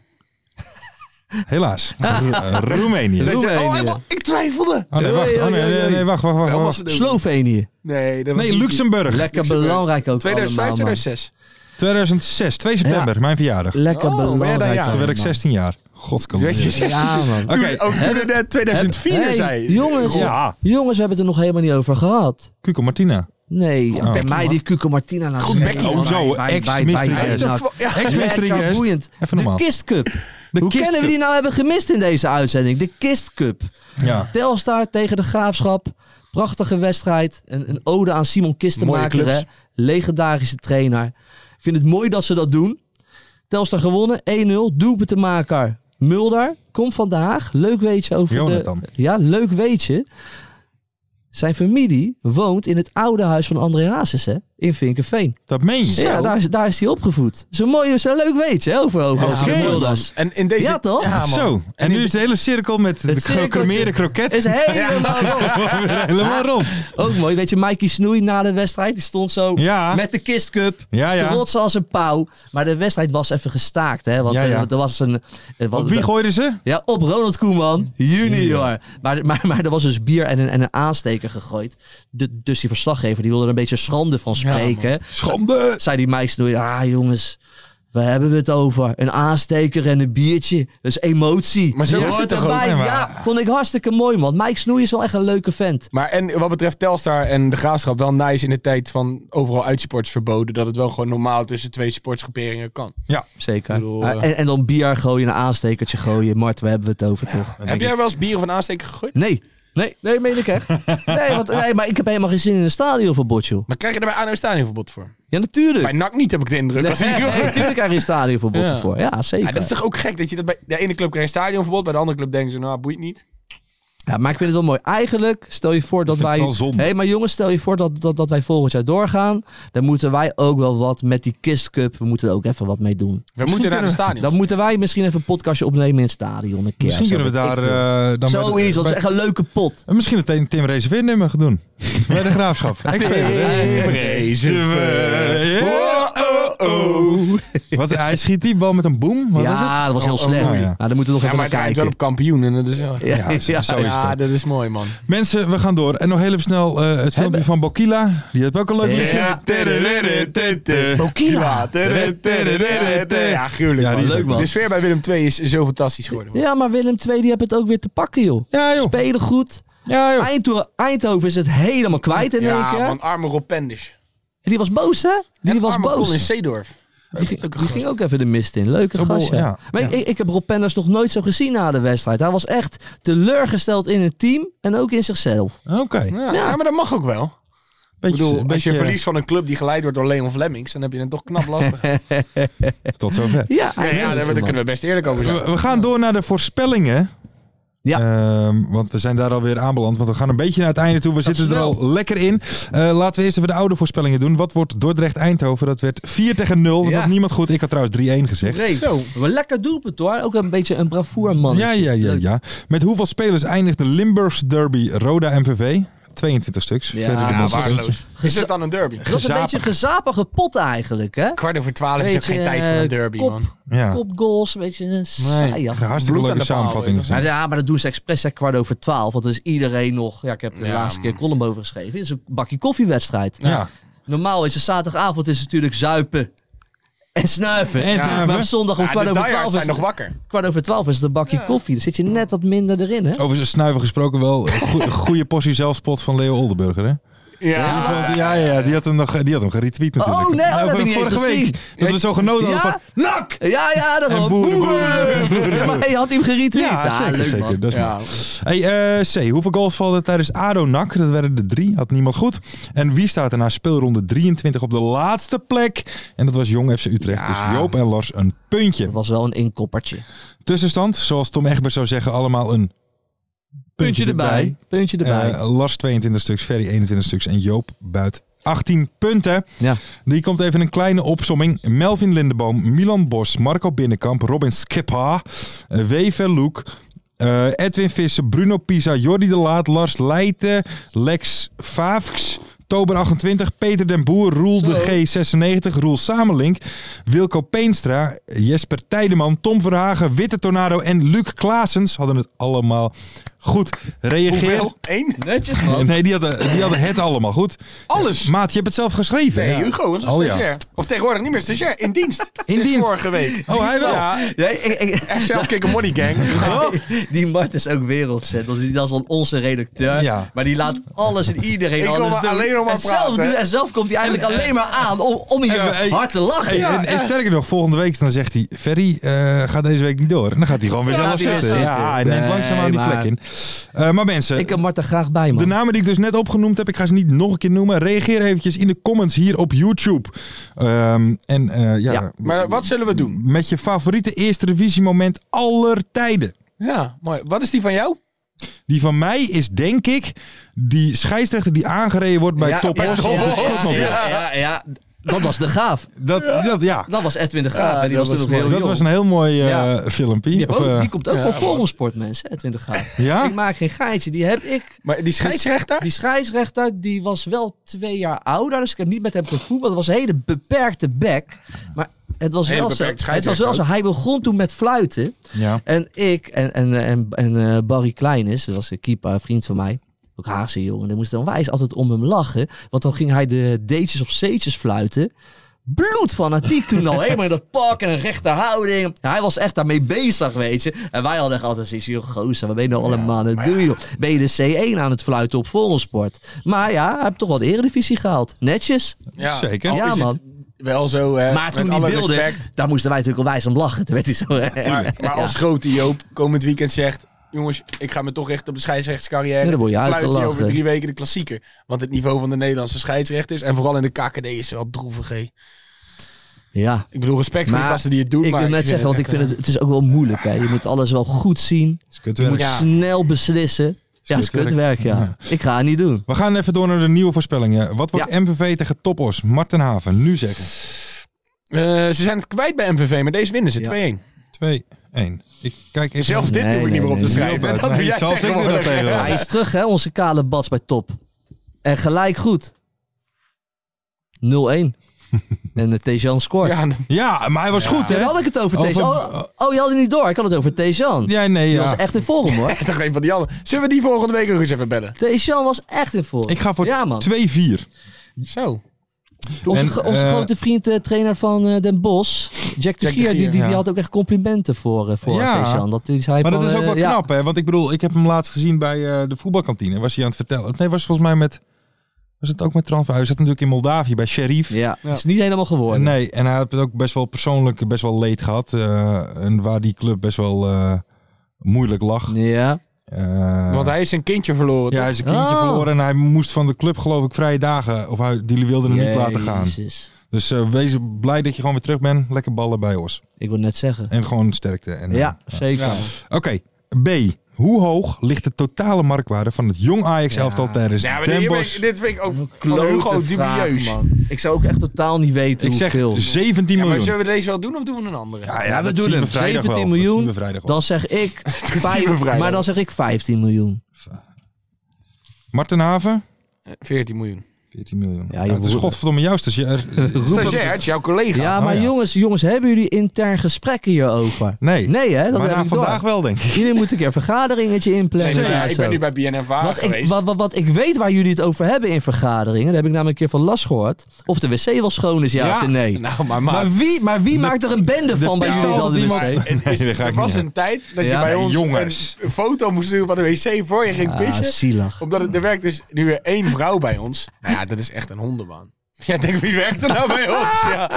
Speaker 4: Helaas.
Speaker 5: Ah.
Speaker 4: Ro- Roemenië.
Speaker 5: Roemenië.
Speaker 6: Oh, hij wa- ik twijfelde.
Speaker 4: Oh nee, wacht. Oh, nee, nee, nee, wacht, wacht, wacht.
Speaker 6: Wel
Speaker 4: wacht.
Speaker 6: Macedonië.
Speaker 5: Slovenië.
Speaker 6: Nee, dat was
Speaker 4: Nee,
Speaker 6: niet-
Speaker 4: Luxemburg.
Speaker 5: Lekker
Speaker 6: Luxemburg.
Speaker 5: belangrijk ook
Speaker 6: 2005,
Speaker 5: allemaal, man.
Speaker 6: 2006.
Speaker 4: 2006, 2 september, mijn verjaardag.
Speaker 5: Lekker
Speaker 6: Oh, ben je dan
Speaker 5: belangrijk.
Speaker 6: ja.
Speaker 5: ook,
Speaker 4: Toen werd ik
Speaker 5: man.
Speaker 4: 16 jaar.
Speaker 6: Toen
Speaker 4: Godskom.
Speaker 6: werd je 16.
Speaker 5: Ja, man.
Speaker 4: Oké.
Speaker 6: Toen- Ook toen in eh, 2004
Speaker 5: Hey,
Speaker 6: zei
Speaker 5: jongens.
Speaker 4: Ja,
Speaker 5: Jongens, we hebben het er nog helemaal niet over gehad.
Speaker 4: Cuco Martina.
Speaker 5: Nee, ja,
Speaker 4: Oh.
Speaker 5: bij mij die Cuco Martina nou
Speaker 6: Goed bekkie,
Speaker 5: Oh,
Speaker 6: man.
Speaker 4: Zo, ex-mystery
Speaker 6: Hij heeft
Speaker 4: guest.
Speaker 6: een vo- ja,
Speaker 4: Ex-mystery
Speaker 5: Ja, het is wel
Speaker 4: guest.
Speaker 5: boeiend.
Speaker 4: Even
Speaker 5: De
Speaker 4: normaal.
Speaker 5: Kist Cup.
Speaker 4: De
Speaker 5: Hoe
Speaker 4: Kist
Speaker 5: kunnen we die nou hebben gemist in deze uitzending? De Kist Cup.
Speaker 4: Cup. Ja.
Speaker 5: Telstar tegen de Graafschap. Prachtige wedstrijd. Een, een ode aan Simon Kistenmaker.
Speaker 6: Mooie
Speaker 5: hè.
Speaker 6: clubs.
Speaker 5: Legendarische trainer. Ik vind het mooi dat ze dat doen. Telstar gewonnen. 1-0. Doelpuntenmaker Mulder. Komt vandaag. Leuk weetje over
Speaker 4: Jonathan.
Speaker 5: de... Ja, leuk weetje. Zijn familie woont in het oude huis van André Hazes, hè? In Vinkenveen.
Speaker 4: Dat meen je.
Speaker 5: Ja, daar is, daar is hij opgevoed. Zo'n mooi, zo'n leuk weetje hè, over, over, over de
Speaker 6: mooi,
Speaker 5: Mulders.
Speaker 6: En in deze...
Speaker 5: Ja, toch?
Speaker 6: Ja, man.
Speaker 4: Zo, en nu is de hele cirkel met de
Speaker 5: cirkeltje
Speaker 4: gecremeerde kroket
Speaker 5: Is helemaal rond.
Speaker 4: weer helemaal rond.
Speaker 5: Ook mooi. Weet je, Mikey Snoei na de wedstrijd, die stond zo
Speaker 4: Ja.
Speaker 5: met de kistcup.
Speaker 4: Ja, ja.
Speaker 5: Trots als een pauw. Maar de wedstrijd was even gestaakt, hè? Want
Speaker 4: Ja,
Speaker 5: eh,
Speaker 4: ja.
Speaker 5: er was een... eh, wat-
Speaker 4: Op wie gooiden ze?
Speaker 5: Ja, op Ronald Koeman, junior. Maar, maar, maar er was dus bier en een, en een aansteker gegooid. De, dus die verslaggever die wilde er een beetje schande van spreken.
Speaker 4: Schande!
Speaker 5: Zei die Mike Snoei, ah jongens, waar hebben we het over? Een aansteker en een biertje. Dat is emotie.
Speaker 6: Maar zo
Speaker 5: Je
Speaker 6: is het
Speaker 5: hoort
Speaker 6: toch ook,
Speaker 5: erbij.
Speaker 4: hè, maar-
Speaker 5: Ja, vond ik hartstikke mooi man. Mike Snoei is wel echt een leuke vent.
Speaker 6: Maar en wat betreft Telstar en de Graafschap, wel nice in de tijd van overal uitsports verboden. Dat het wel gewoon normaal tussen twee sportsgroeperingen kan.
Speaker 5: Zeker.
Speaker 6: Ik bedoel,
Speaker 5: Ah,
Speaker 6: eh,
Speaker 5: en, en dan bier gooien, een aanstekertje gooien. Mart, waar hebben we het over toch?
Speaker 6: Heb jij wel eens bier of een aansteker gegooid?
Speaker 5: Nee. Nee, nee, meen ik echt. Nee, want, nee, maar ik heb helemaal geen zin in een stadion voor Botjoe.
Speaker 6: Maar krijg je er bij ANO stadionverbod voor?
Speaker 5: Ja, natuurlijk.
Speaker 6: Bij NAC niet, heb ik de indruk.
Speaker 5: Nee,
Speaker 6: Als ik-
Speaker 5: natuurlijk krijg je een stadionverbod
Speaker 6: Ja.
Speaker 5: ervoor. Ja, zeker.
Speaker 6: Ja,
Speaker 5: Ja,
Speaker 6: dat is toch ook gek dat je dat bij de ene club krijgt een stadionverbod, bij de andere club denken ze, nou boeit niet.
Speaker 5: maar ik vind het wel mooi. Eigenlijk, stel je voor dat
Speaker 4: vind
Speaker 5: wij...
Speaker 4: het wel zonde.
Speaker 5: Hé, maar jongens, stel je voor dat, dat, dat wij volgend jaar doorgaan. Dan moeten wij ook wel wat met die kistcup. We moeten er ook even wat mee doen.
Speaker 6: We moeten naar de stadion.
Speaker 5: Dan moeten wij misschien even een podcastje opnemen in het stadion. Een keer,
Speaker 4: Misschien
Speaker 5: Zo,
Speaker 4: kunnen we
Speaker 5: weet ik
Speaker 4: daar... eh,
Speaker 5: veel.
Speaker 4: dan bij de-
Speaker 5: Zoiets, dat is
Speaker 4: bij-
Speaker 5: echt een leuke pot.
Speaker 4: En Misschien het een Tim Rezeveer nummer gaan doen. Bij de Graafschap. Tim Rezeveer. Oh, oh, oh. Wat, hij schiet die bal met een boom? Wat was het?
Speaker 5: ja, dat was heel
Speaker 4: Oh, oh,
Speaker 5: slecht.
Speaker 4: oh, ja.
Speaker 5: Nou, daar moeten we nog
Speaker 6: Ja,
Speaker 5: even
Speaker 6: maar
Speaker 5: naar
Speaker 6: het lijkt wel op
Speaker 5: kijken.
Speaker 6: kampioen. En dat is, ja,
Speaker 5: Ja, ja,
Speaker 4: zo is het ook.
Speaker 6: dat is mooi, man.
Speaker 4: Mensen, we gaan door. En nog heel even snel eh, het filmpje van Bokila. Die had ook een leuk
Speaker 5: Ja.
Speaker 4: liedje.
Speaker 5: Bokila.
Speaker 6: Ja, gruwelijk.
Speaker 4: Ja, die
Speaker 6: man.
Speaker 4: is ook
Speaker 5: man.
Speaker 6: De sfeer bij Willem II is zo fantastisch geworden. man.
Speaker 5: Ja, maar Willem II die heeft het ook weer te pakken, joh.
Speaker 4: Ja, joh.
Speaker 5: Spelen goed.
Speaker 4: Ja, joh.
Speaker 5: Eindho- Eindhoven is het helemaal kwijt in één
Speaker 6: Ja,
Speaker 5: keer.
Speaker 6: man, arme Rob Penders.
Speaker 5: Die was boos, hè? Die
Speaker 6: en
Speaker 5: was
Speaker 6: arme
Speaker 5: boos.
Speaker 6: Colin Seedorf.
Speaker 5: Die, ging,
Speaker 6: Leuke
Speaker 5: die
Speaker 6: gast.
Speaker 5: ging ook even de mist in. Leuke
Speaker 4: Oh, bol,
Speaker 5: gast, ja.
Speaker 4: ja.
Speaker 5: Maar Ik, ik heb Rob Penders nog nooit zo gezien na de wedstrijd. Hij was echt teleurgesteld in het team en ook in zichzelf.
Speaker 4: Oké.
Speaker 6: Ja, ja, maar dat mag ook wel. Ik
Speaker 4: Beetje,
Speaker 6: bedoel, als je
Speaker 4: beetje-
Speaker 6: verliest van een club die geleid wordt door Leon Lemmings, dan heb je het toch knap lastig. ja,
Speaker 4: Tot zover.
Speaker 5: Ja,
Speaker 6: ja,
Speaker 5: hij
Speaker 6: daar,
Speaker 5: wilde
Speaker 6: daar
Speaker 5: veel, man.
Speaker 6: kunnen we best eerlijk over
Speaker 4: We,
Speaker 6: zijn.
Speaker 4: we gaan door naar de voorspellingen.
Speaker 5: Ja.
Speaker 4: Ehm, want we zijn daar alweer aanbeland. Want we gaan een beetje naar het einde toe. We zitten er
Speaker 5: snel.
Speaker 4: al lekker in. Eh, laten we eerst even de oude voorspellingen doen. Wat wordt Dordrecht-Eindhoven? Dat werd 4 tegen 0. Dat
Speaker 5: Ja.
Speaker 4: had niemand goed. Ik had trouwens 3-1 gezegd.
Speaker 5: Breed. Maar lekker doelpunt hoor. Ook een beetje een bravoer man.
Speaker 4: Ja, ja, ja, ja. Met hoeveel spelers eindigt de Limburgs derby Roda MVV? 22 stuks.
Speaker 5: Ja,
Speaker 4: Verder de
Speaker 6: Ja,
Speaker 4: bos-
Speaker 6: waardeloos. Is het dan een derby?
Speaker 5: Dat is een
Speaker 4: Gezapig.
Speaker 5: beetje gezapige pot eigenlijk, hè?
Speaker 6: Kwart over twaalf is
Speaker 5: Beetje,
Speaker 6: ook geen tijd voor een
Speaker 5: eh,
Speaker 6: derby,
Speaker 5: kop.
Speaker 6: man.
Speaker 4: Ja.
Speaker 5: Kopgoals, een beetje een saai.
Speaker 4: Ja, hartstikke
Speaker 6: Bloed aan
Speaker 4: leuke
Speaker 6: de paal,
Speaker 4: samenvatting.
Speaker 6: hoor.
Speaker 5: Maar
Speaker 4: gezien.
Speaker 5: ja, maar dat doen ze expres hè, kwart over twaalf. Want dan is iedereen nog... Ja, ik heb de
Speaker 6: Ja,
Speaker 5: laatste keer
Speaker 6: man.
Speaker 5: column over geschreven. Het is een bakje koffiewedstrijd.
Speaker 4: Ja.
Speaker 5: Normaal is het zaterdagavond is het natuurlijk zuipen en snuiven.
Speaker 4: En snuiven.
Speaker 5: Maar op zondag om
Speaker 6: Ja, de
Speaker 5: kwart, over
Speaker 6: diehards
Speaker 5: twaalf is
Speaker 6: zijn nog
Speaker 5: het,
Speaker 6: wakker.
Speaker 5: kwart over twaalf is het een bakje koffie. Dan zit je net wat minder erin, hè?
Speaker 4: Over snuiven gesproken wel. een goe- goede portie zelfspot van Leo Oldenburger, hè? Ja, die vond- ja, ja, die had hem, nog, die had hem geretweet natuurlijk.
Speaker 5: Oh, nee, oh, dat heb ik niet
Speaker 4: Vorige
Speaker 5: eens
Speaker 4: week.
Speaker 5: gezien.
Speaker 4: Dat we zo genoten
Speaker 5: Ja?
Speaker 4: hadden Oh, van... NAK!
Speaker 5: Ja, ja, dat
Speaker 4: En
Speaker 5: wel.
Speaker 4: boeren, boeren,
Speaker 5: Maar hij had hem gereten.
Speaker 4: Ja, zeker,
Speaker 5: ah, leuk
Speaker 4: zeker.
Speaker 5: man.
Speaker 4: Dat is
Speaker 6: Ja.
Speaker 4: mooi. hey, eh, C, hoeveel goals valden tijdens ADO-NAC? Dat werden er drie, had niemand goed. En wie staat er na speelronde 23 op de laatste plek? En dat was Jong FC Utrecht. Dus Joop en Lars een puntje.
Speaker 5: Dat was wel een inkoppertje.
Speaker 4: Tussenstand, zoals Tom Egbers zou zeggen, allemaal een puntje erbij.
Speaker 5: Puntje erbij.
Speaker 4: Eh, Lars 22 stuks, Ferry 21 stuks en Joop Buit 18 punten.
Speaker 5: Ja.
Speaker 4: Die komt even een kleine opsomming. Melvin Lindeboom, Milan Bos, Marco Binnenkamp, Robin Skipha, eh, W. Verloek, eh, Edwin Vissen, Bruno Pisa, Jordi de Laat, Lars Leijten, Lex Vaafks, Tober 28, Peter den Boer, Roel de G96, Roel Samelink, Wilco Peenstra, Jesper Tijdeman, Tom Verhagen, Witte Tornado en Luc Klaasens hadden het allemaal goed. Reageer.
Speaker 6: Hoeveel? Eén?
Speaker 5: Netjes man.
Speaker 4: Nee, die hadden, die hadden het allemaal goed.
Speaker 6: Alles?
Speaker 4: Maat, je hebt het zelf geschreven.
Speaker 6: Nee,
Speaker 4: hè?
Speaker 6: Hugo, dat is een
Speaker 4: Oh, ja.
Speaker 6: stagiair. Of tegenwoordig niet meer stagiair, in dienst.
Speaker 4: In
Speaker 6: Sinds
Speaker 4: dienst.
Speaker 6: vorige week.
Speaker 4: Oh, hij wel.
Speaker 6: Ja,
Speaker 5: Nee, ik- ik-
Speaker 6: zelf kick a money gang.
Speaker 5: Oh. Die Mart is ook wereldse. Dat is, dat is wel onze redacteur.
Speaker 4: Ja.
Speaker 5: Maar die laat alles en iedereen
Speaker 6: Ik wil
Speaker 5: anders
Speaker 6: maar
Speaker 5: doen.
Speaker 6: alleen nog maar
Speaker 5: en, zelf,
Speaker 6: praten, hè?
Speaker 5: en zelf komt hij eigenlijk alleen maar aan om, om hier
Speaker 4: En we- hey,
Speaker 5: hard te lachen.
Speaker 4: Hey, en, en sterker nog, volgende week dan zegt hij... Ferry, eh gaat deze week niet door. En dan gaat hij gewoon weer
Speaker 5: Ja,
Speaker 4: zelf
Speaker 5: gaat hij weer
Speaker 4: zitten.
Speaker 5: zitten.
Speaker 4: Ja, hij neemt
Speaker 5: Nee,
Speaker 4: langzaamaan die
Speaker 5: maar-
Speaker 4: plek in. Eh, maar mensen,
Speaker 5: Ik heb Mart er graag bij,
Speaker 4: de
Speaker 5: man.
Speaker 4: namen die ik dus net opgenoemd heb... ik ga ze niet nog een keer noemen. Reageer eventjes in de comments hier op YouTube. Ehm, en eh, ja,
Speaker 5: Ja.
Speaker 6: Maar wat zullen we doen?
Speaker 4: met je favoriete eerste revisiemoment aller tijden.
Speaker 6: Ja, mooi. Wat is die van jou?
Speaker 4: Die van mij is denk ik die scheidsrechter die aangereden wordt bij
Speaker 5: Ja,
Speaker 4: Top
Speaker 5: ja,
Speaker 4: Os op
Speaker 5: ja,
Speaker 4: de
Speaker 5: ja,
Speaker 4: scootmobiel.
Speaker 5: ja, ja, ja. Dat was de gaaf.
Speaker 4: Dat, dat, ja.
Speaker 5: Dat was Edwin de Graaf.
Speaker 6: Ja,
Speaker 5: en die
Speaker 6: dat
Speaker 5: was toen
Speaker 6: was
Speaker 5: nog heel
Speaker 4: dat
Speaker 5: jong.
Speaker 4: was een heel mooi eh,
Speaker 6: Ja.
Speaker 4: filmpje.
Speaker 5: die, heb
Speaker 4: Of,
Speaker 5: ook-
Speaker 4: eh,
Speaker 5: die komt ook
Speaker 6: ja,
Speaker 5: van
Speaker 6: maar-
Speaker 5: Volgensport, mensen. Edwin de Graaf.
Speaker 4: ja?
Speaker 5: Ik maak geen geintje. Die heb ik.
Speaker 6: Maar die scheidsrechter?
Speaker 5: Die scheidsrechter die was wel twee jaar ouder. Dus ik heb niet met hem gevoetbald. Het was een hele beperkte bek. Maar het was,
Speaker 6: Hele
Speaker 5: wel zo,
Speaker 6: beperkte
Speaker 5: het was wel zo.
Speaker 6: scheidsrechter
Speaker 5: Hij begon toen met fluiten.
Speaker 4: ja.
Speaker 5: En ik en, en, en, en eh, Barry Kleinis, dat was een keeper, een vriend van mij. Ook Haagse jongen. Dan moest dan wijs altijd om hem lachen. Want dan ging hij de D'tjes op C'tjes fluiten. Bloedfanatiek toen al. Helemaal in dat pak en een rechte houding. Hij was echt daarmee bezig, weet je. En wij hadden echt altijd zoiets. Joh, gozer, wat ben je nou allemaal aan het doen, joh? Ben je de C1 aan het fluiten op Volgensport? Maar ja, hij heeft toch wel de eredivisie gehaald. Netjes.
Speaker 4: Zeker.
Speaker 6: al
Speaker 5: Ja,
Speaker 6: is het
Speaker 5: man.
Speaker 6: Wel zo, eh,
Speaker 5: Maar toen
Speaker 6: met
Speaker 5: die
Speaker 6: alle
Speaker 5: beelden,
Speaker 6: respect.
Speaker 5: daar moesten wij natuurlijk al wijs om lachen. Toen werd hij zo...
Speaker 6: Maar, maar als grote Joop komend weekend zegt... Jongens, ik ga me toch richten op de scheidsrechtscarrière.
Speaker 5: Ja, dan word je
Speaker 6: Fluit hier
Speaker 5: uitgelachen.
Speaker 6: over drie weken de klassieker. Want het niveau van de Nederlandse scheidsrechters... en vooral in de KKD is wel droevig, hè.
Speaker 5: Ja.
Speaker 6: Ik bedoel, respect voor
Speaker 5: Maar
Speaker 6: de gasten die het doen.
Speaker 5: Ik
Speaker 6: maar
Speaker 5: wil net zeggen, want ik vind het, het is ook wel moeilijk. Hè. Je moet alles wel goed zien.
Speaker 4: Is kut
Speaker 5: Je
Speaker 4: werk.
Speaker 5: moet
Speaker 6: Ja.
Speaker 5: snel beslissen. Ja, het is
Speaker 4: Kutwerk.
Speaker 5: kutwerk, ja. Ik ga het niet doen.
Speaker 4: We gaan even door naar de nieuwe voorspellingen. Wat wordt MVV tegen Topos? Martenhaven, nu zeggen.
Speaker 6: Eh, ze zijn het kwijt bij MVV, maar deze winnen ze 2-1.
Speaker 4: 2-1. Ik kijk even...
Speaker 6: Zelfs dit
Speaker 5: Nee,
Speaker 6: hoef ik
Speaker 5: nee,
Speaker 6: niet meer op te
Speaker 5: nee,
Speaker 6: schrijven.
Speaker 4: nee,
Speaker 6: dat doe
Speaker 4: nee,
Speaker 6: jij
Speaker 4: zelfs ik doe dat
Speaker 6: tegenwoordig.
Speaker 4: tegenwoordig.
Speaker 5: Hij is terug, hè, onze kale bats bij top. En gelijk goed. 0-1. en de Tejan scoort.
Speaker 6: Ja,
Speaker 4: Ja, maar hij was goed,
Speaker 5: Daar
Speaker 4: hè?
Speaker 5: had ik het over,
Speaker 4: Over-
Speaker 5: Tejan. Oh, oh, je had het niet door. Ik had het over Tejan.
Speaker 4: Ja, nee,
Speaker 5: Die
Speaker 4: ja.
Speaker 5: was echt in vorm, hoor.
Speaker 6: dan geen van die anderen. Zullen we die volgende week ook eens even bellen?
Speaker 5: Tejan was echt in vorm.
Speaker 4: Ik ga voor
Speaker 5: Ja, man.
Speaker 4: 2-4.
Speaker 6: Zo.
Speaker 5: Onze,
Speaker 4: En,
Speaker 5: gro- onze
Speaker 4: eh,
Speaker 5: grote vriend, eh, trainer van eh, Den Bosch, Jack de
Speaker 6: de
Speaker 5: Gier, die, die,
Speaker 6: Gier,
Speaker 5: die
Speaker 4: ja.
Speaker 5: had ook echt complimenten voor, eh, voor
Speaker 4: Ja.
Speaker 5: Tejan. Dat is hij
Speaker 4: Maar
Speaker 5: van,
Speaker 4: dat is ook wel
Speaker 5: eh, ja.
Speaker 4: knap, hè? Want ik bedoel, ik heb hem laatst gezien bij eh, de voetbalkantine. Was hij aan het vertellen? Nee, was volgens mij met... Was het ook met transfer? Hij zat natuurlijk in Moldavië bij Sheriff.
Speaker 5: Ja, is niet helemaal geworden.
Speaker 4: Nee, en hij had het ook best wel persoonlijk best wel leed gehad. eh, en waar die club best wel eh, moeilijk lag.
Speaker 5: Ja.
Speaker 4: Eh,
Speaker 6: Want hij is een kindje verloren.
Speaker 4: Ja, hij
Speaker 6: toch?
Speaker 4: is een kindje
Speaker 5: Oh.
Speaker 4: verloren en hij moest van de club geloof ik vrije dagen. Of hij, die wilde hem niet laten gaan.
Speaker 5: Jezus.
Speaker 4: Dus eh, wees blij dat je gewoon weer terug bent. Lekker ballen bij ons.
Speaker 5: Ik wil net zeggen.
Speaker 4: En gewoon sterkte. En, eh,
Speaker 5: Ja, zeker.
Speaker 4: ja. Oké, B. Hoe hoog ligt de totale marktwaarde van het jong Ajax elftal tijdens
Speaker 6: Ja, maar
Speaker 4: Den
Speaker 6: dit,
Speaker 4: Bosch?
Speaker 6: dit vind ik ook van
Speaker 5: Klote
Speaker 6: Hugo
Speaker 5: vraag,
Speaker 6: dubieus.
Speaker 5: man. Ik zou ook echt totaal niet weten
Speaker 4: Ik zeg
Speaker 5: hoeveel.
Speaker 4: 17
Speaker 6: Ja, maar
Speaker 4: miljoen.
Speaker 6: zullen we deze wel doen of doen we een andere?
Speaker 4: Ja,
Speaker 5: Ja, we
Speaker 4: dat
Speaker 5: doen
Speaker 4: zien we
Speaker 5: hem.
Speaker 4: vrijdag wel.
Speaker 5: 17
Speaker 4: Dat zien
Speaker 5: miljoen.
Speaker 4: we vrijdag wel.
Speaker 5: Dan zeg ik... vijf-
Speaker 6: zien we vrijdag.
Speaker 5: maar dan zeg ik 15 miljoen.
Speaker 4: Marten Haven?
Speaker 6: 14 Eh, miljoen.
Speaker 4: 14 miljoen.
Speaker 5: Ja,
Speaker 4: Ja,
Speaker 5: je
Speaker 4: het is
Speaker 5: broer.
Speaker 4: godverdomme juist. Als je, er-
Speaker 6: Stagiair, het is jouw collega.
Speaker 5: Ja, maar
Speaker 4: Oh, ja.
Speaker 5: jongens, jongens, hebben jullie intern gesprekken hierover?
Speaker 4: nee,
Speaker 5: Nee, hè? Dat
Speaker 4: maar
Speaker 5: heb
Speaker 4: na
Speaker 5: ik door.
Speaker 4: vandaag wel denk ik.
Speaker 5: Jullie moeten een keer een vergaderingetje
Speaker 6: Nee,
Speaker 5: inplannen.
Speaker 6: maar ja,
Speaker 5: of
Speaker 6: ik
Speaker 5: zo.
Speaker 6: ben nu bij BNNVA
Speaker 5: Wat ik,
Speaker 6: geweest.
Speaker 5: wat, wat, wat ik weet waar jullie het over hebben in vergaderingen, daar heb ik namelijk een keer van last gehoord. Of de wc wel schoon is, ja, of nee.
Speaker 6: Nou, maar maat.
Speaker 5: maar wie, maar wie maakt er een bende van bij
Speaker 4: Ja,
Speaker 5: jullie dan
Speaker 4: dat
Speaker 5: de
Speaker 4: iemand-
Speaker 5: wc?
Speaker 4: Nee, daar ga
Speaker 6: er
Speaker 4: ik
Speaker 6: was
Speaker 4: niet aan.
Speaker 6: een tijd dat
Speaker 5: Ja,
Speaker 6: je bij
Speaker 4: nee,
Speaker 6: ons
Speaker 4: jongens.
Speaker 6: een foto moest doen van de wc voor je ging
Speaker 5: Ah,
Speaker 6: pissen.
Speaker 5: zielig.
Speaker 6: Omdat het, er werkt dus nu weer één vrouw bij ons. Nou ja, dat is echt een hondenbaan. Ja, ik denk, wie werkt er nou bij ons? Ja.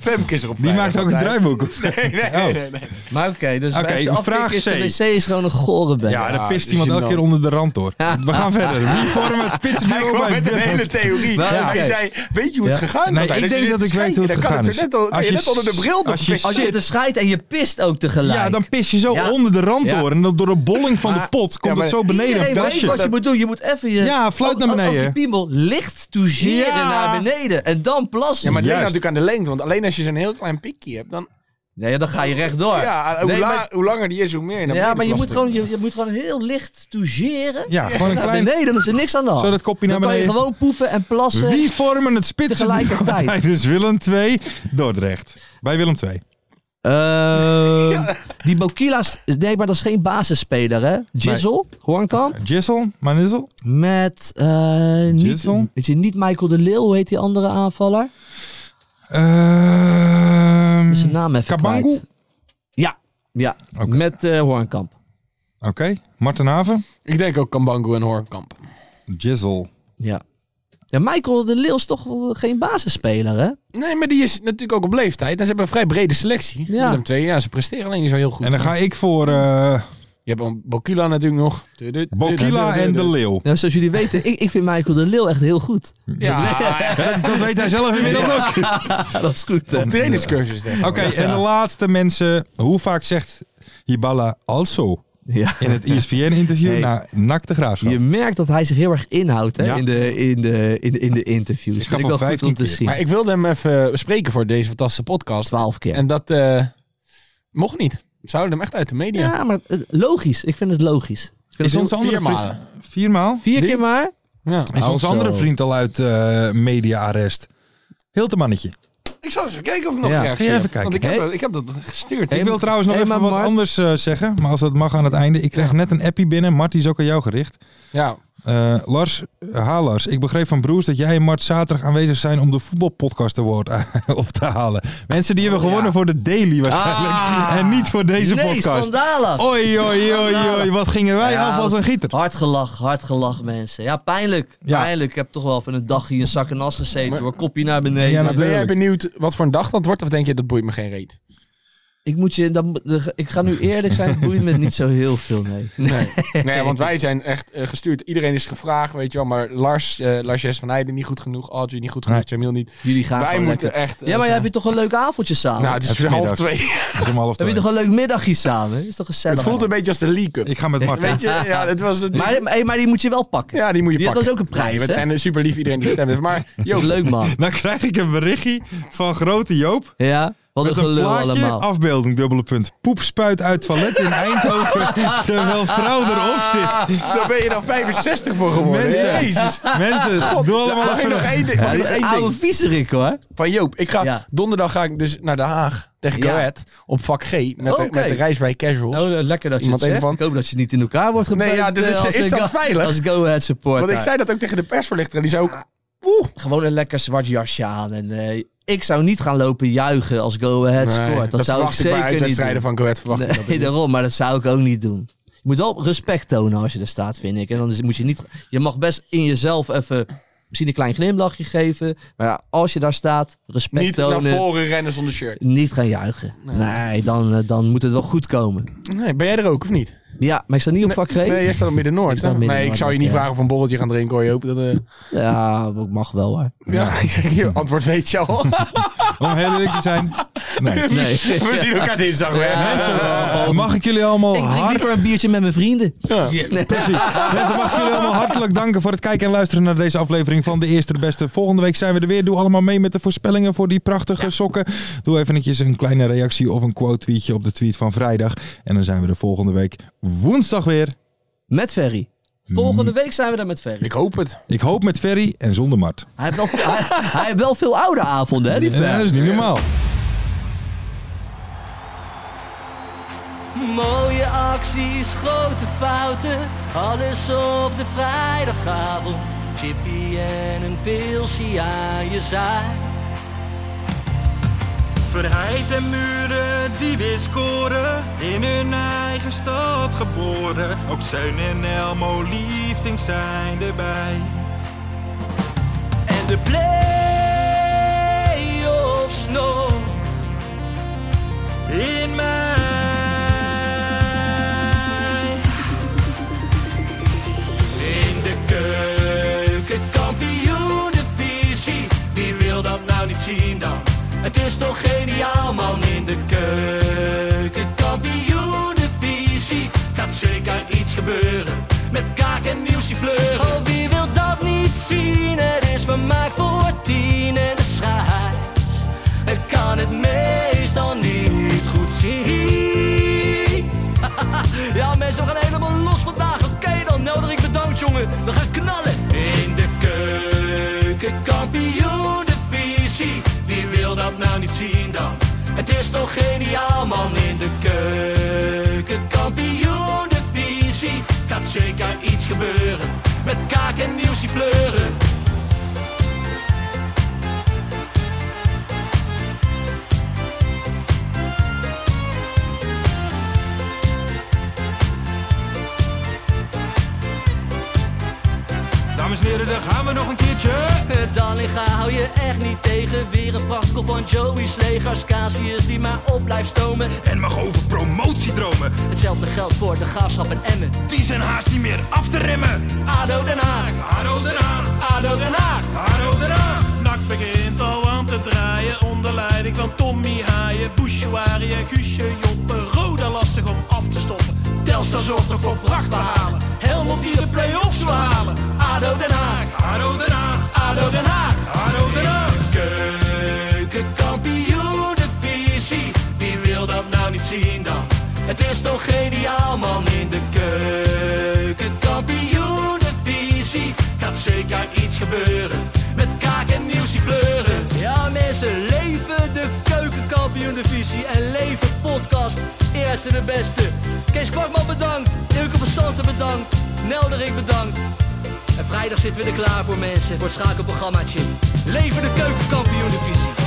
Speaker 6: Femke is erop.
Speaker 4: Die maakt ook een draaiboek. of? Oh.
Speaker 6: Nee, nee, nee. nee, nee.
Speaker 5: Maar oké, dus
Speaker 4: Oké,
Speaker 5: bij
Speaker 4: vraag
Speaker 5: vraag is de
Speaker 4: C.
Speaker 5: wc is gewoon een gore bende.
Speaker 4: Ja, daar pist
Speaker 6: is
Speaker 4: iemand elke
Speaker 6: gênant.
Speaker 4: keer onder de rand door. We gaan verder. Wie vormen het
Speaker 6: Hij
Speaker 4: spitsduo
Speaker 6: kwam
Speaker 4: bij
Speaker 6: met een
Speaker 4: Den
Speaker 6: hele theorie.
Speaker 5: Maar
Speaker 6: Hij
Speaker 5: oké.
Speaker 6: zei, weet je hoe het
Speaker 4: Nou, Ja.
Speaker 6: gegaan
Speaker 4: Nee,
Speaker 6: is?
Speaker 4: ik
Speaker 6: Als je
Speaker 4: denk
Speaker 6: zit
Speaker 4: dat
Speaker 6: te
Speaker 4: ik weet hoe het
Speaker 6: schijten, dan kan
Speaker 4: gegaan
Speaker 6: zo
Speaker 4: is.
Speaker 6: Net al,
Speaker 4: Als
Speaker 6: kan je
Speaker 4: je
Speaker 6: net onder de bril
Speaker 4: als je
Speaker 6: door.
Speaker 5: Als je het scheidt en je pist ook tegelijk.
Speaker 4: Ja, dan pis je zo
Speaker 5: Ja.
Speaker 4: onder de rand
Speaker 5: Ja.
Speaker 4: door. En dan door de bolling van de
Speaker 6: Maar-
Speaker 4: pot komt
Speaker 6: maar
Speaker 4: het zo beneden.
Speaker 5: Iedereen
Speaker 4: een
Speaker 5: weet wat je
Speaker 4: plasje.
Speaker 5: moet doen. Je moet even je...
Speaker 4: Ja, fluit naar
Speaker 5: ook- ook- ook
Speaker 4: beneden.
Speaker 5: je piemel licht toucheren
Speaker 4: Ja.
Speaker 5: naar beneden. En dan plassen.
Speaker 6: Ja, maar het ligt
Speaker 4: Juist.
Speaker 6: natuurlijk aan de lengte. Want alleen als je zo'n heel klein pikje hebt, dan...
Speaker 5: Nee, dan ga je rechtdoor.
Speaker 6: Ja, hoe,
Speaker 5: Nee,
Speaker 6: la-
Speaker 5: maar-
Speaker 6: hoe langer die is, hoe meer.
Speaker 5: ja, maar je moet, gewoon, je, je moet gewoon heel licht toucheren.
Speaker 4: Ja, gewoon een
Speaker 5: Naar
Speaker 4: klein...
Speaker 5: beneden, dan is er niks aan de hand.
Speaker 4: Zo dat kopje naar
Speaker 5: Dan kan je
Speaker 4: beneden.
Speaker 5: gewoon poepen en plassen.
Speaker 4: Wie vormen het spitsduo
Speaker 5: Tegelijkertijd.
Speaker 4: tijdens dus Willem 2 Dordrecht? Bij Willem 2.
Speaker 5: Ehm, Die Bokila's, nee, maar dat is geen basisspeler, hè? Jizzle, Hoornkamp.
Speaker 4: Jissel, Manizel.
Speaker 5: Met, eh niet,
Speaker 4: Jizzle?
Speaker 5: weet je, niet Michael de Leeuw, hoe heet die andere aanvaller?
Speaker 4: Ehm,
Speaker 5: Is zijn naam even
Speaker 4: Mm. Kabangu?
Speaker 5: kwijt. Ja, ja.
Speaker 4: Oké.
Speaker 5: Met eh Hoornkamp.
Speaker 4: Oké, Marten Haven.
Speaker 6: Ik denk ook Kambangu en Hoornkamp.
Speaker 4: Jizzle.
Speaker 5: Ja. ja, Michael de Leeuw is toch wel geen basisspeler, hè?
Speaker 6: Nee, maar die is natuurlijk ook op leeftijd. En ze hebben een vrij brede selectie.
Speaker 5: Ja.
Speaker 6: Willem II, ja, ze presteren alleen niet zo heel goed.
Speaker 4: En dan ga ik voor eh
Speaker 6: Je hebt een Bokila natuurlijk nog. Du- du- du-
Speaker 4: Bokila
Speaker 6: du- du-
Speaker 4: en
Speaker 6: du-
Speaker 4: De Leeuw.
Speaker 5: Nou, zoals jullie weten, ik, ik vind Michael de Leeuw echt heel goed.
Speaker 6: Ja,
Speaker 4: Dat weet hij zelf inmiddels ook.
Speaker 5: Ja, dat is goed, hè?
Speaker 6: trainingscursus denk ik.
Speaker 4: Oké, en de laatste mensen. Hoe vaak zegt Hibala also?
Speaker 5: Ja.
Speaker 4: in het E ESPN-interview
Speaker 5: Nee.
Speaker 4: naar Nak de Graafschap.
Speaker 5: Je merkt dat hij zich heel erg inhoudt hè,
Speaker 4: Ja.
Speaker 5: in, de, in, de, in, de, in de interviews.
Speaker 4: Ik ga
Speaker 5: Vind ik
Speaker 4: voor
Speaker 5: wel goed
Speaker 4: 15
Speaker 5: om te
Speaker 4: keer.
Speaker 5: zien.
Speaker 6: Maar ik wilde hem even eh, spreken voor deze fantastische podcast.
Speaker 5: Twaalf keer.
Speaker 6: En dat eh, mocht niet. Ze houden hem echt uit de media.
Speaker 5: ja, maar eh, logisch. Ik vind het logisch.
Speaker 4: Is
Speaker 6: heel-
Speaker 4: onze andere
Speaker 6: vier
Speaker 4: vriend-
Speaker 6: malen.
Speaker 4: Viermaal?
Speaker 5: Vier
Speaker 6: Drie?
Speaker 5: keer maar.
Speaker 6: Ja.
Speaker 4: Is onze andere vriend al uit eh media-arrest? Heel te mannetje.
Speaker 6: Ik zal eens even kijken of ik nog
Speaker 5: Ja,
Speaker 6: een reactie
Speaker 4: ga je
Speaker 6: heb.
Speaker 4: even
Speaker 6: Want ik
Speaker 5: kijken.
Speaker 6: heb, ik heb dat gestuurd.
Speaker 4: Ik wil trouwens nog
Speaker 5: hey,
Speaker 4: even
Speaker 5: maar
Speaker 4: wat
Speaker 5: Mart-
Speaker 4: anders eh, zeggen, maar als dat mag aan het einde. Ik kreeg net een appie binnen, Mart die is ook aan jou gericht.
Speaker 6: Ja,
Speaker 4: Eh, Lars, ha Lars, ik begreep van Broes dat jij en Mart zaterdag aanwezig zijn om de voetbalpodcast award eh, op te halen. Mensen die hebben gewonnen voor de Daily waarschijnlijk
Speaker 5: Oh, Ah.
Speaker 4: en niet voor deze
Speaker 5: nee,
Speaker 4: podcast.
Speaker 6: Oh.
Speaker 5: schandalig.
Speaker 4: Oei, oei, oei, oei, wat gingen wij
Speaker 5: Ja,
Speaker 4: af als een gieter.
Speaker 5: Hard gelach, hard gelach mensen. Ja, pijnlijk.
Speaker 4: Ja.
Speaker 5: Pijnlijk. Ik heb toch wel even een dagje in zak en as gezeten hoor. Kopje naar beneden.
Speaker 4: Ja,
Speaker 6: Maar ben jij
Speaker 4: natuurlijk.
Speaker 6: benieuwd wat voor een dag dat wordt? Of denk je, dat boeit me geen reet?
Speaker 5: Ik, moet je, dan, de- ik ga nu eerlijk zijn, het boeit me niet zo heel veel mee.
Speaker 6: Nee. nee, want wij zijn echt eh, gestuurd. Iedereen is gevraagd, weet je wel. Maar Lars, eh Lars Jes van Heijden niet goed genoeg. Audrey niet goed genoeg.
Speaker 4: Nee.
Speaker 6: Jamil niet.
Speaker 5: Jullie gaan
Speaker 6: wij
Speaker 5: gewoon
Speaker 6: moeten
Speaker 5: lekker.
Speaker 6: echt... eh,
Speaker 5: Ja, maar
Speaker 6: zo-
Speaker 5: jij hebt je toch een leuk avondje samen?
Speaker 6: Nou, het
Speaker 4: Het is
Speaker 6: is half
Speaker 4: middags.
Speaker 6: twee.
Speaker 4: Dat is om half
Speaker 5: heb je
Speaker 4: twee.
Speaker 5: toch een leuk middagje samen? Is toch gezellig?
Speaker 6: Het voelt een beetje als de League Cup.
Speaker 4: Ik ga met Mart.
Speaker 6: Weet je, ja, het was... Het,
Speaker 5: maar, hey, maar die moet je wel pakken.
Speaker 6: ja, die moet je
Speaker 5: Die- dat
Speaker 6: pakken.
Speaker 5: is ook een prijs,
Speaker 6: Nee,
Speaker 5: hè?
Speaker 6: En super lief iedereen die gestemd heeft. Maar,
Speaker 5: Dat
Speaker 6: joh,
Speaker 5: is leuk man.
Speaker 4: Dan krijg ik een berichtje van grote Joop.
Speaker 5: Ja, wat een
Speaker 4: Met een
Speaker 5: gelul
Speaker 4: plaatje,
Speaker 6: Oh,
Speaker 5: allemaal.
Speaker 4: afbeelding, dubbele punt. Poep spuit uit toilet in Eindhoven, terwijl vrouw erop zit.
Speaker 6: daar ben je dan 65 voor geworden.
Speaker 4: Mensen,
Speaker 6: Ja.
Speaker 4: jezus. Mensen, doe allemaal
Speaker 6: Mag ik
Speaker 4: even...
Speaker 6: Ah, nog
Speaker 4: een-
Speaker 6: één ding? mag ik nog één ding?
Speaker 5: Oude viezerik hoor.
Speaker 6: Van Joop, ik ga,
Speaker 5: Ah, Ja.
Speaker 6: donderdag ga ik dus naar Den Haag tegen
Speaker 5: Ja.
Speaker 6: Goethe op vak G met, de,
Speaker 5: Oké.
Speaker 6: met de reis bij Casuals.
Speaker 5: Oh, eh, lekker dat je
Speaker 6: Iemand
Speaker 5: het
Speaker 6: een
Speaker 5: zegt.
Speaker 6: van-
Speaker 5: Ik hoop dat je niet in elkaar wordt gebeukt.
Speaker 6: Nee, ja, dit is- is dat veilig?
Speaker 5: Als Go Ahead supporter.
Speaker 6: Want ik zei dat ook tegen de persverlichter en die zei
Speaker 5: Ah,
Speaker 6: ook... Woe,
Speaker 5: Gewoon een lekker zwart jasje aan. En, eh, ik zou niet gaan lopen juichen als Go Ahead
Speaker 6: Nee,
Speaker 5: scoort. Dat, zou ik
Speaker 6: verwacht bij
Speaker 5: zeker niet
Speaker 6: uitwedstrijden
Speaker 5: doen.
Speaker 6: van Goethe verwacht ik dat
Speaker 5: nee,
Speaker 6: niet.
Speaker 5: daarom, maar dat zou ik ook niet doen. Je moet wel respect tonen als je er staat, vind ik. En dan is- moet je niet. Je mag best in jezelf even misschien een klein glimlachje geven. Maar ja, als je daar staat, respect
Speaker 6: Niet
Speaker 5: tonen.
Speaker 6: naar voren rennen zonder shirt.
Speaker 5: Niet gaan juichen. Nee, dan, eh, dan moet het wel goed komen.
Speaker 6: Nee, ben jij er ook of niet?
Speaker 5: Ja, maar ik sta niet op vak G.
Speaker 6: Nee, jij staat op
Speaker 5: Ik
Speaker 6: Midden-Noord.
Speaker 5: sta
Speaker 6: hè?
Speaker 5: op
Speaker 6: Nee, ik
Speaker 5: Midden-Noord,
Speaker 6: zou je niet
Speaker 5: ja.
Speaker 6: vragen of een borreltje gaan drinken hoor, Joop. Dat, eh,
Speaker 5: Ja, ik mag wel hoor.
Speaker 6: ja, ik zeg, je antwoord weet je al.
Speaker 4: Om heel eerlijk te zijn. Nee.
Speaker 5: Nee.
Speaker 6: We zien elkaar dinsdag weer.
Speaker 4: Eh, mag ik jullie allemaal
Speaker 5: Ik drink
Speaker 4: hart-
Speaker 5: liever een biertje met mijn vrienden.
Speaker 4: Mensen, mag ik jullie allemaal hartelijk danken voor het kijken en luisteren naar deze aflevering van De Eerste de Beste. Volgende week zijn we er weer. Doe allemaal mee met de voorspellingen voor die prachtige sokken. Doe eventjes een kleine reactie of een quote tweetje op de tweet van vrijdag. En dan zijn we er volgende week woensdag weer.
Speaker 5: Met Ferry. Volgende week zijn we daar met Ferry.
Speaker 6: Ik hoop het.
Speaker 4: Ik hoop met Ferry en zonder Mart.
Speaker 5: Hij heeft wel, hij, hij heeft wel veel oude avonden, hè, die
Speaker 4: Ja, dat
Speaker 5: Ferry.
Speaker 4: is niet normaal.
Speaker 2: Mooie acties, grote fouten, alles op de vrijdagavond. Chippy en een pilsie aan je zaai.
Speaker 3: Verheid en muren die weer scoren, in hun eigen stad geboren. Ook Zeun en Elmo Liefding zijn erbij.
Speaker 2: En de play-offs nog.
Speaker 3: In mij.
Speaker 2: In de keuken, kampioenenvisie. Wie wil dat nou niet zien dan? Het is toch geniaal man in de keuken, kampioenenvisie. Gaat zeker iets gebeuren met kaak en nieuwsie fleuren. Oh, wie wil dat niet zien? Het is vermaakt voor tien en de scheids. Ik kan het meestal niet goed zien. Ja, mensen, we gaan helemaal los vandaag. Oké, dan nodig ik bedankt, jongen. We gaan knallen. In de keuken, kampioen, de visie. Wie wil dat nou niet zien dan? Het is toch geniaal, man. In de keuken, kampioen, de visie. Gaat zeker iets gebeuren. Met kaak en nieuwsie fleuren.
Speaker 3: Dames en heren, daar gaan we nog een keertje.
Speaker 2: Dallinga hou je echt niet tegen. Weer een prachtkel van Joey's legers. Casius die maar op blijft stomen.
Speaker 3: En mag over promotiedromen,
Speaker 2: Hetzelfde geldt voor de graafschap en Emmen.
Speaker 3: die zijn haast niet meer af te remmen.
Speaker 2: ADO Den Haag,
Speaker 3: Haro eraan,
Speaker 2: ADO Den Haag.
Speaker 3: haro eraan.
Speaker 2: Nak begint al aan te draaien onder leiding van Tommy Haaien, Bouchouari en Guusje Joppen. Roda lastig om af te stoppen. Telstar Telstar zorgt nog voor pracht te halen. Helmond die de play-offs wil halen. ADO Den Haag. ADO Den Haag. ADO Den Haag. ADO Den Haag. Keukenkampioenenvisie. Wie wil dat nou niet zien dan? Het is toch geniaal man in de keukenkampioenenvisie. Gaat zeker iets gebeuren. Met kaak en nieuwsie kleuren. Ja mensen, leven de keukenkampioenenvisie. En leven podcast. Eerste de beste. Kees Kwakman bedankt. Ilke van Santen bedankt. Nelderik bedankt. En vrijdag zitten we er klaar voor mensen. Voor het schakelprogrammaatje. Leven de keukenkampioenenvisie.